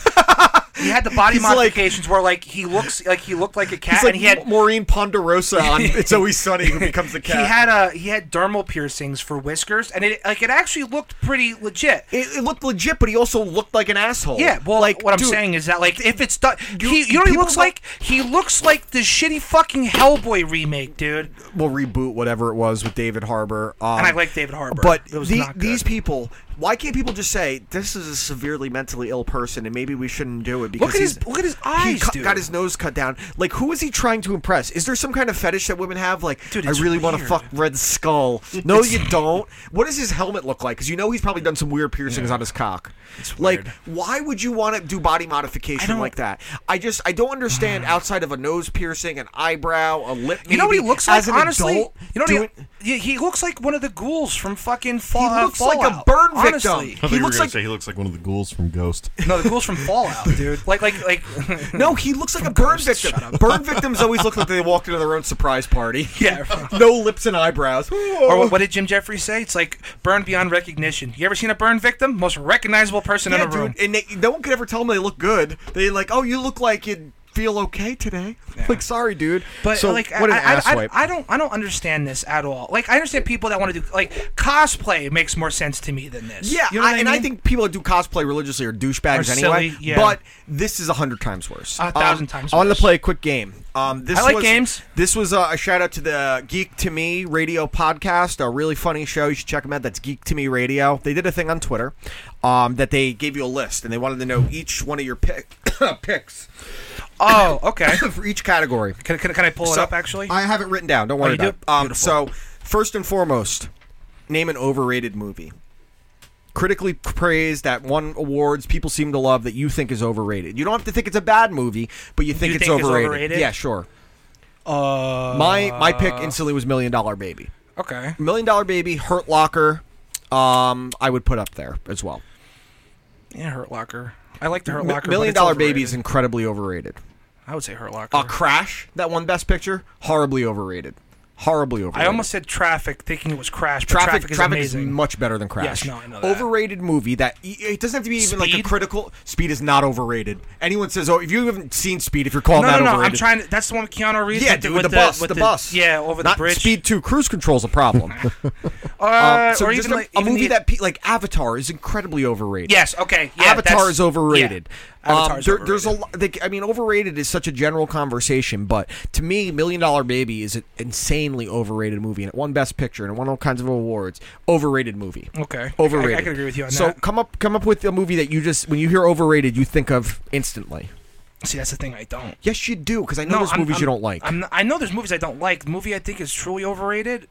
C: he had the body
A: He's like-
C: modifications where like he looks like he looked like a cat,
A: He's like
C: and he had
A: Maureen Ponderosa on "It's Always Sunny" who becomes the cat.
C: He had a he had dermal piercings for whiskers, and it like it actually looked pretty legit.
A: it, it looked legit, but he also looked like an asshole.
C: Yeah, well, like what I'm
A: dude,
C: saying is that like if it's done, he you know what he
A: people
C: looks
A: don't-
C: like he looks like the shitty fucking Hellboy remake, dude.
A: we'll reboot whatever it was with David Harbor. Um,
C: And I like David Harbour,
A: But
C: It was
A: the-
C: not good.
A: these people, why can't people just say this is a severely mentally ill person and maybe we shouldn't do it because
C: Look at his-
A: he's-
C: look at his
A: He
C: eyes,
A: cut-
C: dude.
A: got his nose cut down. Like, who is he trying to impress? Is there some kind of fetish that women have? Like,
C: Dude,
A: I
C: it's
A: really want to
C: weird.
A: fuck Red Skull. No, you don't. What does his helmet look like? Because you know he's probably done some weird piercings on his cock. Like,
C: weird.
A: why would you want to do body modification
C: don't-
A: like that? I just I don't understand outside of a nose piercing, an eyebrow, a lip.
C: You know what he
A: maybe,
C: looks
A: as
C: like,
A: an
C: honestly.
A: adult
C: you know what
A: doing-
C: he, he, he looks like one of the ghouls from fucking
A: He
C: Fallout.
A: looks like a
C: Fallout,
A: burn victim.
C: honestly.
E: I thought
A: He
E: you were
A: looks
E: gonna
A: like-
E: say he looks like one of the ghouls from Ghost.
C: No, the ghouls from Fallout, dude. Like like like.
A: No, he looks like a burn
C: Ghost, shut
A: victim.
C: up.
A: Burn victims always look like they walked into their own surprise party.
C: Yeah.
A: no lips and eyebrows.
C: Or what, what did Jim Jeffries say? It's like burn beyond recognition. You ever seen a burn victim? Most recognizable person
A: Yeah,
C: in a room.
A: dude, and they, no one could ever tell them they look good. They like, oh, you look like you feel okay today. Like, sorry, dude.
C: But
A: So,
C: like,
A: what
C: I,
A: an
C: I, I,
A: asswipe.
C: I don't, I don't understand this at all. Like, I understand people that want to do like cosplay makes more sense to me than this.
A: yeah,
C: you know what
A: I, and I
C: mean?
A: think people that do cosplay religiously are douchebags
C: Are
A: anyway.
C: silly, yeah.
A: But this is a hundred times worse.
C: A thousand
A: Um,
C: times
A: I wanted to
C: worse.
A: play a quick game. Um, this
C: I like
A: was,
C: games.
A: This was uh, a shout out to the Geek to Me Radio podcast. A really funny show. You should check them out. That's Geek to Me Radio. They did a thing on Twitter um, that they gave you a list and they wanted to know each one of your pick, picks
C: Oh, okay.
A: for each category.
C: Can, can, can I pull it
A: So,
C: up actually? Oh,
A: I have it written down. Don't worry
C: you do?
A: about it. Um, so,
C: Beautiful.
A: first and foremost, name an overrated movie. Critically praised that won awards, people seem to love that you think is overrated. You don't have to think it's a bad movie, but you think,
C: You
A: it's,
C: think it's
A: overrated.
C: overrated?
A: Yeah, sure.
C: uh,
A: My my pick instantly was Million Dollar Baby.
C: okay.
A: Million Dollar Baby, Hurt Locker, um, I would put up there as well.
C: Yeah, Hurt Locker. I like the Hurt
A: Mi-
C: Locker. but
A: Million
C: it's
A: Dollar
C: overrated.
A: Baby is incredibly overrated.
C: I would say Hurt Locker.
A: Uh, Crash, that one Best Picture, horribly overrated. Horribly overrated.
C: I almost said Traffic, thinking it was Crash. But
A: Traffic,
C: traffic,
A: traffic,
C: is
A: is,
C: amazing.
A: much better than Crash.
C: Yes, no, I know that.
A: Overrated movie that it doesn't have to be even like a
C: Speed?
A: critical. Speed is not overrated. Anyone says, oh, if you haven't seen Speed, if you're calling
C: no,
A: that
C: no, no.
A: overrated,
C: I'm trying. To, that's the one with Keanu Reeves.
A: Yeah,
C: with
A: dude,
C: with
A: the, bus, the,
C: with
A: bus.
C: Yeah, over
A: Not
C: the bridge.
A: Speed Two, cruise control's a problem.
C: Uh,
A: Um, so
C: or
A: just
C: even
A: a,
C: like,
A: a
C: even
A: movie
C: the-
A: that pe- like Avatar is incredibly overrated.
C: Yes. Okay. Yeah,
A: Avatar
C: that's-
A: is overrated.
C: Yeah,
A: Um,
C: Avatar is
A: there- There's a
C: overrated.
A: lot. Like, I mean, overrated is such a general conversation, but to me, Million Dollar Baby is an insanely overrated movie, and it won Best Picture and it won all kinds of awards. Overrated movie.
C: Okay.
A: Overrated.
C: I- I can agree with you on
A: so
C: that.
A: come up, come up with a movie that you just when you hear overrated, you think of instantly.
C: See, that's the thing. I don't.
A: Yes, you do, because I know there's
C: I'm-
A: movies you
C: I'm-
A: don't like.
C: I'm, I know there's movies I don't like. The movie I think is truly overrated.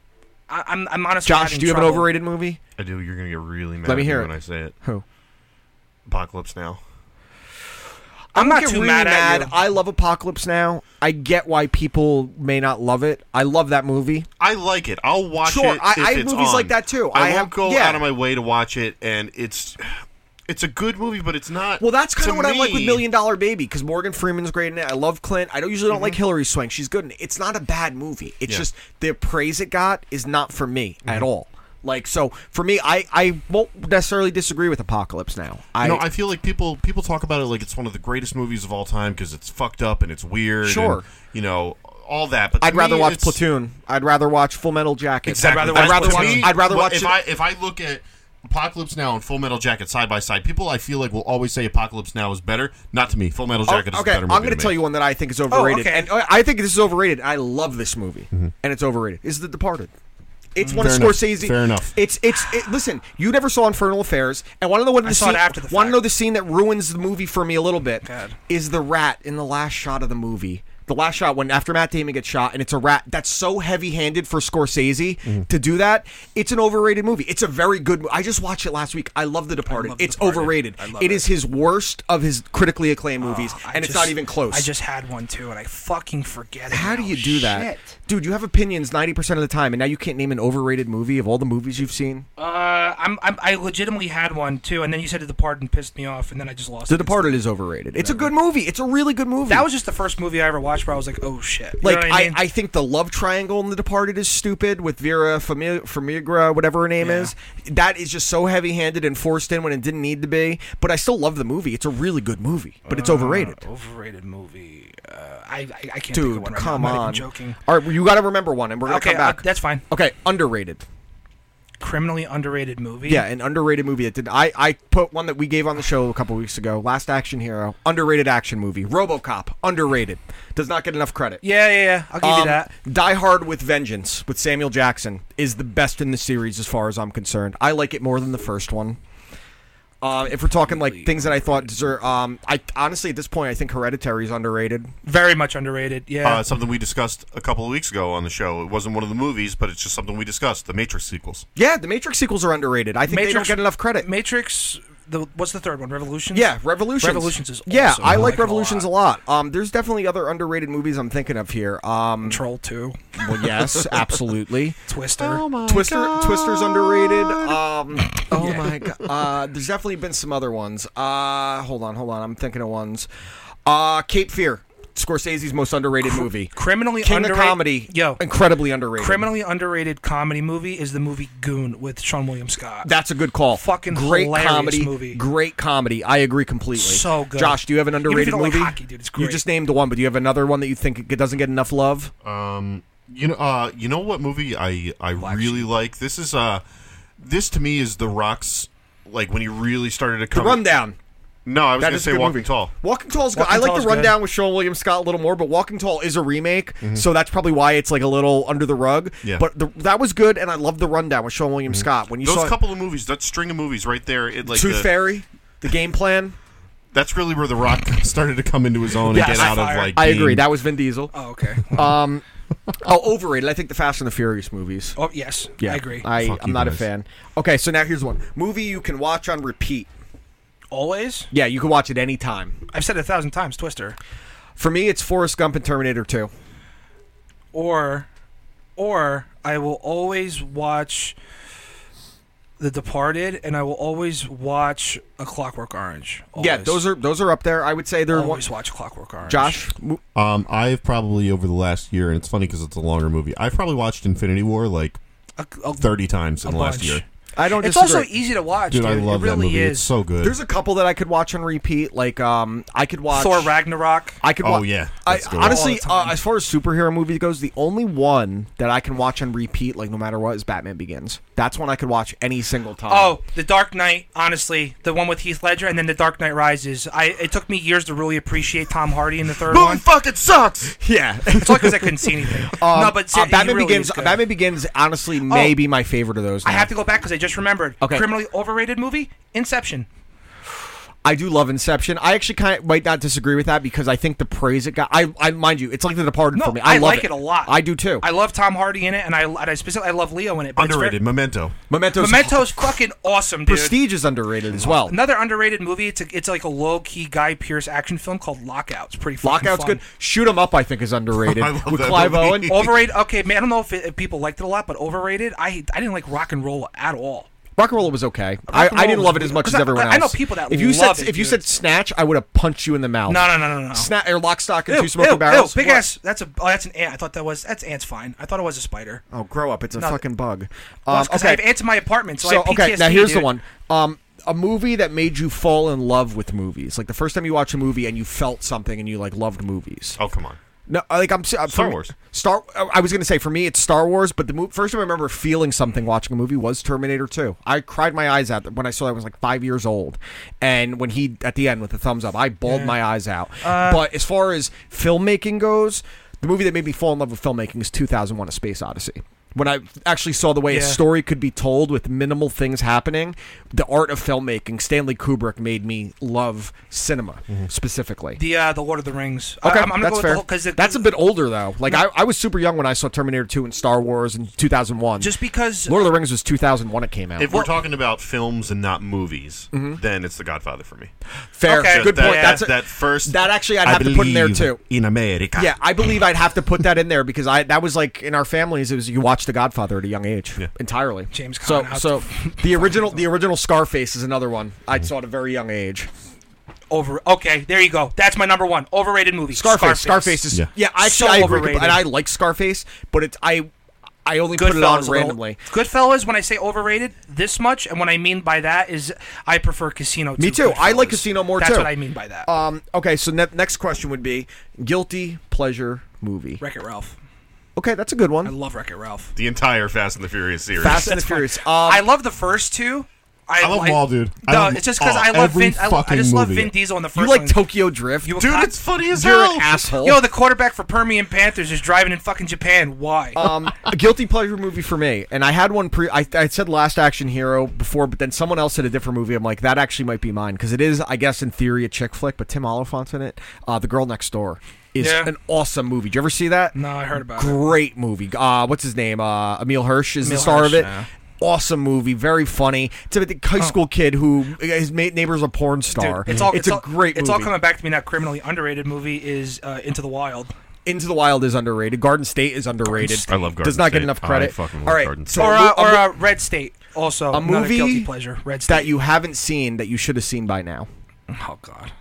C: I, I'm, I'm honestly.
A: Josh,
C: having
A: do you have an
C: trouble.
A: overrated movie?
E: I do. You're gonna get really mad.
A: Let me
E: at
A: hear
E: when
A: it.
E: I say it.
A: Who?
E: Apocalypse Now.
C: I'm
A: I
C: not
A: get
C: too
A: really
C: mad, at you.
A: I love Apocalypse Now. I get why people may not love it. I love that movie.
E: I like it. I'll watch
A: Sure,
E: it.
A: I-
E: if
A: I have
E: it's
A: movies like
E: on.
A: that, too.
E: I,
A: I
E: won't
A: have-
E: go
A: yeah.
E: out of my way to watch it, and it's. it's a good movie, but it's not.
A: Well, that's kind
E: to
A: of what I like with
E: me-
A: Million Dollar Baby because Morgan Freeman's great in it. I love Clint. I don't usually don't like Hillary Swank. She's good in it. It's not a bad movie. It's
E: Mm-hmm. Yeah. Mm-hmm.
A: just the praise it got is not for me at all. Like so, for me, I I won't necessarily disagree with Apocalypse Now. I,
E: no, I feel like people people talk about it like it's one of the greatest movies of all time because it's fucked up and it's weird. and,
A: Sure.
E: you know all that. But to
A: I'd rather
E: me,
A: watch
E: it's-
A: Platoon. I'd rather watch Full Metal Jacket.
E: Exactly.
A: I'd rather,
E: That's
A: watch.
E: what- to me,
A: I'd rather
E: but
A: watch.
E: If
A: it-
E: I if I look at Apocalypse Now and Full Metal Jacket side by side, people I feel like will always say Apocalypse Now is better. Not to me. Full Metal
A: Oh,
E: Jacket is
A: okay,
E: a better
A: I'm
E: movie.
A: going
E: to
A: to
E: me.
A: tell you one that I think is overrated,
C: Oh, okay.
A: and uh, I think this is overrated. I love this movie, and it's overrated. Is The Departed? It's one
E: Mm-hmm. Fair
A: of
E: enough.
A: Scorsese.
E: Fair enough.
A: It's it's it, listen. You never saw Infernal Affairs, and want to know what the
C: saw it
A: scene,
C: after the
A: Want to
C: fact.
A: know the scene that ruins the movie for me a little bit?
C: God.
A: Is the rat in the last shot of the movie? The last shot when after Matt Damon gets shot, and it's a rat. That's so heavy-handed for Scorsese
E: Mm-hmm.
A: to do that. It's an overrated movie. It's a very good. mo- I just watched it last week. I love The Departed.
C: love The
A: it's
C: Departed.
A: overrated.
C: I love
A: It
C: it.
A: is his worst of his critically acclaimed movies,
C: Oh, I
A: and it's
C: just-
A: not even close.
C: I just had one too, and I fucking forget it.
A: how do
C: now.
A: you do that,
C: Shit.
A: dude? You have opinions ninety percent of the time, and now you can't name an overrated movie of all the movies you've seen.
C: Uh, I'm, I'm I legitimately had one too, and then you said The Departed pissed me off, and then I just lost.
A: The
C: it.
A: Departed is overrated. It's a good movie. It's a really good movie.
C: That was just the first movie I ever watched where I was like, oh shit. You
A: like
C: know what
A: I,
C: mean?
A: I, think the love triangle in The Departed is stupid with Vera Fami- Farmiga, whatever her name is. That is just so heavy-handed and forced in when it didn't need to be. But I still love the movie. It's a really good movie, but
C: Uh,
A: it's overrated.
C: overrated movie. Uh, I, I I can't. think of
A: Dude,
C: one right now.
A: come
C: I'm not
A: on.
C: even joking.
A: All right, you got to remember one, and we're gonna
C: Okay,
A: come back.
C: uh, that's fine.
A: Okay, underrated.
C: Criminally underrated movie.
A: Yeah, an underrated movie that did. I I put one that we gave on the show a couple weeks ago. Last Action Hero, underrated action movie. RoboCop, underrated. Does not get enough credit.
C: Yeah, yeah, yeah. I'll give you
A: Um,
C: that.
A: Die Hard with Vengeance with Samuel Jackson is the best in the series as far as I'm concerned. I like it more than the first one. Uh, if we're talking like things that I thought deserve, um, I honestly at this point I think Hereditary is underrated.
C: Very much underrated. Yeah.
E: Uh, something we discussed a couple of weeks ago on the show. It wasn't one of the movies, but it's just something we discussed. The Matrix sequels.
A: Yeah, the Matrix sequels are underrated. I think they don't get enough credit.
C: Matrix. The what's the third one? Revolutions.
A: Yeah, Revolutions.
C: Revolutions is
A: yeah,
C: awesome.
A: I
C: I
A: like
C: like it a
A: Revolutions a lot. Um, there's definitely other underrated movies I'm thinking of here. Um,
C: Troll Two.
A: well, yes, absolutely.
C: Twister.
A: Twister, Twister's underrated. Um, oh
C: Yeah.
A: my god, uh, there's definitely been some other ones. Uh, hold on, hold on, I'm thinking of ones. Uh, Cape Fear, Scorsese's most underrated movie.
C: criminally
A: King
C: underrated-
A: of comedy,
C: Yo.
A: incredibly underrated.
C: Criminally underrated comedy movie is the movie Goon with Sean William Scott.
A: That's a good call.
C: Fucking
A: great
C: hilarious
A: comedy.
C: movie.
A: Great comedy. I agree completely.
C: So good.
A: Josh, do you have an
C: Even if you
A: underrated
C: don't like
A: movie?
C: hockey, dude, it's
A: You
C: great.
A: just named one, but do you have another one that you think it doesn't get enough love?
E: You know, uh, you know what movie I I really like. This is uh, this to me is The Rock's. Like when he really started to
A: The
E: come.
A: Rundown.
E: No, I was
A: That
E: going to
A: is a
E: say
A: good
E: Walking
A: movie.
E: Tall.
A: Walking Tall is good.
C: Walking
A: I like
C: Tall
A: the
C: is good.
A: rundown with Sean William Scott a little more, but Walking Tall is a remake, so that's probably why it's like a little under the rug.
E: Mm-hmm. Yeah.
A: But
E: Mm-hmm.
A: the, that was good, and I love the rundown with Sean William Scott. When you
E: Those
A: saw
E: couple of movies, that string of movies right there, it like
A: Tooth
E: the-
A: Fairy, the game plan.
E: that's really where The Rock started to come into his own
A: Yes.
E: and get out of
C: Fire.
E: like.
A: I
E: being-
A: agree. That was Vin Diesel.
C: oh, okay.
A: Um, oh, overrated. I think the Fast and the Furious movies.
C: oh, yes. I agree.
A: I,
E: Fuck
A: I'm
E: you
A: not a
E: guys.
A: fan. Okay, so now here's one movie you can watch on repeat.
C: Always.
A: Yeah, you can watch it anytime.
C: I've said it a thousand times. Twister.
A: For me, it's Forrest Gump and Terminator 2.
C: or or I will always watch The Departed, and I will always watch A Clockwork Orange.
A: Yeah, those are those are up there. I would say they're one.
C: always watch Clockwork Orange.
A: Josh, mo-
E: Um, I've probably over the last year, and it's funny because it's a longer movie. I've probably watched Infinity War like
C: a, a,
E: thirty times in
C: a
E: the last
C: bunch.
E: year.
A: I don't.
C: It's
A: disagree.
C: also e- easy to watch,
E: Dude,
C: dude.
E: I love
C: it really
E: that movie.
C: is.
E: It's so good.
A: There's a couple that I could watch on repeat. Like um, I could watch
C: Thor Ragnarok.
A: I could.
E: Oh,
A: wa-
E: yeah.
A: I,
E: That's a good one.
C: All
A: honestly,
C: the
A: uh,
C: time.
A: as far as superhero movie goes, the only one that I can watch on repeat, like no matter what, is Batman Begins. That's one I could watch any single time.
C: Oh, The Dark Knight. Honestly, the one with Heath Ledger, and then The Dark Knight Rises. I it took me years to really appreciate Tom Hardy in the third one.
E: fucking sucks.
A: yeah.
C: It's all because I couldn't see anything. no, but ser-
A: Uh,
C: he
A: Batman
C: really
A: Begins.
C: is good.
A: Batman Begins. Honestly, may
C: Oh.
A: be my favorite of those.
C: I
A: now.
C: have to go back because I just remembered.
A: Okay.
C: Criminally overrated movie. Inception.
A: I do love Inception. I actually kind of might not disagree with that because I think the praise it got. I, I mind you, it's like The Departed
C: No,
A: for me. I,
C: I
A: love
C: like it a lot.
A: I do too.
C: I love Tom Hardy in it, and I and I specifically I love Leo in it. but it's
E: Underrated. Memento.
A: Memento's,
C: Very, Memento's fucking awesome, dude.
A: Prestige is underrated as well.
C: Another underrated movie. It's a, it's like a low key Guy Pierce action film called Lockout. It's pretty fucking
A: Lockout's
C: fun.
A: good. Shoot 'em up, I think, is underrated
E: I love
A: with
E: that
A: Clive
E: movie.
A: Owen. Oh,
C: Overrated. Okay, man. I don't know if, it, if people liked it a lot, but overrated. I I didn't like Rock and Roll at all.
A: Rock'n'Roller was okay. I,
C: Rock'n'Roller
A: I didn't
C: was
A: love it
C: weird.
A: as much
C: 'Cause
A: as
C: I-
A: everyone
C: I-
A: else.
C: I know people that
A: if you
C: love
A: said
C: it,
A: if you
C: dude.
A: said Snatch, I would have punched you in the mouth.
C: No, no, no, no, no.
A: Snatch or lock, stock, and
C: Ew,
A: two smoking
C: ew,
A: barrels.
C: ew, big
A: What?
C: ass. That's a. Oh, that's an ant. I thought that was. That's ants. Fine. I thought it was a spider.
A: Oh, grow up! It's a
C: No,
A: fucking bug.
C: Well,
A: Um,
C: it's 'cause I have ants in my apartment, so I have
A: okay, now
C: PTSD,
A: here's the
C: dude.
A: one. Um, a movie that made you fall in love with movies, like the first time you watch a movie and you felt something and you like loved movies.
E: Oh come on!
A: No, uh, like I'm Star
E: Star Wars.
A: Star. uh, I was gonna say for me it's Star Wars, but the mo- first time I remember feeling something watching a movie was Terminator 2. I cried my eyes out when I saw that I was like five years old, and when he at the end with the thumbs up, I bawled
C: Yeah.
A: my eyes out.
C: Uh,
A: but as far as filmmaking goes, the movie that made me fall in love with filmmaking is 2001: A Space Odyssey. When I actually saw the way a
C: Yeah.
A: story could be told with minimal things happening, the art of filmmaking, Stanley Kubrick made me love cinema specifically.
C: The uh, the Lord of the Rings.
A: Okay,
C: I, I'm, I'm gonna
A: that's
C: go
A: fair.
C: With the, whole- 'cause the,
A: that's a bit older though. Like I, I was super young when I saw Terminator 2 and Star Wars in 2001.
C: Just because-
A: Lord of the Rings was 2001 it came out.
E: If we're talking about films and not movies,
A: Mm-hmm.
E: then it's The Godfather for me.
A: Fair,
C: Okay.
A: good
E: that,
A: point. That's a-
E: that first.
A: that actually I'd
E: I
A: have to put in there
E: believe
A: too.
E: In America,
A: Yeah, I believe I'd have to put that in there because I that was like in our families it was you watched The Godfather at a young age entirely.
C: James
A: So
C: Caan, how
A: so the original the original Scarface is another one I saw at a very young age.
C: over. Okay, there you go. That's my number one overrated movie.
A: Scarface. Scarface, is yeah.
E: Yeah.
A: I
C: So
A: actually I agree,
C: overrated.
A: and I like Scarface, but it's I I only put it
C: Goodfellas
A: on
C: is a little-
A: randomly.
C: Goodfellas. When I say overrated, this much, and what I mean by that is I prefer Casino.
A: Me
C: to
A: too. I like
C: Goodfellas.
A: Casino more
C: That's
A: too.
C: what I mean by that.
A: Um. Okay. So ne- next question would be guilty pleasure movie.
C: Wreck It Ralph.
A: Okay, that's a good
C: I
A: one.
C: love Wreck It Ralph.
E: the entire Fast and the Furious series.
A: Fast and the Furious. Um,
C: I love the first two. I,
M: I love
C: like,
M: them all, dude. I
C: No,
M: love
C: it's just because
M: all-
C: I love
M: every
C: Vin. I, lo- I
M: fucking
C: just love
M: movie.
C: Vin Diesel in the
A: you
C: first.
A: like
C: one.
A: Tokyo Drift,
C: You a
E: Dude,
C: cop?
E: it's funny as
A: You're
E: hell.
A: an asshole.
C: Yo, the quarterback for Permian Panthers is driving in fucking Japan. Why?
A: um, a guilty pleasure movie for me, and I had one pre. I, I said Last Action Hero before, but then someone else said a different movie. I'm like, that actually might be mine because it is, I guess, in theory a chick flick, but Tim Oliphant's in it. Uh, the Girl Next Door is
C: Yeah.
A: an awesome movie. Did you ever see that?
C: No, I heard about it.
A: Great movie. Uh, what's his name? Uh, Emil Hirsch is
C: Emil
A: the star
C: Hirsch,
A: of it.
C: yeah. Oh.
A: Awesome movie, very funny. It's about the high school kid who uh, his ma- neighbor's a porn
C: Dude,
A: star.
C: it's all.
A: a great.
C: It's all
A: movie.
C: coming back to me now. Criminally underrated movie is uh, Into the Wild.
A: Into the Wild is underrated. Garden State is underrated.
E: State. I love Garden
A: Does not get
E: State. Oh,
A: enough
E: I
A: credit.
E: fucking love
A: all right,
E: Garden
A: so
E: State.
C: or
A: a
C: uh,
A: mo-
C: or
A: a mo-
C: uh, Red State also
A: a movie
C: another guilty pleasure. Red State.
A: that you haven't seen that you should have seen by now.
C: oh god.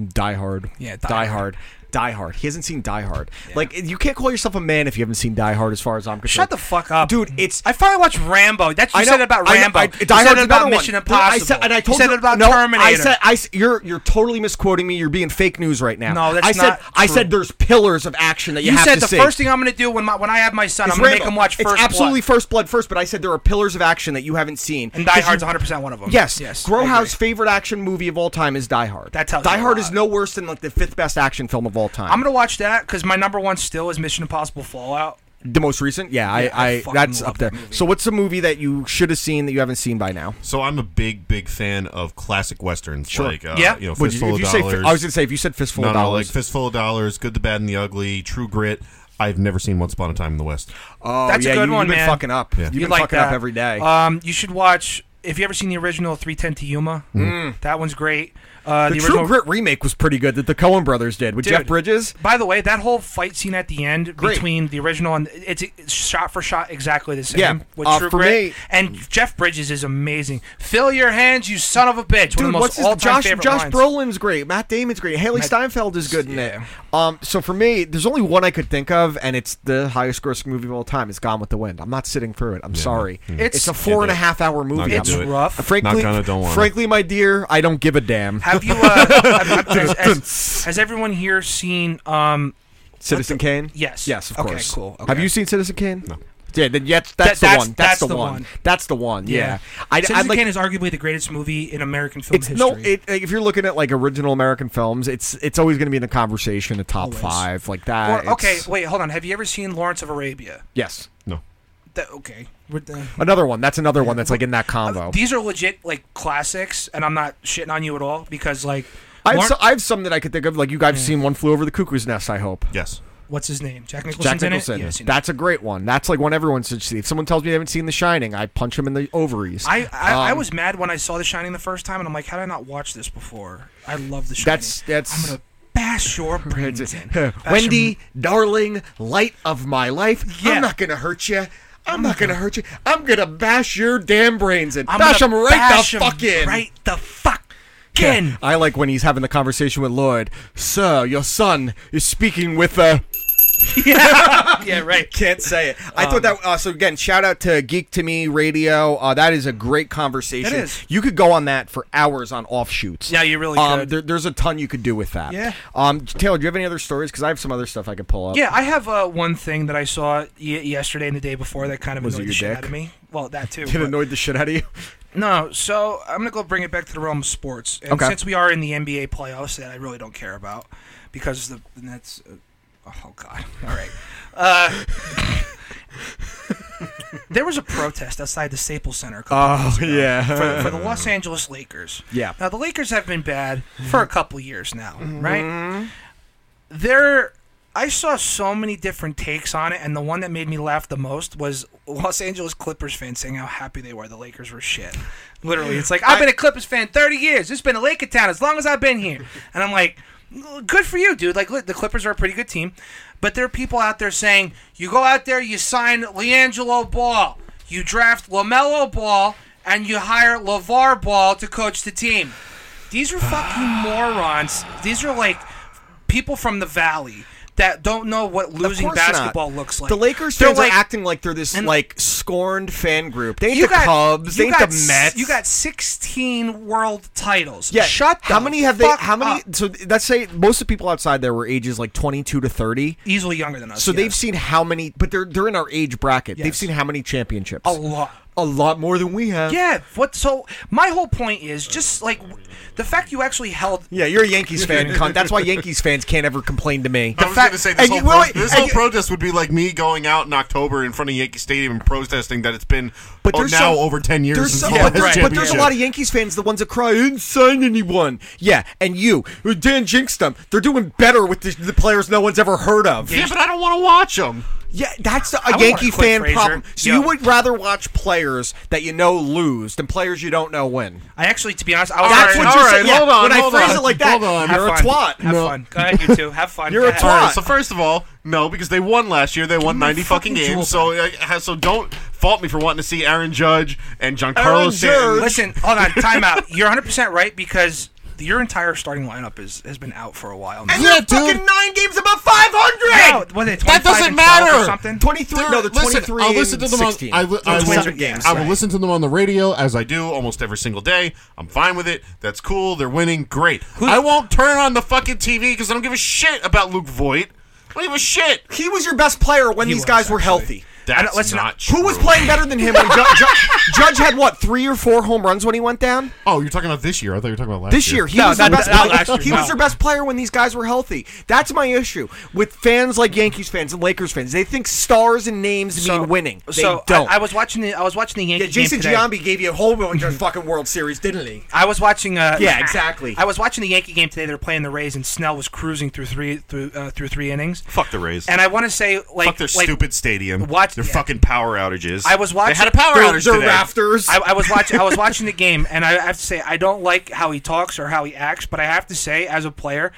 A: Die Hard.
C: Yeah, Die
A: Die Hard.
C: Hard.
A: Die Hard. He hasn't seen Die Hard. Like you can't call yourself a man if you haven't seen Die Hard. As far as I'm concerned.
C: Shut the fuck up,
A: dude. It's
C: I finally watched Rambo. That's you
A: I know-
C: said it about
A: I know-
C: Rambo.
A: I-
C: you
A: Die
C: said
A: Hard's
C: it about
A: another one.
C: Mission
A: Dude, I
C: Impossible.
A: said, and I told
C: you
A: you,
C: said it about
A: no,
C: Terminator.
A: I said, I, s- you're you're totally misquoting me. You're being fake news right now.
C: No, that's
A: I said,
C: not
A: I
C: true.
A: said there's pillars of action that you,
C: you
A: have
C: said
A: to
C: the
A: see.
C: first thing I'm going to do when my, when I have my son,
A: It's
C: I'm going to
A: Rambo.
C: make him watch
A: It's
C: First
A: absolutely
C: Blood.
A: First Blood first, but I said there are pillars of action that you haven't seen.
C: and Die
A: Because you-
C: Hard's 100 percent one of them.
A: Yes,
C: yes.
A: yes.
C: I agree.
A: Growhouse's favorite action movie of all time is Die Hard.
C: That tells
A: Die
C: you a
A: Hard
C: lot.
A: is no worse than like the fifth best action film of all time.
C: I'm gonna watch that because my number one still is Mission Impossible Fallout.
A: the most recent. Yeah,
C: Yeah, I
A: I, I,
C: fucking
A: that's
C: love
A: up there.
C: that movie.
A: So what's a movie that you should have seen that you haven't seen by now?
E: So I'm a big, big fan of classic westerns, like uh,
C: Yeah.
E: you know,
A: Would
E: Fistful
A: you, if
E: of
A: you say,
E: Dollars.
A: fi- I was gonna say if you said fistful
E: no,
A: of
E: no, like
A: dollars.
E: Fistful of Dollars, Good, the Bad, and the Ugly, True Grit. I've never seen Once Upon a Time in the West.
A: oh,
C: That's
A: yeah,
C: a good
A: you,
C: one,
A: You've been
C: man.
A: fucking up. You've
C: You
A: been
C: like
A: fucking
C: that.
A: up every day.
C: Um, you should watch. If you ever seen the original 310 to Yuma, Mm. that one's great. Uh,
A: Mm. the,
C: the,
A: True
C: original
A: Grit remake was pretty good that the Coen Brothers did with
C: Dude,
A: Jeff Bridges.
C: By the way, that whole fight scene at the end
A: Great.
C: between the original and it's it's shot for shot exactly the same.
A: Yeah,
C: with
A: uh,
C: True
A: for
C: Grit.
A: me-
C: and Jeff Bridges is amazing. Fill your hands, you son of a bitch. one of
A: Dude,
C: the
A: what's
C: most
A: his,
C: all time
A: Josh?
C: favorite
A: Josh
C: lines.
A: Brolin's great. Matt Damon's great. Haley
C: Matt-
A: Steinfeld is good in
C: Yeah.
A: it. Um, so for me, there's only one I could think of, and it's the highest grossing movie of all time. It's Gone with the Wind. I'm not sitting through it. I'm sorry. It's, a four and a
E: do it.
A: half hour movie.
E: Hmm. gonna
A: I'm-
E: do it.
C: rough.
A: Frankly,
E: Not gonna, don't wanna.
A: frankly, my dear, I don't give a damn.
C: Have you? Uh, have- has, has- has everyone here seen? Um,
A: Citizen Kane.
C: Yes.
A: Yes. Of
C: Okay,
A: course.
C: cool.
A: Have
C: Okay.
A: you seen Citizen Kane? No. Yeah, then yeah, that's the
C: that's-
A: one.
C: that's
A: That's the
C: the
A: one.
C: one.
A: That's the one. Yeah. I- I'd
C: Citizen
A: like-
C: Kane is arguably the greatest movie in American film
A: It's
C: history.
A: no, it, if you're looking at like original American films, it's it's always going to be in the conversation, the top five, like
C: Or-
A: that.
C: okay,
A: Uh, It's-
C: wait, hold on. Have you ever seen Lawrence of Arabia?
A: yes,
E: No.
C: That, okay, we're done.
A: another one. That's another one that's like in that
C: Uh,
A: combo.
C: These are legit like classics, and I'm not shitting on you at all because like,
A: I have,
C: Lawrence-
A: so, I have some that I could think of. Like you guys have seen "One Flew Over the Cuckoo's Nest." I hope.
E: Yes.
C: what's his name? Jack Nicholson.
A: Jack Nicholson.
C: In it? Yeah, I've seen
A: That's a great one. That's like one everyone should see. If someone tells me they haven't seen The Shining, I punch him in the ovaries.
C: it. I I, I
A: Um,
C: was mad when I saw The Shining the first time, and I'm like, how did I not watch this before? I love The Shining.
A: That's- that's-
C: I'm gonna bash your brains in. Bash your-
A: Wendy, darling, light of my life.
C: Yeah.
A: I'm not gonna hurt you. I'm not gonna hurt you. I'm gonna bash your damn brains in.
C: I'm
A: bash them
C: gonna
A: right
C: bash
A: the
C: 'em
A: fuck in.
C: Right the fuck
A: Yeah,
C: in.
A: I like when he's having the conversation with Lloyd. Sir, your son is speaking with uh
C: yeah, right.
A: Can't say it. I thought that. Uh, so again, shout out to Geek to Me Radio. Uh, that is a great conversation.
C: It is.
A: You could go on that for hours on offshoots.
C: Yeah, you really
A: um,
C: could.
A: there- there's a ton you could do with that.
C: Yeah.
A: Um, Taylor, do you have any other stories? Because I have some other stuff I could pull up.
C: Yeah, I have uh, one thing that I saw y- yesterday and the day before that kind of
A: Was it
C: annoyed
A: your
C: the shit
A: dick?
C: out of me. Well, that too.
A: It
C: but-
A: annoyed the shit out of you.
C: No, so I'm gonna go bring it back to the realm of sports, and
A: Okay.
C: since we are in the NBA playoffs, that I really don't care about because the and that's uh, oh god, all right. Uh, there was a protest outside the Staples Center. A couple
A: Oh,
C: days ago
A: yeah.
C: for, for the Los Angeles Lakers.
A: Yeah.
C: Now the Lakers have been bad for a couple years now, right? There, I saw so many different takes on it, and the one that made me laugh the most was Los Angeles Clippers fans saying how happy they were the Lakers were shit. Literally, it's like I've been a Clippers fan 30 years. It's been a Laker town as long as I've been here, and I'm like, good for you, dude. Like look, the Clippers are a pretty good team, but there are people out there saying you go out there, you sign LiAngelo Ball, you draft Lamelo Ball, and you hire LeVar Ball to coach the team. These are fucking morons. These are like people from the valley that don't know what losing
A: Of course not.
C: basketball looks like.
A: The Lakers
C: They're
A: fans
C: like-
A: are acting like they're this
C: and-
A: like scorned fan group. They ain't
C: you
A: the
C: got,
A: Cubs.
C: you
A: They ain't
C: got
A: the
C: s-
A: Mets.
C: You got 16 world titles.
A: Yeah.
C: Shut the
A: How many have they?
C: fuck
A: How many?
C: up.
A: So let's say most of the people outside there were ages like 22 to 30.
C: Easily younger than us.
A: So they've
C: yes.
A: seen how many, but they're they're in our age bracket. They've
C: Yes.
A: seen how many championships?
C: a lot.
A: A lot more than we have.
C: Yeah. What? So my whole point is just like w- the fact you actually held.
A: Yeah, you're a Yankees fan, cunt. That's why Yankees fans can't ever complain to me.
E: I was going to say this
A: and
E: whole,
A: you-
E: pro-
A: wait,
E: this
A: and
E: whole
A: you-
E: protest would be like me going out in October in front of Yankee Stadium and protesting that it's been
A: But
E: oh,
A: there's
E: now
A: some-
E: over ten years.
A: There's
E: since
A: some,
E: the
A: but,
E: last
A: there's, but there's a
E: championship.
A: lot of Yankees fans, the ones that cry, I didn't sign anyone. Yeah, and you, Dan jinxed them. They're doing better with the, the players no one's ever heard of.
E: Yeah, but I don't want to watch them.
A: Yeah, that's the- a
C: wanna
A: Yankee
C: quit,
A: fan
C: Fraser.
A: problem. So
C: Yo.
A: you would rather watch players that you know lose than players you don't know win.
C: I actually, to be honest, I was.
A: That's
C: already-
A: what you're
E: all
A: saying.
E: right,
A: yeah,
E: hold on,
A: when
E: hold
A: I phrase
E: on,
A: it like that,
E: hold on.
A: you're
C: Have
A: a
C: fun.
A: twat.
C: Have fun. Go ahead, you two. Have fun.
A: You're
C: Go
A: a
C: ahead.
A: twat.
E: All right, so first of all, no, because they won last year. They won
C: my
E: 90 fucking
C: fucking
E: games. So uh, so don't fault me for wanting to see Aaron Judge and Giancarlo
A: Aaron
E: Stanton.
A: Judge.
C: Listen, hold on, time out. You're 100 percent right because your entire starting lineup is has been out for a while. Now.
A: And
E: Yeah,
A: they're fucking
E: dude.
A: nine games above 500!
C: No, what are they,
E: That
C: 25
E: doesn't
C: and 12
E: matter.
C: Or something.
A: 23, no, they're
E: listen,
A: 23
E: I'll listen to
A: and
E: them on.
A: 16.
E: I, li-
A: So
E: I,
A: it's
E: will-
A: 100 games.
E: I will
C: right.
E: listen to them on the radio as I do almost every single day. I'm fine with it. That's cool. They're winning. Great. I won't turn on the fucking TV because I don't give a shit about Luke Voigt. I don't give a shit.
A: He was your best player when these
C: was,
A: guys were
C: actually.
A: healthy.
C: don't-
E: That's
C: listen,
E: not true.
A: Who was playing better than him? When Ju- Ju- Judge had what three or four home runs when he went down
E: Oh, you're talking about this year. I thought you were talking about last
A: this year.
E: year.
A: He was their
C: not-
A: best.
C: not
A: player.
C: last year,
A: he
C: no.
A: was their best player when these guys were healthy. That's my issue with fans like Yankees fans and Lakers fans. They think stars and names mean winning. They
C: so I-
A: don't.
C: I, was watching the I was watching the Yankee
A: yeah, Jason
C: game today.
A: Giambi gave you a whole bunch of fucking World Series, didn't he?
C: I was watching. Uh,
A: Yeah, exactly.
C: I was watching the Yankee game today. They were playing the Rays, and Snell was cruising through three through uh, through three innings.
E: Fuck the Rays.
C: And I want to say, like,
E: Fuck their
C: like,
E: stupid stadium.
C: watch-
E: their
C: yeah.
E: fucking power outages.
C: I was watching-
E: They had a power
C: They're-
E: outage
A: They're
E: today.
A: rafters.
C: I, I was watching. I was watching the game, and I have to say, I don't like how he talks or how he acts. But I have to say, as a player,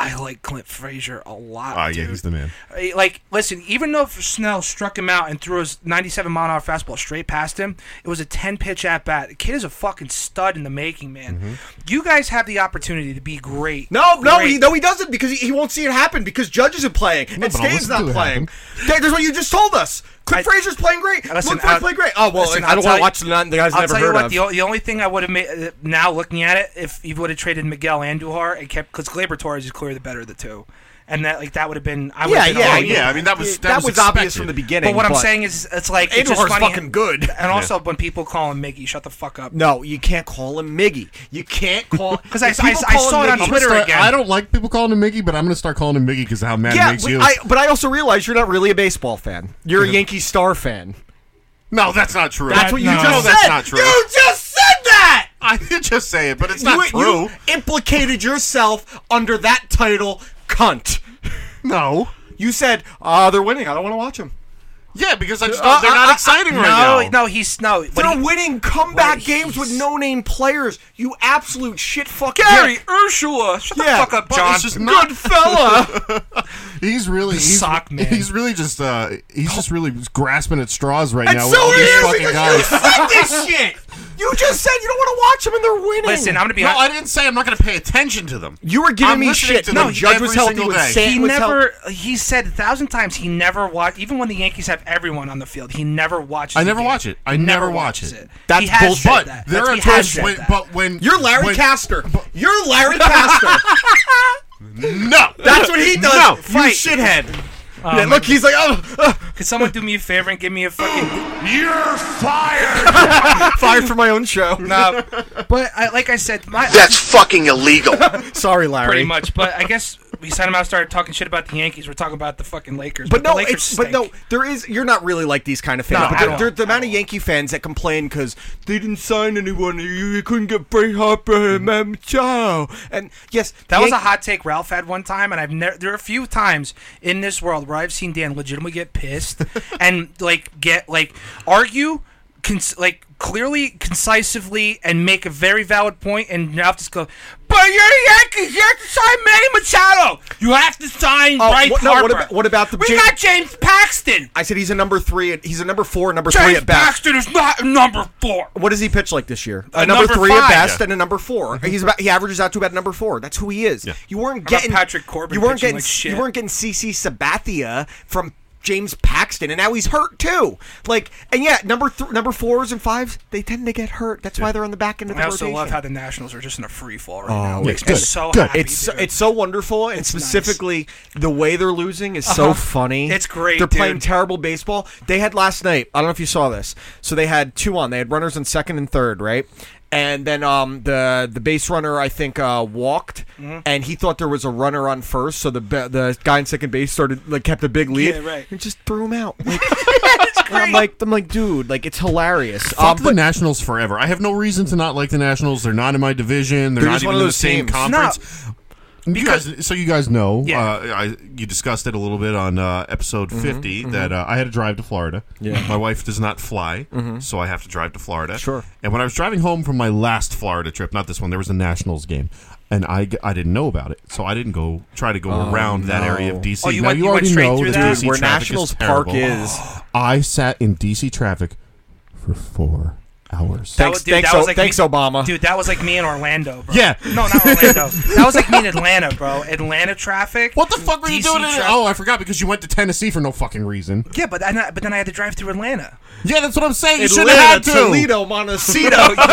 C: I like Clint Frazier a lot.
E: Ah, yeah,
C: dude.
E: he's the man.
C: Uh, Like, listen, even though Snell struck him out and threw his 97 mile an hour fastball straight past him, it was a 10 pitch at bat. The kid is a fucking stud in the making, man. You guys have the opportunity to be great.
A: Mm-hmm. No, no,
C: Great.
A: he, no, he doesn't because he, he won't see it happen because Judge isn't playing and
E: but I'll
A: Stan's
E: listen to
A: not
E: it
A: playing. That- That's what you just told us. Cliff
C: I-
A: Frazier's playing great.
C: Listen,
A: Luke Voigt's
C: I'll-
A: playing great. Oh well,
C: listen,
A: I don't
C: I'll
A: want
C: tell
A: to watch the the guys
C: I'll
A: never
C: tell you
A: heard
C: what,
A: of.
C: The, o- the only thing I would have made uh, now looking at it, if you would have traded Miguel Andujar and kept because Glaber Torres is clearly the better of the two, and that like that would have been I would
A: yeah,
C: have been
A: yeah,
C: all
E: Oh,
C: over
E: yeah,
C: it.
E: I mean, that was- that was
A: obvious
E: expected.
A: from the beginning.
C: But what I'm saying is, it's like it's just
A: Andujar's
C: funny.
A: fucking good.
C: And also, when people call him Mickey, shut the fuck up.
A: no, you can't call him Miggy. You can't call
C: Because I,
A: If
C: I,
A: people
C: I
A: call him
C: saw it on
A: Miggy-
C: Twitter
E: Start-
C: again.
E: I don't like people calling him Miggy, but I'm going to start calling him Miggy because of how mad it
A: Yeah,
E: makes
A: but
E: you.
A: I, but I also realize you're not really a baseball fan. You're a Yankee star fan.
E: no, that's not true.
A: That's what you
E: no,
A: just
E: no,
A: said.
E: That's not true.
A: You just said that.
E: I did just say it, but it's not
A: you,
E: true.
A: you implicated yourself under that title, cunt. "Ah,
E: no.
A: You said, uh, they're winning. I don't want to watch them.
E: Yeah, because I just don't- they're not exciting right
C: no,
E: now.
C: No, he's no. but
A: They're
C: he-
A: winning comeback games with no name players. You absolute shit fuck
C: Gary Ursula. Shut
A: Yeah,
C: the fuck up,
A: but
C: John.
E: it's just not-
C: Good fella.
E: He's really he's,
C: sock man.
E: He's really just uh he's just really grasping at straws right now.
A: And
E: with
A: so
E: all
A: it
E: these
A: is
E: fucking
A: because you
E: guys.
A: said this shit. You just said you don't want to watch them and they're winning.
C: Listen, I'm gonna be
E: No, I
C: honest.
E: didn't say I'm not going to pay attention to them.
A: You were giving
E: I'm
A: me
E: listening
A: shit.
E: to
A: No,
E: them
A: Judge was
E: every
A: healthy
E: single
A: with
E: day.
A: Sam
C: He
A: was hel-
C: never. He said a thousand times he never watched. Even when the Yankees have everyone on the field, he never watches.
E: I
C: the
E: never
C: game.
E: watch it. I
C: He
E: never watch
C: watches
E: it.
A: That's
C: he has
A: bullshit.
C: said
E: But
C: that.
E: there
C: That's-
E: are
C: he has
E: times
C: said
E: when,
C: that.
E: but when
A: You're Larry
E: when-
A: Castor. You're Larry Castor.
E: No,
A: That's what he does.
E: No,
A: you
E: fight.
A: shithead. Yeah, look, he's like, oh, uh,
C: Could someone do me a favor and give me a fucking?
E: You're fired.
A: fired from my own show.
C: No. uh, But I, like I said, my
N: fucking illegal.
A: Sorry, Larry.
C: pretty much. But I guess we sat him out, started talking shit about the Yankees. We're talking about the fucking Lakers.
A: But
C: the
A: no,
C: Lakers
A: it's, but no,
C: stink.
A: there is. You're not really like these kind of fans.
C: No,
A: but
C: at
A: there,
C: all.
A: there, the amount of Yankee fans that complain because they didn't sign anyone, you, you couldn't get Bray Harper and Mem Chow. And yes,
C: That was a
A: Yan-
C: hot take Ralph had one time, and I've never. There are a few times in this world where I've seen Dan legitimately get pissed and like get like argue, cons- like clearly, concisively, and make a very valid point, and Ralph just go. But you're the Yankees. You have to sign Manny Machado. You have to sign
A: Oh,
C: Bryce
A: what- no, what
C: Harper.
A: about- what about the
C: We
A: Jam-
C: got James Paxton.
A: I said he's a number three. at- He's a number four, number three
C: James
A: at best.
C: Paxton is not number four.
A: What does he pitch like this year?
C: A
A: A number,
C: number
A: three
C: five.
A: at best and a number four. He's about he averages out to about number four. That's who he is. You weren't
C: How about
A: getting
C: Patrick Corbin
A: You weren't
C: pitching
A: getting
C: like shit?
A: you weren't getting CC Sabathia from James Paxton, and now he's hurt too. Like, and yeah, number th- number fours and fives they tend to get hurt. That's why they're on the back end of the
C: I also
A: rotation.
C: love how the Nationals are just in a free fall
A: Oh,
C: right now. It makes
E: good,
C: me so
E: good.
C: happy.
A: it's so,
C: dude.
A: it's so wonderful, and
C: It's nice.
A: specifically the way they're losing is so
C: Uh-huh.
A: funny.
C: It's great,
A: They're playing
C: dude.
A: terrible baseball. They had last night. I don't know if you saw this. So they had two on. They had runners on second and third, right? And then um, the the base runner I think uh, walked,
C: Mm-hmm.
A: and he thought there was a runner on first. So the ba- the guy in second base started like kept a big lead.
C: Yeah, right.
A: And just threw him out. Like, I'm like I'm like dude, like it's hilarious. Um,
E: Fuck the
A: but-
E: Nationals forever. I have no reason to not like the Nationals. They're not in my division. They're,
A: They're
E: not
A: just one
E: even
A: of
E: in the
A: those
E: same
A: teams.
E: conference. you guys, so you guys know,
C: Yeah.
E: uh, I, you discussed it a little bit on uh, episode
A: Mm-hmm.
E: 50 that uh, I had to drive to Florida. Yeah. My wife does not fly, so I have to drive to Florida.
A: Mm-hmm. Sure.
E: And when I was driving home from my last Florida trip, not this one, there was a Nationals game. And I, g- I didn't know about it, so I didn't go try to go around that area of DC.
C: Oh, you
E: now
C: went-
E: you,
C: you went
E: already
C: straight
E: know
C: through
E: that
C: that?
E: DC
A: Oh, Where
E: traffic
A: Nationals
E: is
A: Park
E: terrible.
A: is.
E: I sat in DC traffic for four hours.
C: That
A: Thanks-
C: was- dude,
A: thanks,
C: that was
A: O-
C: like
A: thanks,
C: me-
A: Obama.
C: Dude, that was like me in Orlando, bro.
E: Yeah.
C: No, not Orlando. that was like me in Atlanta, bro. Atlanta traffic.
E: What the fuck were you
C: DC
E: doing? In-
C: traffic.
E: oh, I forgot because you went to Tennessee for no fucking reason.
C: Yeah, but then, I, but then I had to drive through Atlanta.
E: Yeah, that's what I'm saying. You should
A: Atlanta,
E: have had to.
A: Toledo, Montecito.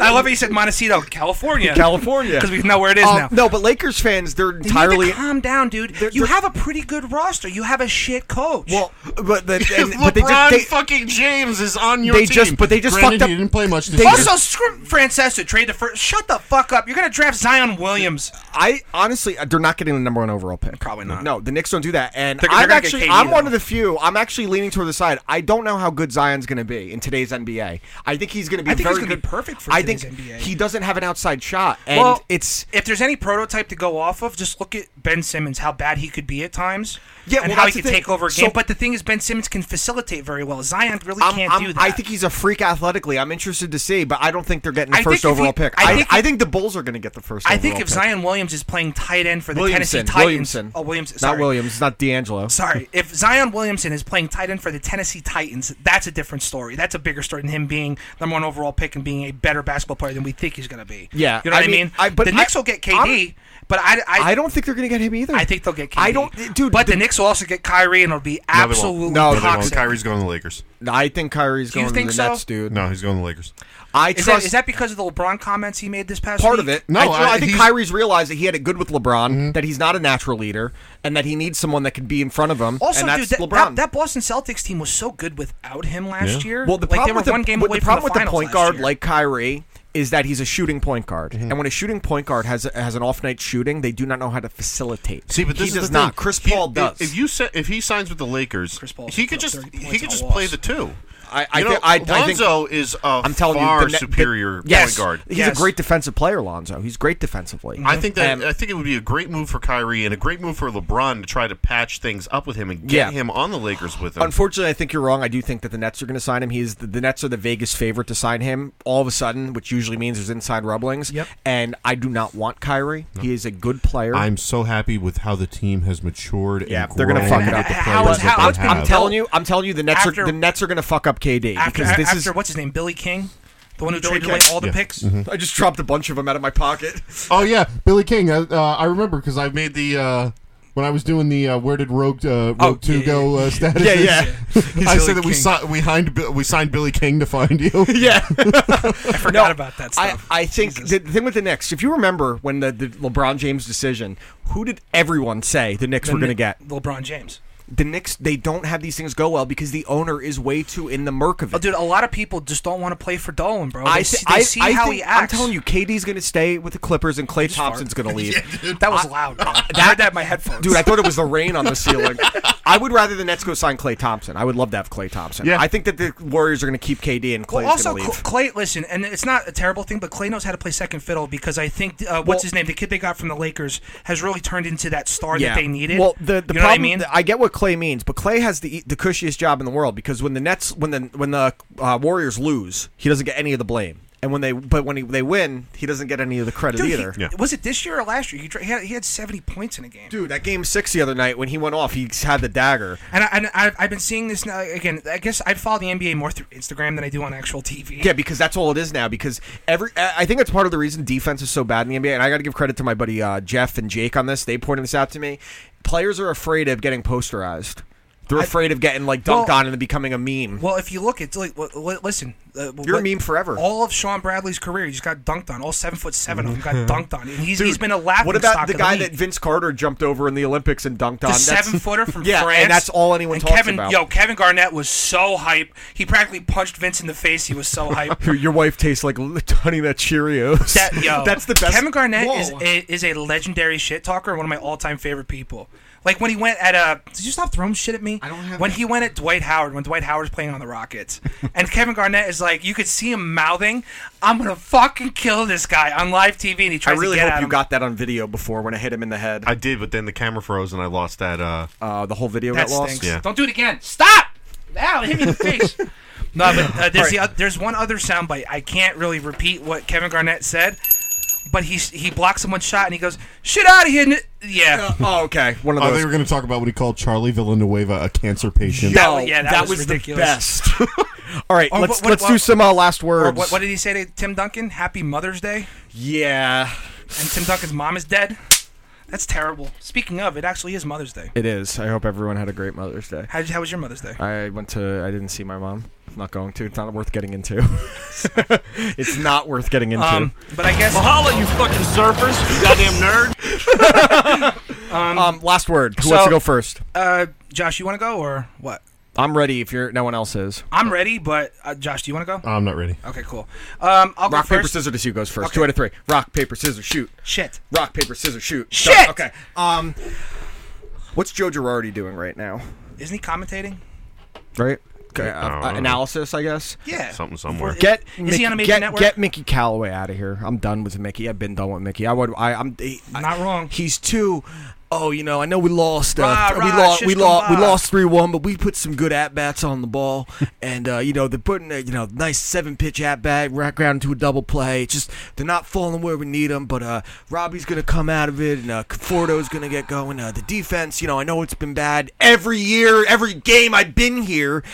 C: I love how you said Montecito, California.
A: Oh, California.
C: Because we know where it is
A: Um,
C: now.
A: No, but Lakers fans, they're
C: You need to
A: entirely
C: calm down, dude. you
A: they're-
C: have a pretty good roster. You have a shit coach.
A: Well, but the, and,
E: LeBron
A: but they just they,
E: fucking James is on your
A: They
E: team.
A: just- but they just
E: Granted,
A: fucked up-
E: He didn't play much. This
A: they
E: year.
C: also, screw Francesa. Trade the first. Shut the fuck up. You're gonna draft Zion Williams.
A: I honestly uh, they're not getting the number one overall pick.
C: Probably not.
A: No, the Knicks don't do that. And
C: They're- they're
A: I'm
C: gonna get
A: actually
C: KD
A: I'm
C: though.
A: one of the few. I'm actually leaning toward the side. I don't know how good Zion's going to be in today's NBA. I think he's going to be
C: I think he's
A: very
C: gonna
A: good.
C: be perfect for
A: I
C: today's
A: think
C: NBA.
A: he doesn't have an outside shot, and
C: well,
A: it's
C: if there's any prototype to go off of, just look at Ben Simmons, how bad he could be at times,
A: Yeah,
C: and
A: well,
C: how he
A: that's
C: could
A: the thing.
C: take over a
A: So-
C: game. but the thing is, Ben Simmons can facilitate very well. Zion really
A: I'm-
C: can't
A: I'm-
C: do that.
A: I think he's a freak athletically. I'm interested to see, but I don't think they're getting
C: I
A: the
C: think
A: first
C: if he-
A: overall pick.
C: I
A: I,
C: think
A: I
C: if-
A: think the Bulls are going to get the first.
C: I think
A: overall
C: if
A: pick.
C: Zion Williams is playing tight end for the
A: Williamson,
C: Tennessee Titans,
A: Williamson,
C: oh Williamson,
A: not
C: sorry.
A: Williams, not D'Angelo.
C: Sorry, if Zion Williamson is playing tight end for the Tennessee Titans, that's a different story. That's a bigger story than him being number one overall pick and being a better basketball player than we think he's going to be.
A: Yeah,
C: you know what
A: I
C: I
A: mean,
C: mean.
A: I- but
C: the Knicks
A: I-
C: will get KD, but I, I,
A: I don't think they're going to get him either.
C: I think they'll get KD.
A: I don't, dude.
C: But the, Knicks will also get Kyrie, and it'll be
E: won't.
C: absolutely
A: No, they won't.
C: toxic.
E: Kyrie's going to the Lakers.
A: I think Kyrie's
C: Do you
A: going
C: think
A: to the
C: so?
A: Nets, dude.
E: No, he's going to the Lakers.
A: I
C: Is
A: trust
C: that, is that because of the LeBron comments he made this past
A: part
C: week?
A: of it.
E: No,
A: I, feel-
E: I-
A: I think
E: he's- Mm-hmm.
A: Kyrie's realized that he had it good with LeBron, that he's not a natural leader, and that he needs someone that could be in front of him.
C: Also,
A: and that's
C: dude, that,
A: LeBron.
C: that, that Boston Celtics team was so good without him last
E: Yeah.
C: year.
A: well, the
C: like,
A: problem
C: they were
A: with the,
C: one game
A: with
C: away
A: the problem
C: from
A: with
C: the
A: the point
C: finals last
A: guard
C: year.
A: like Kyrie is that he's a shooting point guard,
E: Mm-hmm.
A: and when a shooting point guard has has an off night shooting, they do not know how to facilitate.
E: See, but this
A: he
E: is
A: does
E: the
A: not.
E: thing.
A: Chris
E: He-
A: Paul
E: if-
A: does.
E: If you set, if he signs with the Lakers,
C: Chris Paul's
E: he
C: gonna
E: could
C: put up
E: just
C: 30
E: he
C: points
E: could
C: on
E: just
C: walls.
E: play the two.
A: I, I,
E: You know,
A: thi- I, I think
E: Lonzo is a
A: I'm telling
E: far
A: you, the ne- the-
E: superior point
A: yes,
E: guard.
A: He's
E: Yes.
A: a great defensive player, Lonzo. He's great defensively.
E: I think that I think it would be a great move for Kyrie and a great move for LeBron to try to patch things up with him and get
A: Yeah.
E: him on the Lakers with him.
A: Unfortunately, I think you're wrong. I do think that the Nets are going to sign him. He is the, the Nets are the Vegas favorite to sign him. All of a sudden, which usually means there's inside rumblings.
E: Yep.
A: And I do not want Kyrie. He is a good player.
E: I'm so happy with how the team has matured.
A: yeah,
E: and
A: they're going to
E: grown
A: fuck it
E: with
A: up.
E: the players that they
A: I'm
E: have.
A: telling you, I'm telling you, the Nets
C: After-
A: are the Nets are going to fuck up KD
C: after,
A: because this
C: after
A: is.
C: what's his name, Billy King, the one who
A: Billy
C: traded
A: King. Mm-hmm.
C: away all the
A: Yeah.
C: picks.
A: I just dropped a bunch of them out of my pocket.
M: Oh yeah, Billy King. Uh, uh, I remember because I made the uh, when I was doing the uh, where did Rogue uh, Rogue Two go uh, status.
E: Yeah, yeah.
M: I
E: Billy
M: said that we
E: King.
M: si- we hind, Bi- we signed Billy King to find you.
A: yeah,
M: I
A: forgot about that stuff. I, I think the, the thing with the Knicks, if you remember when the, the LeBron James decision, who did everyone say the Knicks
C: The
A: were going to
C: Knick-
A: get?
C: LeBron James.
A: The Knicks, they don't have these things go well because the owner is way too in the murk of it.
C: Oh, dude, a lot of people just don't want to play for Dolan, bro. They,
A: I,
C: see,
A: see,
C: they
A: I,
C: see
A: I
C: how
A: think,
C: he acts.
A: I'm telling you, KD's going to stay with the Clippers and Klay Thompton's going to leave.
C: that was loud. Bro. I heard that in my headphones.
A: Dude, I thought it was the rain on the ceiling. I would rather the Nets go sign Clay Thompson. I would love to have Clay Thompson.
C: Yeah.
A: I think that the Warriors are going to keep KD and Clay's
C: well, also,
A: going to leave.
C: Clay, listen, and it's not a terrible thing, but Clay knows how to play second fiddle because I think uh, what's
A: Well-
C: his name, the kid they got from the Lakers, has really turned into that star that they needed.
A: Well, the, the
C: you know
A: problem,
C: what I mean?
A: I get what Clay means, but Clay has the the cushiest job in the world because when the Nets, when the when the uh, Warriors lose, he doesn't get any of the blame, and when they but when he, they win, he doesn't get any of the credit
C: Dude, he-
A: either.
C: Was it this year or last year? He, dra- he, had, he had 70 points in a game.
A: Dude, that game six the other night when he went off, he had the dagger.
C: And, I, and I've, I've been seeing this now. Again, I guess I follow the NBA more through Instagram than I do on actual TV.
A: Yeah, because that's all it is now. Because every, I I think that's part of the reason defense is so bad in the NBA. And I got to give credit to my buddy uh, Jeff and Jake on this. They pointed this out to me. Players are afraid of getting posterized. They're
C: I-
A: afraid of getting like dunked
C: Well-
A: on and then becoming a meme.
C: Well, if you look, it's like, well, li- listen. Uh,
A: You're a
C: what-
A: meme forever.
C: All of Sean Bradley's career, he just got dunked on. All seven foot seven of them
A: Mhm.
C: got dunked on. And he's,
A: Dude,
C: he's been a laughing
A: What about
C: stock
A: the
C: of
A: guy
C: league.
A: that Vince Carter jumped over in the Olympics and dunked
C: the
A: on? That's-
C: seven footer from
A: yeah,
C: France?
A: and that's all anyone
C: And
A: talks
C: Kevin,
A: about.
C: Yo, Kevin Garnett was so hype. He practically punched Vince in the face. He was so hype.
A: Your wife tastes like honey nut Cheerios.
C: That, yo,
A: that's the best.
C: Kevin Garnett
A: Whoa.
C: is a, is a legendary shit talker, one of my all time favorite people. Like when he went at uh did you stop throwing shit at me? I don't have when he went at Dwight Howard when Dwight Howard's playing on the Rockets, and Kevin Garnett is like, you could see him mouthing, "I'm gonna fucking kill this guy" on live TV, and he
A: I
C: tries
A: really
C: to get
A: hope
C: at
A: you
C: him.
A: got that on video before when I hit him in the head.
E: I did, but then the camera froze and I lost that. Uh,
A: uh the whole video
C: that stinks.
E: Yeah.
C: Don't do it again. Stop! Ow! It hit me in the face. no, but uh, there's
A: All
C: the oth- there's one other soundbite. I can't really repeat what Kevin Garnett said, but he he blocks someone's shot and he goes, "Shit out of here!" n-" Yeah.
A: oh, okay. One
M: Oh, they were going to talk about what he called Charlie Villanueva a cancer patient.
C: That- No, yeah, that was ridiculous.
A: the best. All right,
C: Or
A: let's
C: what- what-
A: let's do some uh, last
C: Or
A: words.
C: what, what did he say to Tim Duncan? Happy Mother's Day.
A: yeah,
C: And Tim Duncan's mom is dead. That's terrible. Speaking of, it actually is Mother's Day.
A: it is. I hope everyone had a great Mother's Day.
C: How, how was your Mother's Day?
A: I went to. I didn't see my mom. I'm not going to. It's not worth getting into. it's not worth getting into.
C: Um, but I guess.
O: Mahalo, you fucking surfers, you goddamn
C: nerd. um,
A: Um, last word. Who wants to go first?
C: Uh, Josh, you want to go or what?
A: I'm ready. If you're, no one else is.
C: I'm ready, but uh, Josh, do you want to go?
A: I'm not ready.
C: Okay, cool. Um, I'll
A: Rock
C: go
A: paper
C: first.
A: scissors to shoot goes first.
C: Okay.
A: Two out of three. Rock paper scissors shoot.
C: Shit.
A: Rock paper scissors shoot.
C: Shit!
A: Done. Okay. Um, what's Joe Girardi doing right now?
C: Isn't he commentating?
A: Right. Okay,
E: I don't
A: uh,
E: know.
A: analysis, I guess.
C: Yeah.
E: Something somewhere.
A: Get
C: Is he
A: Mickey,
C: on a major
A: get,
C: network?
A: get Mickey Callaway out of here. I'm done with Mickey. I've been done with Mickey. I would. I, I'm he- I-
C: Not wrong.
A: He's too. Oh, you know, I know we lost. Uh,
C: Rah,
A: we
C: rah,
A: lost. We
C: shish
A: lost. We
C: kebab.
A: lost three one, but we put some good at bats on the ball, and uh, you know they're putting a, you know nice seven pitch at bat right ground into a double play. It's just they're not falling where we need them. But uh, Robbie's gonna come out of it, and uh, Conforto's gonna get going. Uh, the defense, you know, I know it's been bad every year, every game I've been here.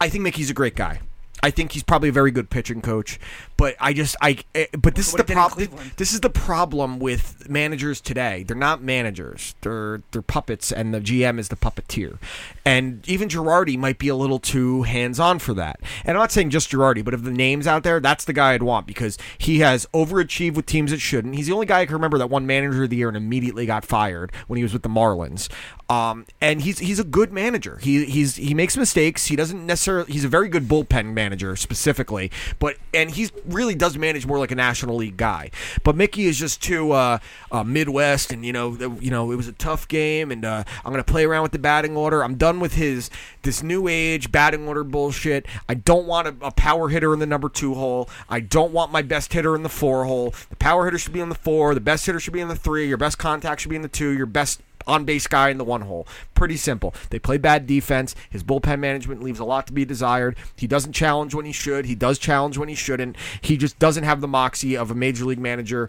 A: I think Mickey's a great guy. I think he's probably a very good pitching coach, but I just I eh, but this is the problem. This is the problem with managers today. They're not managers. They're they're puppets, and the GM is the puppeteer. And even Girardi might be a little too hands on for that. And I'm not saying just Girardi, but of the names out there, that's the guy I'd want because he has overachieved with teams that shouldn't. He's the only guy I can remember that won Manager of the Year and immediately got fired when he was with the Marlins. Um, and he's he's a good manager. He he's he makes mistakes. He doesn't necessarily. He's a very good bullpen manager specifically, but and he's really does manage more like a National League guy. But Mickey is just too uh, uh, Midwest, and you know, the, you know, it was a tough game, and uh, I'm gonna play around with the batting order. I'm done with his this new age batting order bullshit. I don't want a, a power hitter in the number two hole. I don't want my best hitter in the four hole. The power hitter should be in the four. The best hitter should be in the three. Your best contact should be in the two. Your best on base guy in the one hole. Pretty simple. They play bad defense. His bullpen management leaves a lot to be desired. He doesn't challenge when he should. He does challenge when he shouldn't. He just doesn't have the moxie of a major league manager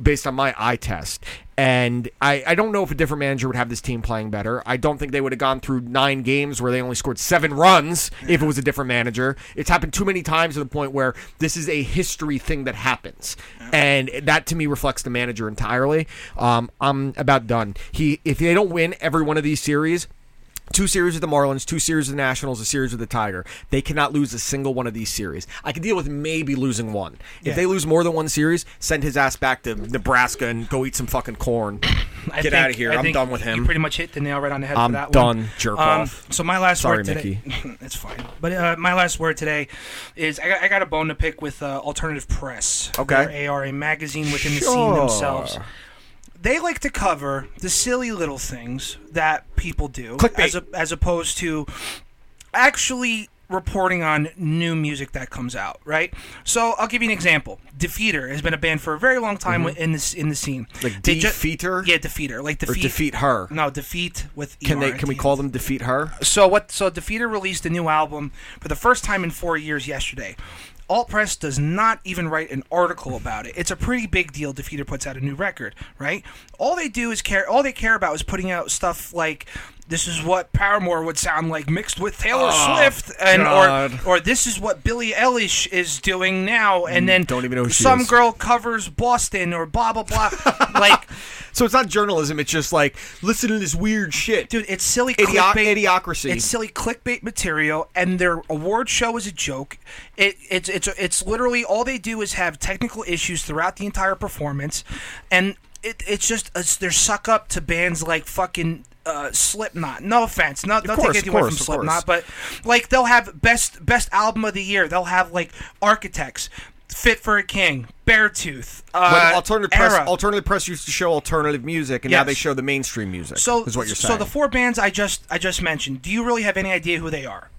A: based on my eye test. And I, I don't know if a different manager would have this team playing better. I don't think they would have gone through nine games where they only scored seven runs if it was a different manager. It's happened too many times to the point where this is a history thing that happens. And that to me reflects the manager entirely. Um, I'm about done. He if they don't win every one of these series, Two series with the Marlins, two series with the Nationals, a series with the Tiger. They cannot lose a single one of these series. I can deal with maybe losing one.
C: Yeah.
A: If they lose more than one series, send his ass back to Nebraska and go eat some fucking corn.
C: I
A: Get
C: think-
A: out of here.
C: I
A: I'm
C: think
A: done with him.
C: You pretty much hit the nail right on the head.
A: I'm
C: for that
A: done,
C: one.
A: jerk
C: Um,
A: off.
C: So my last
A: Sorry,
C: word today. it's fine. But uh, my last word today is I got, I got a bone to pick with uh, Alternative Press.
A: Okay.
C: They're ARA magazine within the scene
A: Sure.
C: themselves. They like to cover the silly little things that people do, as, a, as opposed to actually reporting on new music that comes out, right? So I'll give you an example. Defeater has been a band for a very long time
A: Mhm.
C: in this in the scene.
A: Like
C: They ju-
A: Defeater?
C: yeah, Defeater. Like
A: or
C: defeat.
A: defeat her.
C: No, defeat with.
A: Can
C: ER
A: they?
C: at
A: Can we
C: the
A: call them defeat her?
C: so what? So Defeater released a new album for the first time in four years yesterday. Alt Press does not even write an article about it. It's a pretty big deal. Defeater puts out a new record, right? All they do is care. All they care about is putting out stuff like. This is what Paramore would sound like mixed with Taylor
A: Oh,
C: Swift, and
A: God.
C: or or this is what Billie Eilish is doing now, and then
A: Mm, Don't even know who she
C: some
A: is.
C: girl covers Boston or blah blah blah. like
A: So it's not journalism. It's just like listen to this weird shit,
C: dude. It's silly
A: Idio-
C: clickbait.
A: idiocracy.
C: It's silly clickbait material, and their award show is a joke. It, it's it's it's literally all they do is have technical issues throughout the entire performance, and it, it's just it's, they're suck up to bands like fucking. Uh, Slipknot. No offense. No, don't
A: course,
C: take anything
A: of
C: away from
A: course, of
C: Slipknot, but like they'll have best best album of the year. They'll have like Architects, Fit for a King, Beartooth. Uh,
A: when alternative press,
C: Era.
A: alternative press used to show alternative music, and now
C: Yes.
A: they show the mainstream music.
C: So
A: is what you're
C: so
A: saying.
C: the four bands I just I just mentioned. Do you really have any idea who they are?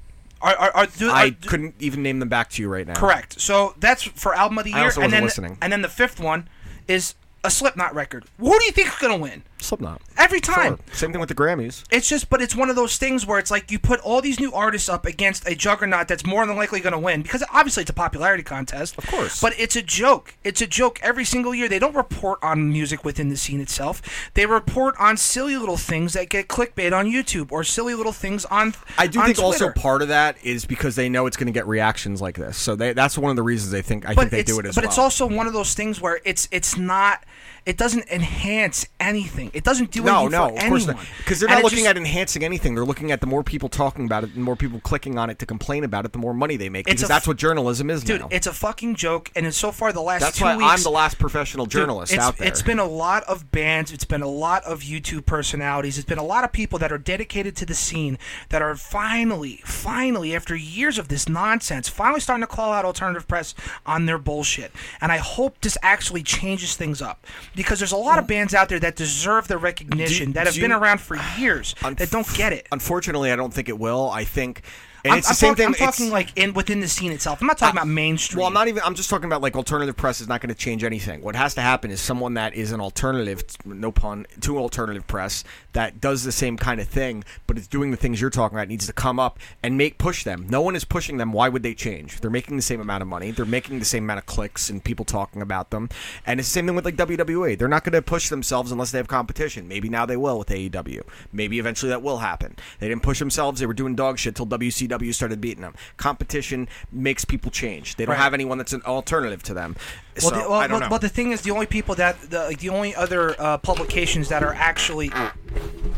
C: Are are, are, do,
A: I
C: are- do-
A: couldn't even name them back to you right now.
C: uh, correct? So that's for album of the
A: I
C: year,
A: also
C: and
A: wasn't
C: then
A: listening.
C: and then the fifth one is a Slipknot record. Who do you think is gonna win?
A: Slipknot.
C: Every time.
A: Sure. Same thing with the Grammys.
C: It's just, but it's one of those things where it's like you put all these new artists up against a juggernaut that's more than likely going to win because obviously it's a popularity contest. Of course. But it's a joke. It's a joke every single year. They don't report on music within the scene itself, they report on silly little things that get clickbait on YouTube or silly little things on.
A: I do
C: on
A: think also
C: Twitter.
A: part of that is because they know it's going to get reactions like this. So they, that's one of the reasons they think I
C: but
A: think they
C: it's,
A: do it as
C: but
A: well.
C: it's also one of those things where it's it's not it doesn't enhance anything. It doesn't do
A: no,
C: anything
A: no,
C: for
A: of course
C: anyone.
A: not. Because they're
C: And
A: not
C: it
A: looking
C: just-
A: at enhancing anything. They're looking at the more people talking about it, the more people clicking on it to complain about it, the more money they make. Because
C: It's a f-
A: that's what journalism is
C: Dude,
A: now.
C: it's a fucking joke, and it's so far the last
A: That's
C: two
A: why
C: weeks.
A: I'm the last professional
C: Dude,
A: journalist
C: it's-
A: out there.
C: It's been a lot of bands. It's been a lot of YouTube personalities. It's been a lot of people that are dedicated to the scene that are finally, finally, after years of this nonsense, finally starting to call out alternative press on their bullshit. And I hope this actually changes things up because there's a lot of bands out there that deserve the recognition
A: Do-
C: that have
A: do
C: been
A: you-
C: around for years that don't get it.
A: Unfortunately, I don't think it will. I think, and
C: I'm,
A: it's
C: I'm
A: the same
C: talk-
A: thing.
C: I'm
A: it's-
C: talking like in within the scene itself. I'm not talking about mainstream.
A: Well, I'm not even. I'm just talking about like alternative press is not going to change anything. What has to happen is someone that is an alternative, no pun, to alternative press that does the same kind of thing, but it's doing the things you're talking about needs to come up and make push them. No one is pushing them. Why would they change? They're making the same amount of money. They're making the same amount of clicks and people talking about them. And it's the same thing with like WWE. They're not going to push themselves unless they have competition. Maybe now they will with AEW. Maybe eventually that will happen. They didn't push themselves. They were doing dog shit till WCW started beating them. Competition makes people change. They don't
C: Right.
A: have anyone that's an alternative to them.
C: Well,
A: so,
C: the, well,
A: I don't
C: well,
A: know.
C: well, the thing is, the only people that the, like, the only other uh, publications that are actually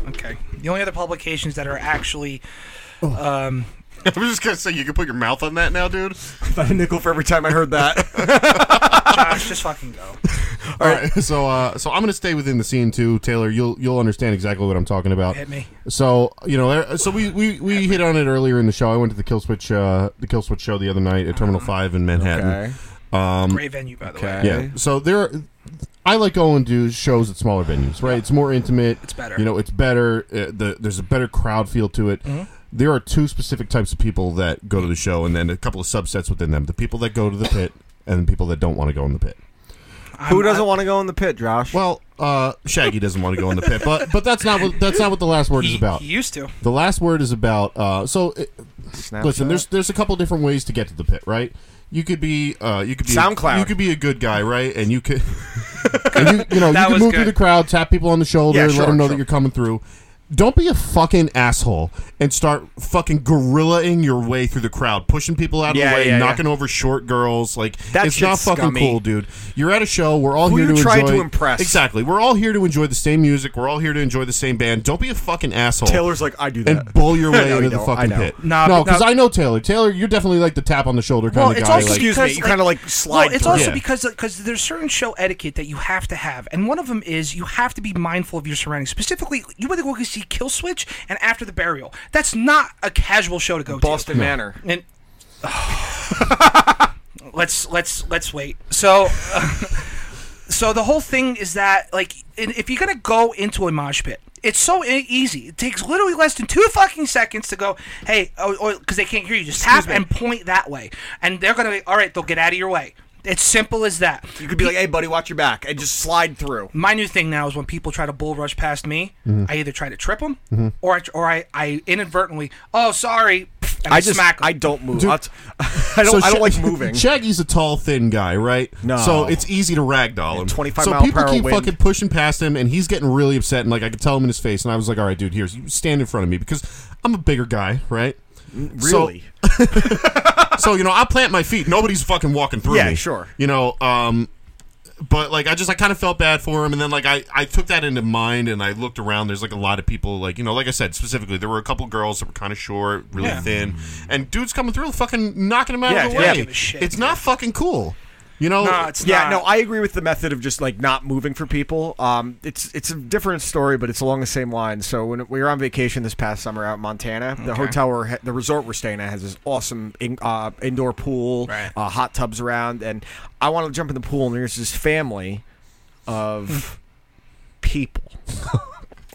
C: okay, the only other publications that are actually um,
E: I was just gonna say you can put your mouth on that now, dude.
A: a nickel for every time I heard that.
C: Josh, just fucking go.
M: All right, so uh, so I'm going to stay within the scene too, Taylor. You'll you'll understand exactly what I'm talking about.
C: Hit me.
M: So you know, there- so we we, we hit on it earlier in the show. I went to the Kill Switch uh, the Kill Switch show the other night at Terminal Five in Manhattan.
E: Um,
C: Great venue, by the way.
E: Yeah. So there, I like going to shows at smaller venues. Right. It's more intimate.
C: It's better.
E: You know, it's better. Uh, the there's a better crowd feel to it.
C: Mhm.
E: There are two specific types of people that go to the show, and then a couple of subsets within them: the people that go to the pit, and the people that don't want to go in the pit.
A: Who doesn't want to go in the pit, Josh?
E: Well, uh, Shaggy doesn't want to go in the pit, but but that's not what that's not what the last word is about.
C: He used to.
E: The last word is about. Uh, so, it,
A: Snapchat.
E: listen. There's there's a couple different ways to get to the pit, right? You could be uh, you could be
A: SoundCloud.
E: You could be a good guy, right? And you could, and you, you know, you
C: That
E: can
C: was
E: move through
C: good.
E: the crowd, tap people on the shoulder,
C: Yeah,
E: let
C: sure,
E: them know
C: sure.
E: that you're coming through. Don't be a fucking asshole and start fucking gorillaing your way through the crowd, pushing people out of
A: Yeah,
E: the way,
A: yeah,
E: knocking over short girls. Like
A: That
E: it's not
A: shit's
E: fucking
A: scummy.
E: cool, dude. You're at a show. We're all
A: Who
E: here
A: you
E: to
A: trying
E: enjoy.
A: to impress?
E: Exactly. We're all here to enjoy the same music. We're all here to enjoy the same band. Don't be a fucking asshole.
A: Taylor's like, "I do that."
E: and bull your way
A: No, you
E: into the
A: don't. I
E: fucking
A: know.
E: pit.
A: Nah,
E: no,
A: but-
E: because
A: nah.
E: I know Taylor. Taylor, you're definitely like the tap on the shoulder kind of
C: it's
E: guy.
C: also
E: like-
C: because, well, It's also
E: Yeah.
C: because because there's certain show etiquette that you have to have, and one of them is you have to be mindful of your surroundings. Specifically, you went to go see Kill Switch and After the Burial. That's not a casual show to go
A: Boston
C: to.
A: Manor.
C: And let's let's let's wait. So. So the whole thing is that, like, in- if you're gonna go into a mosh pit, it's so e- easy. It takes literally less than two fucking seconds to go, hey, because or, 'cause they can't hear you. Just tap and point that way, and they're gonna be all right. They'll get out of your way. It's simple as that.
A: You could be like, "Hey, buddy, watch your back," and just slide through.
C: My new thing now is when people try to bull rush past me,
A: Mhm.
C: I either try to trip them
A: Mhm.
C: or I, tr- or I, I inadvertently, oh sorry, and I,
A: I just-
C: smack 'em.
A: I don't move.
E: Dude.
A: I'll t- I don't.
E: So
A: I don't
E: Sha-
A: like moving.
E: Shaggy's a tall, thin guy, right?
A: No.
E: So it's easy to ragdoll him.
A: 25
E: so
A: mile per
E: people
A: hour
E: keep
A: wind.
E: fucking pushing past him, and he's getting really upset. And like I could tell him in his face, and I was like, "All right, dude, here's you stand in front of me because I'm a bigger guy, right?" So-
A: Mm, Really?
E: so you know, I plant my feet. Nobody's fucking walking through
A: Yeah,
E: me.
A: sure.
E: You know, um, but like I just I kind of felt bad for him, and then like I I took that into mind, and I looked around. There's like a lot of people, like you know, like I said specifically, there were a couple girls that were kind of short, really
C: Yeah.
E: thin, and dudes coming through, fucking knocking them out
A: Yeah,
E: of the
A: yeah.
E: way.
A: Give a shit,
E: it's not fucking cool. You know,
A: yeah, no, I agree with the method of just like not moving for people. Um, it's it's a different story, but it's along the same line. So when we were on vacation this past summer out in Montana, the
P: Okay.
A: hotel we're ha- the resort we're staying at has this awesome in, uh, indoor pool, uh, hot tubs around, and I wanted to jump in the pool, and there's this family of people,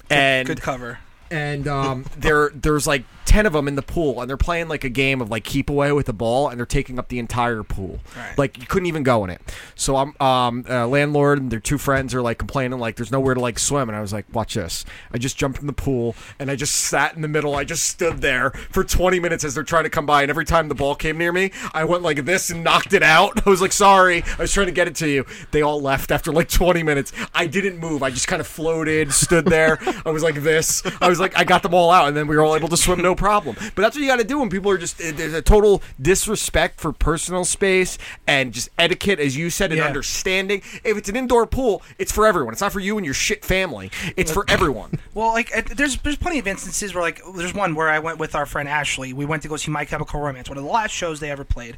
A: and
C: Hmm. good cover.
A: and um, there there's like ten of them in the pool, and they're playing like a game of like keep away with the ball, and they're taking up the entire pool.
C: Right.
A: Like you couldn't even go in it. So I'm um, uh, landlord and their two friends are like complaining like there's nowhere to like swim, and I was like, watch this. I just jumped in the pool and I just sat in the middle. I just stood there for 20 minutes as they're trying to come by, and every time the ball came near me, I went like this and knocked it out. I was like, sorry, I was trying to get it to you. They all left after like 20 minutes. I didn't move. I just kind of floated, stood there. I was like this. I was like, I got them all out, and then we were all able to swim no problem. But that's what you got to do when people are just eh, there's a total disrespect for personal space and just etiquette, as you said, and
C: Yeah.
A: understanding. If it's an indoor pool, it's for everyone. It's not for you and your shit family. It's for everyone.
C: Well, like uh, there's there's plenty of instances where like there's one where I went with our friend Ashley. We went to go see My Chemical Romance, one of the last shows they ever played,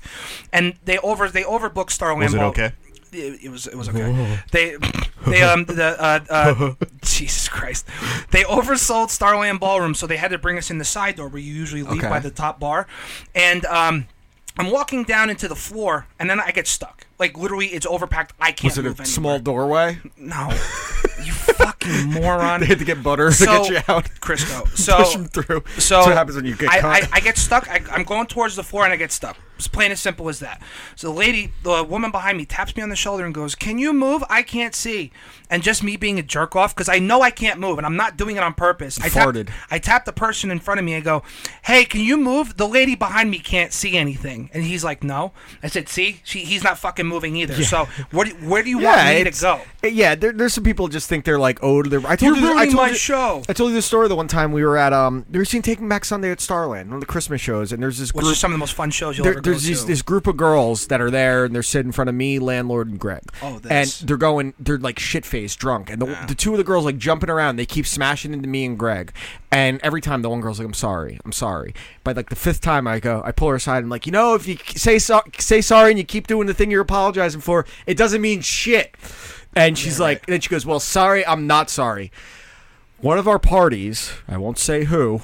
C: and they over they overbooked Star
E: Was it
C: Lambeau.
E: okay?
C: It, it was it was okay. They they um the uh, uh Jesus Christ, they oversold Starland Ballroom, so they had to bring us in the side door where you usually leave
P: Okay.
C: by the top bar, and um. I'm walking down into the floor, and then I get stuck. Like literally, it's overpacked. I can't
A: Was it a
C: move anymore.
A: small doorway?
C: No. you fucking moron.
A: They had to get butter
C: So-
A: to get you out.
C: Crisco. So
A: Push 'em through.
C: So
A: That's what happens when you get
C: I,
A: caught.
C: I, I get stuck. I, I'm going towards the floor and I get stuck. It's plain as simple as that. So the lady, the woman behind me, taps me on the shoulder and goes, "Can you move? I can't see." And just me being a jerk off because I know I can't move and I'm not doing it on purpose. I tapped-
A: farted.
C: I tap the person in front of me. I go, "Hey, can you move? The lady behind me can't see anything." And he's like, "No." I said, "See, she, he's not fucking moving either.
A: Yeah.
C: So what? do- Where do you want me to
A: it's-
C: go?"
A: Yeah, there, there's some people just think they're like, oh, they're. I told
C: You're
A: you, this- I
C: ruining
A: told
C: my
A: you-
C: show.
A: I told you the story the one time we were at um, we were seeing Taking Back Sunday at Starland, one of the Christmas shows, and there's this
C: Which
A: group.
C: are some of the most fun shows you'll
A: there-
C: ever go
A: there's these,
C: to.
A: this group of girls that are there, and they're sitting in front of me, landlord, and Greg.
C: Oh, this.
A: and they're going, they're like shit faced, drunk, and the, the two of the girls like jumping around. They keep smashing into me and Greg, and every time the one girl's like, "I'm sorry, I'm sorry." By like the fifth time, I go, I pull her aside, and I'm like, you know, if you say so- say sorry and you keep doing the thing you're apologizing for, it doesn't mean shit. And she's like, and then she goes, "Well, sorry, I'm not sorry." One of our parties, I won't say who,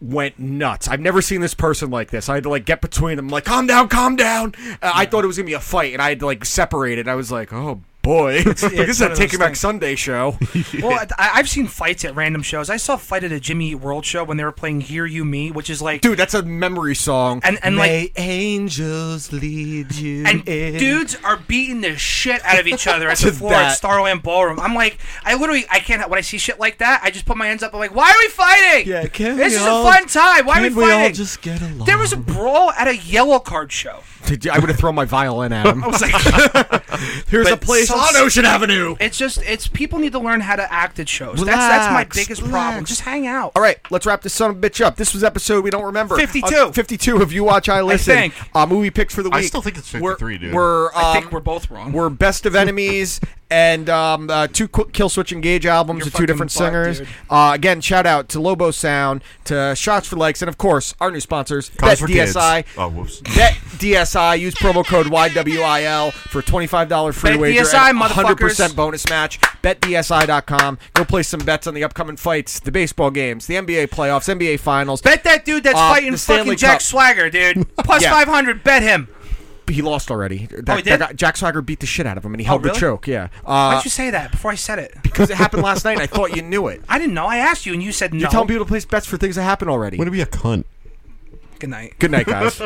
A: went nuts. I've never seen this person like this. I had to like get between them, like calm down, calm down. Uh, I thought it was gonna be a fight, and I had to like separate it. I was like, oh boy, like,
C: it's
A: this is
C: one
A: a
C: of
A: Taking
C: those
A: Back Sunday show.
C: Well, I- I've seen fights at random shows. I saw a fight at a Jimmy Eat World show when they were playing "Hear You Me," which is like,
A: dude, that's a memory song.
C: And and like,
A: angels lead you.
C: and dudes are beating the shit out of each other at
A: To
C: the floor at
A: that.
C: Starland Ballroom. I'm like, I literally, I can't. When I see shit like that, I just put my hands up. I'm like, why are we fighting? Yeah,
A: can
C: this
A: we
C: is
A: all-
C: a fun time. Why are we
A: can't we all
C: fighting?
A: just get along?
C: There was a brawl at a yellow card show.
A: Dude, I would have thrown my violin at him.
C: I was like,
A: Here's a
C: But
A: place
C: some-
A: on Ocean Avenue.
C: It's just, it's people need to learn how to act at shows. That's that's my
A: Relax,
C: biggest problem.
A: relax.
C: Just hang out.
A: All right, let's wrap this son of a bitch up. This was episode we don't remember.
C: 52.
A: Uh, 52 of You Watch, I Listen.
C: think.
A: Uh, movie picks for the week.
C: I still think it's 53,
A: we're,
C: dude.
A: We're,
C: I
A: um,
C: think we're both wrong.
A: We're Best of Enemies and um, uh, two Qu- Kill Switch Engage albums with two different
C: fucked,
A: singers.
C: dude.
A: Uh, again, shout out to Lobo Sound, to Shots for Likes, and of course, our new sponsors,
M: Cause for kids.
A: DSI.
M: Oh, whoops.
A: Bet DSI. Use promo code YWIL for $25 free
C: Bet
A: wager
C: DSI,
A: and 100%
C: motherfuckers.
A: bonus match. BetDSI.com. Go place some bets on the upcoming fights, the baseball games, the NBA playoffs, NBA finals.
C: Bet that dude that's
A: Uh,
C: fighting
A: the Stanley
C: fucking Jack
A: Cup.
C: Swagger, dude. Plus
A: Yeah.
C: 500, bet him.
A: He lost already. That,
C: Oh, he
A: that
C: did?
A: guy- Jack Swagger beat the shit out of him and he
C: Oh,
A: held
C: really?
A: the choke. Yeah. Uh,
C: Why'd you say that before I said it?
A: because it happened last night and I thought you knew it.
C: I didn't know. I asked you and you said no.
A: You're telling people to place bets for things that happened already.
M: Way to be a cunt.
C: Good night.
A: Good night, guys.